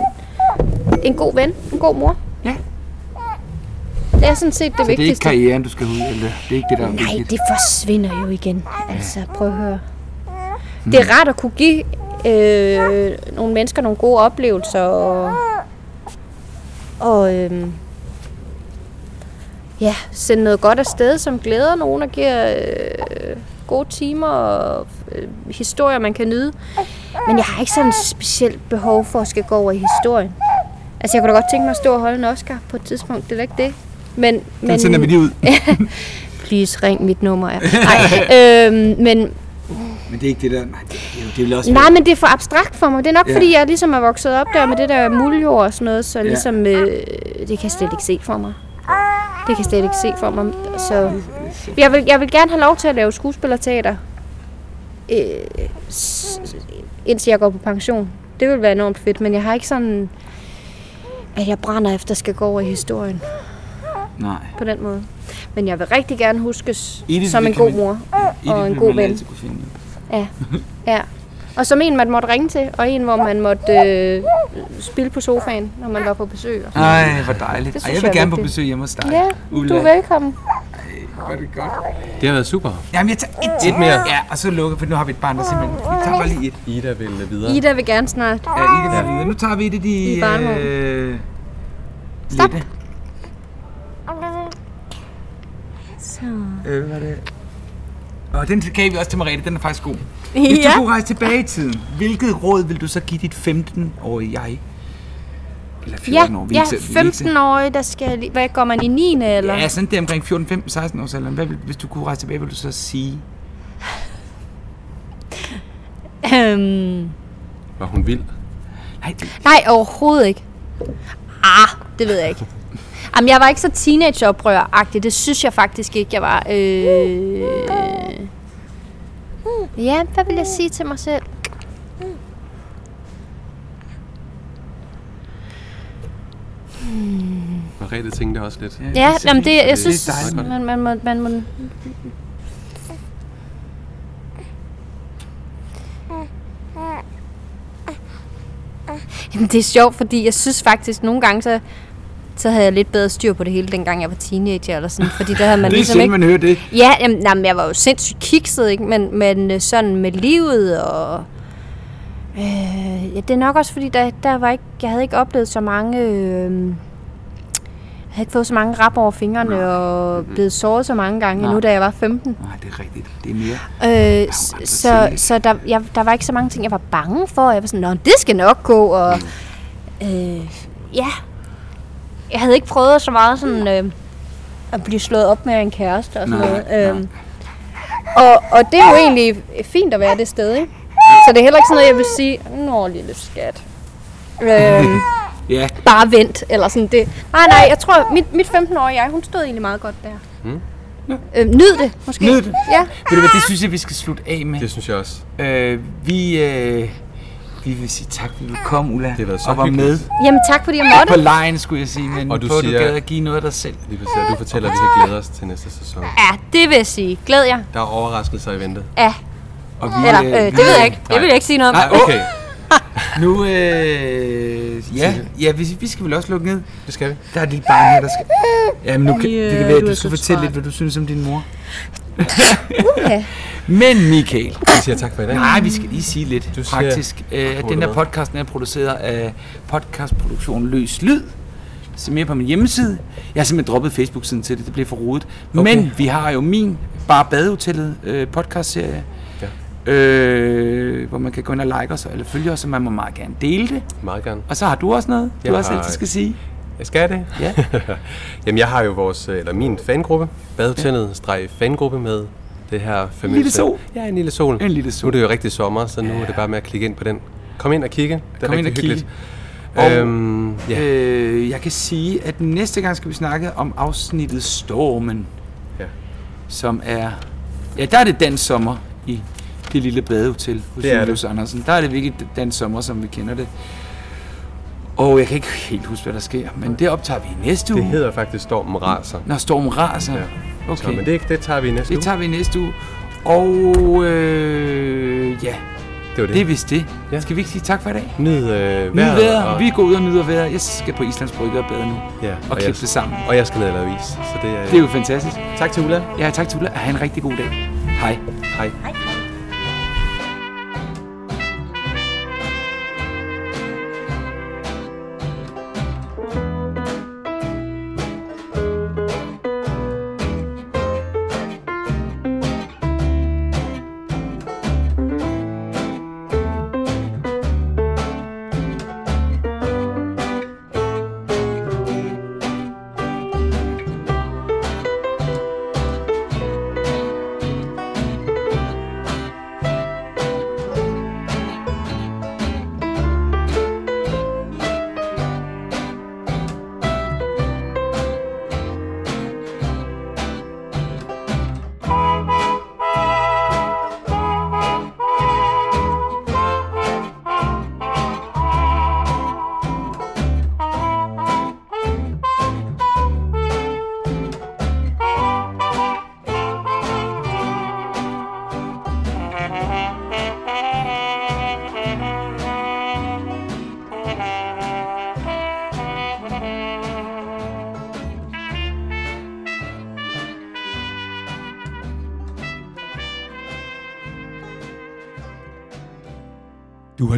C: en god ven, en god mor.
B: Ja. Altså,
C: Det er sådan set det
B: Det er ikke
C: vigtigste.
B: karrieren, du skal ud, eller det er ikke det, der er
C: Nej,
B: vigtigt.
C: det forsvinder jo igen. Altså, prøv at høre. Det
B: Mm.
C: er rart at kunne give øh, nogle mennesker nogle gode oplevelser. Og, og øh, ja, sende noget godt afsted, som glæder nogen og giver øh, gode timer og øh, historier, man kan nyde. Men jeg har ikke sådan et specielt behov for at skal gå over i historien. Altså, jeg kunne da godt tænke mig at stå og holde en Oscar på et tidspunkt. Det er da ikke det. Men, men,
B: Den sender vi lige ud.
C: please ring mit nummer. Ja. Nej, øhm, men,
B: Men det er ikke det der... Nej, det, det, er jo- det vil også
C: nej, men det er for abstrakt for mig. Det er nok,
B: Ja.
C: ja. fordi jeg ligesom er vokset op der med det der muljord og sådan noget, så
B: Ja.
C: ligesom, øh, det kan jeg slet ikke se for mig. Det kan jeg slet ikke se for mig. Så jeg vil, jeg vil gerne have lov til at lave skuespillerteater, øh, s- indtil jeg går på pension. Det vil være enormt fedt, men jeg har ikke sådan, at jeg brænder efter at skal gå over i historien
B: Nej.
C: på den måde. Men jeg vil rigtig gerne huskes
B: Edith,
C: som
B: det
C: en
B: kan
C: god
B: vi-
C: mor
B: I
C: og
B: det
C: en
B: vil
C: god
B: man
C: ven.
B: altid kunne finde.
C: Ja, ja. Og som en, man måtte ringe til, og en, hvor man måtte øh, spille på sofaen, når man var på besøg. Og sådan.
B: Ej, hvor dejligt.
C: Det
B: Ej,
C: synes
B: jeg vil
C: jeg er
B: gerne på
C: vigtigt.
B: besøg hjemme hos dig.
C: Ja,
B: Ulla.
C: du er velkommen.
B: Var det godt?
A: Det har været super.
B: Jamen, jeg tager et,
A: Et mere.
B: Ja, og så lukker, for nu har vi et barn, der simpelthen... Vi tager bare lige et.
A: Ida vil videre.
C: Ida vil gerne snart.
B: Ja, ikke være videre. Nu tager vi et af de...
C: I barnevognen.
B: øh,
C: Stop.
B: lette.
C: Så.
B: Øh, hvad var det? Og den gav vi også til Mariette, den er faktisk god. Hvis du
C: Ja.
B: kunne rejse tilbage i tiden, hvilket råd vil du så give dit 15-årige jeg? Eller 14 år,
C: Ja,
B: vi er
C: ja
B: ikke selv- vi er ikke selv-
C: 15 år, der skal jeg lige- Hvad går man i 9. eller?
B: Ja, sådan det omkring 14, 15, 16 års alderen. Hvad vil, hvis du kunne rejse tilbage, vil du så sige?
C: Øhm,
A: Var hun vild?
B: Nej, det-
C: nej, overhovedet ikke. Ah, det ved jeg ikke. Jamen, jeg var ikke så teenageoprør-agtig. Det synes jeg faktisk ikke, jeg var. Øh... Ja, hvad vil jeg sige til mig selv?
A: Margrethe tænkte også lidt. Ja.
C: Ja,
B: så
C: jamen det,
B: fint.
C: jeg
A: det er
C: synes,
A: dejligt.
C: man, man, må, man må... Jamen, det er sjovt, fordi jeg synes faktisk, nogle gange, så, så havde jeg lidt bedre styr på det hele, dengang jeg var teenager eller sådan, fordi der havde man
B: Det er
C: ligesom
B: sjældent,
C: ikke...
B: man hører det.
C: Ja, jamen, jamen, jeg var jo sindssygt kikset, ikke? Men, men øh, sådan med livet og... Øh, ja, det er nok også, fordi der, der var ikke, jeg havde ikke oplevet så mange... Øh, jeg havde ikke fået så mange rap over fingrene Nej. Mm-hmm. og blevet såret så mange gange
B: Nej.
C: endnu, da jeg var 15.
B: Nej, det er rigtigt. Det er mere.
C: Øh, s-
B: ret
C: så
B: tidligt.
C: så der, jeg, der var ikke så mange ting, jeg var bange for. Jeg var sådan, Nå, det skal nok gå. Og,
B: Mm.
C: øh, ja. Jeg havde ikke prøvet så meget sådan, øh, at blive slået op med en kæreste og sådan
B: Nej,
C: noget. Øh, Og, og det er jo egentlig fint at være det sted, ikke? Så det er heller ikke sådan noget, jeg vil sige, nå lille skat. Øhm,
B: Ja,
C: bare vent, eller sådan det. Nej, nej, jeg tror, mit, mit 15-årige jeg, hun stod egentlig meget godt der. Mm. Øhm, nyd det, måske.
B: Nyd det.
C: Ja.
B: ved du hvad, det synes jeg, vi skal slutte af med.
A: Det synes jeg også.
B: Øh, vi, øh, vi vil sige tak, fordi du kom, Ulla,
A: har været så
B: og var med.
A: hyggeligt.
C: Jamen tak, fordi jeg
B: På
C: måtte.
B: lejen, skulle jeg sige, men
A: Og du
B: på,
A: siger-
B: du gad at give noget af dig selv.
A: Lige præcis. Og Du fortæller, at vi kan glæde os til næste sæson.
C: Ja, det vil jeg sige. Glæd jer.
A: Der er overraskelser i vente.
C: Ja.
B: Og vi,
C: Eller, øh, det ved jeg ikke. Det
A: nej.
C: vil jeg ikke sige noget om.
B: Nej, åh,
A: Okay,
B: nu, øh, ja, ja vi, vi skal vel også lukke ned.
A: det skal vi.
B: Der er et lille barn her, der skal... Ja, men nu kan, det kan være, at
C: øh, du
B: du
C: er
B: skal
C: så
B: fortælle
C: smart.
B: lidt, hvad du synes om din mor.
C: Uha.
B: Men Michael,
A: Vi siger tak for i dag.
B: nej, vi skal lige sige lidt
A: Du siger-
B: praktisk. Øh, at den her podcast den er produceret af podcastproduktionen Løs Lyd. Se mere på min hjemmeside. Jeg har simpelthen droppet Facebook-siden til det, det blev for rodet. Okay. Men vi har jo min Bare Badehotellet øh, podcastserie. Ja. Øh, hvor man kan gå ind og like os, eller følge os, og man må meget gerne dele det.
A: Meget gerne.
B: Og så har du også noget, du
A: Jeg
B: også
A: har-
B: altid skal sige.
A: Jeg skal det.
B: Ja.
A: Jamen, jeg har jo vores, øh, eller min fangruppe, badehotellet streg fangruppe med det her familie.
B: lille sol.
A: Ja, en lille sol.
B: En lille
A: Nu er
B: sol.
A: det jo rigtig sommer, så nu er det bare med at klikke ind på den. Kom ind og kigge. Det er
B: Kom ind
A: rigtig
B: og kigge.
A: hyggeligt.
B: Og-
A: Øhm, ja.
B: Øh, jeg kan sige, at næste gang skal vi snakke om afsnittet Stormen,
A: ja.
B: som er... Ja, der er det dansk sommer i det lille badehotel hos
A: Det er
B: Julius Andersen. Der er det virkelig dansk sommer, som vi kender det. Og jeg kan ikke helt huske, hvad der sker, men det optager vi i næste uge.
A: Det hedder faktisk Stormen Raser.
B: Når stormen raser.
A: Ja.
B: Okay,
A: Så, men det, det tager vi i næste
B: det
A: uge.
B: tager vi i næste uge. Og øh,
A: Det
B: ja,
A: var det.
B: det er vist det.
A: Ja.
B: Skal vi ikke sige tak for i dag?
A: Nyd øh, vejret.
B: Nyd vejret.
A: og-
B: Vi går ud og nyder vejret. Jeg skal på Islands Brygge og bade nu.
A: Ja,
B: og
A: jeg,
B: klippe det sammen.
A: Og jeg skal ned og lave is. Så det er,
B: Det er jo fantastisk.
A: Tak til Ulla.
B: Ja, tak til Ulla. Ha' en rigtig god dag. Hej.
A: Hej.
D: Du har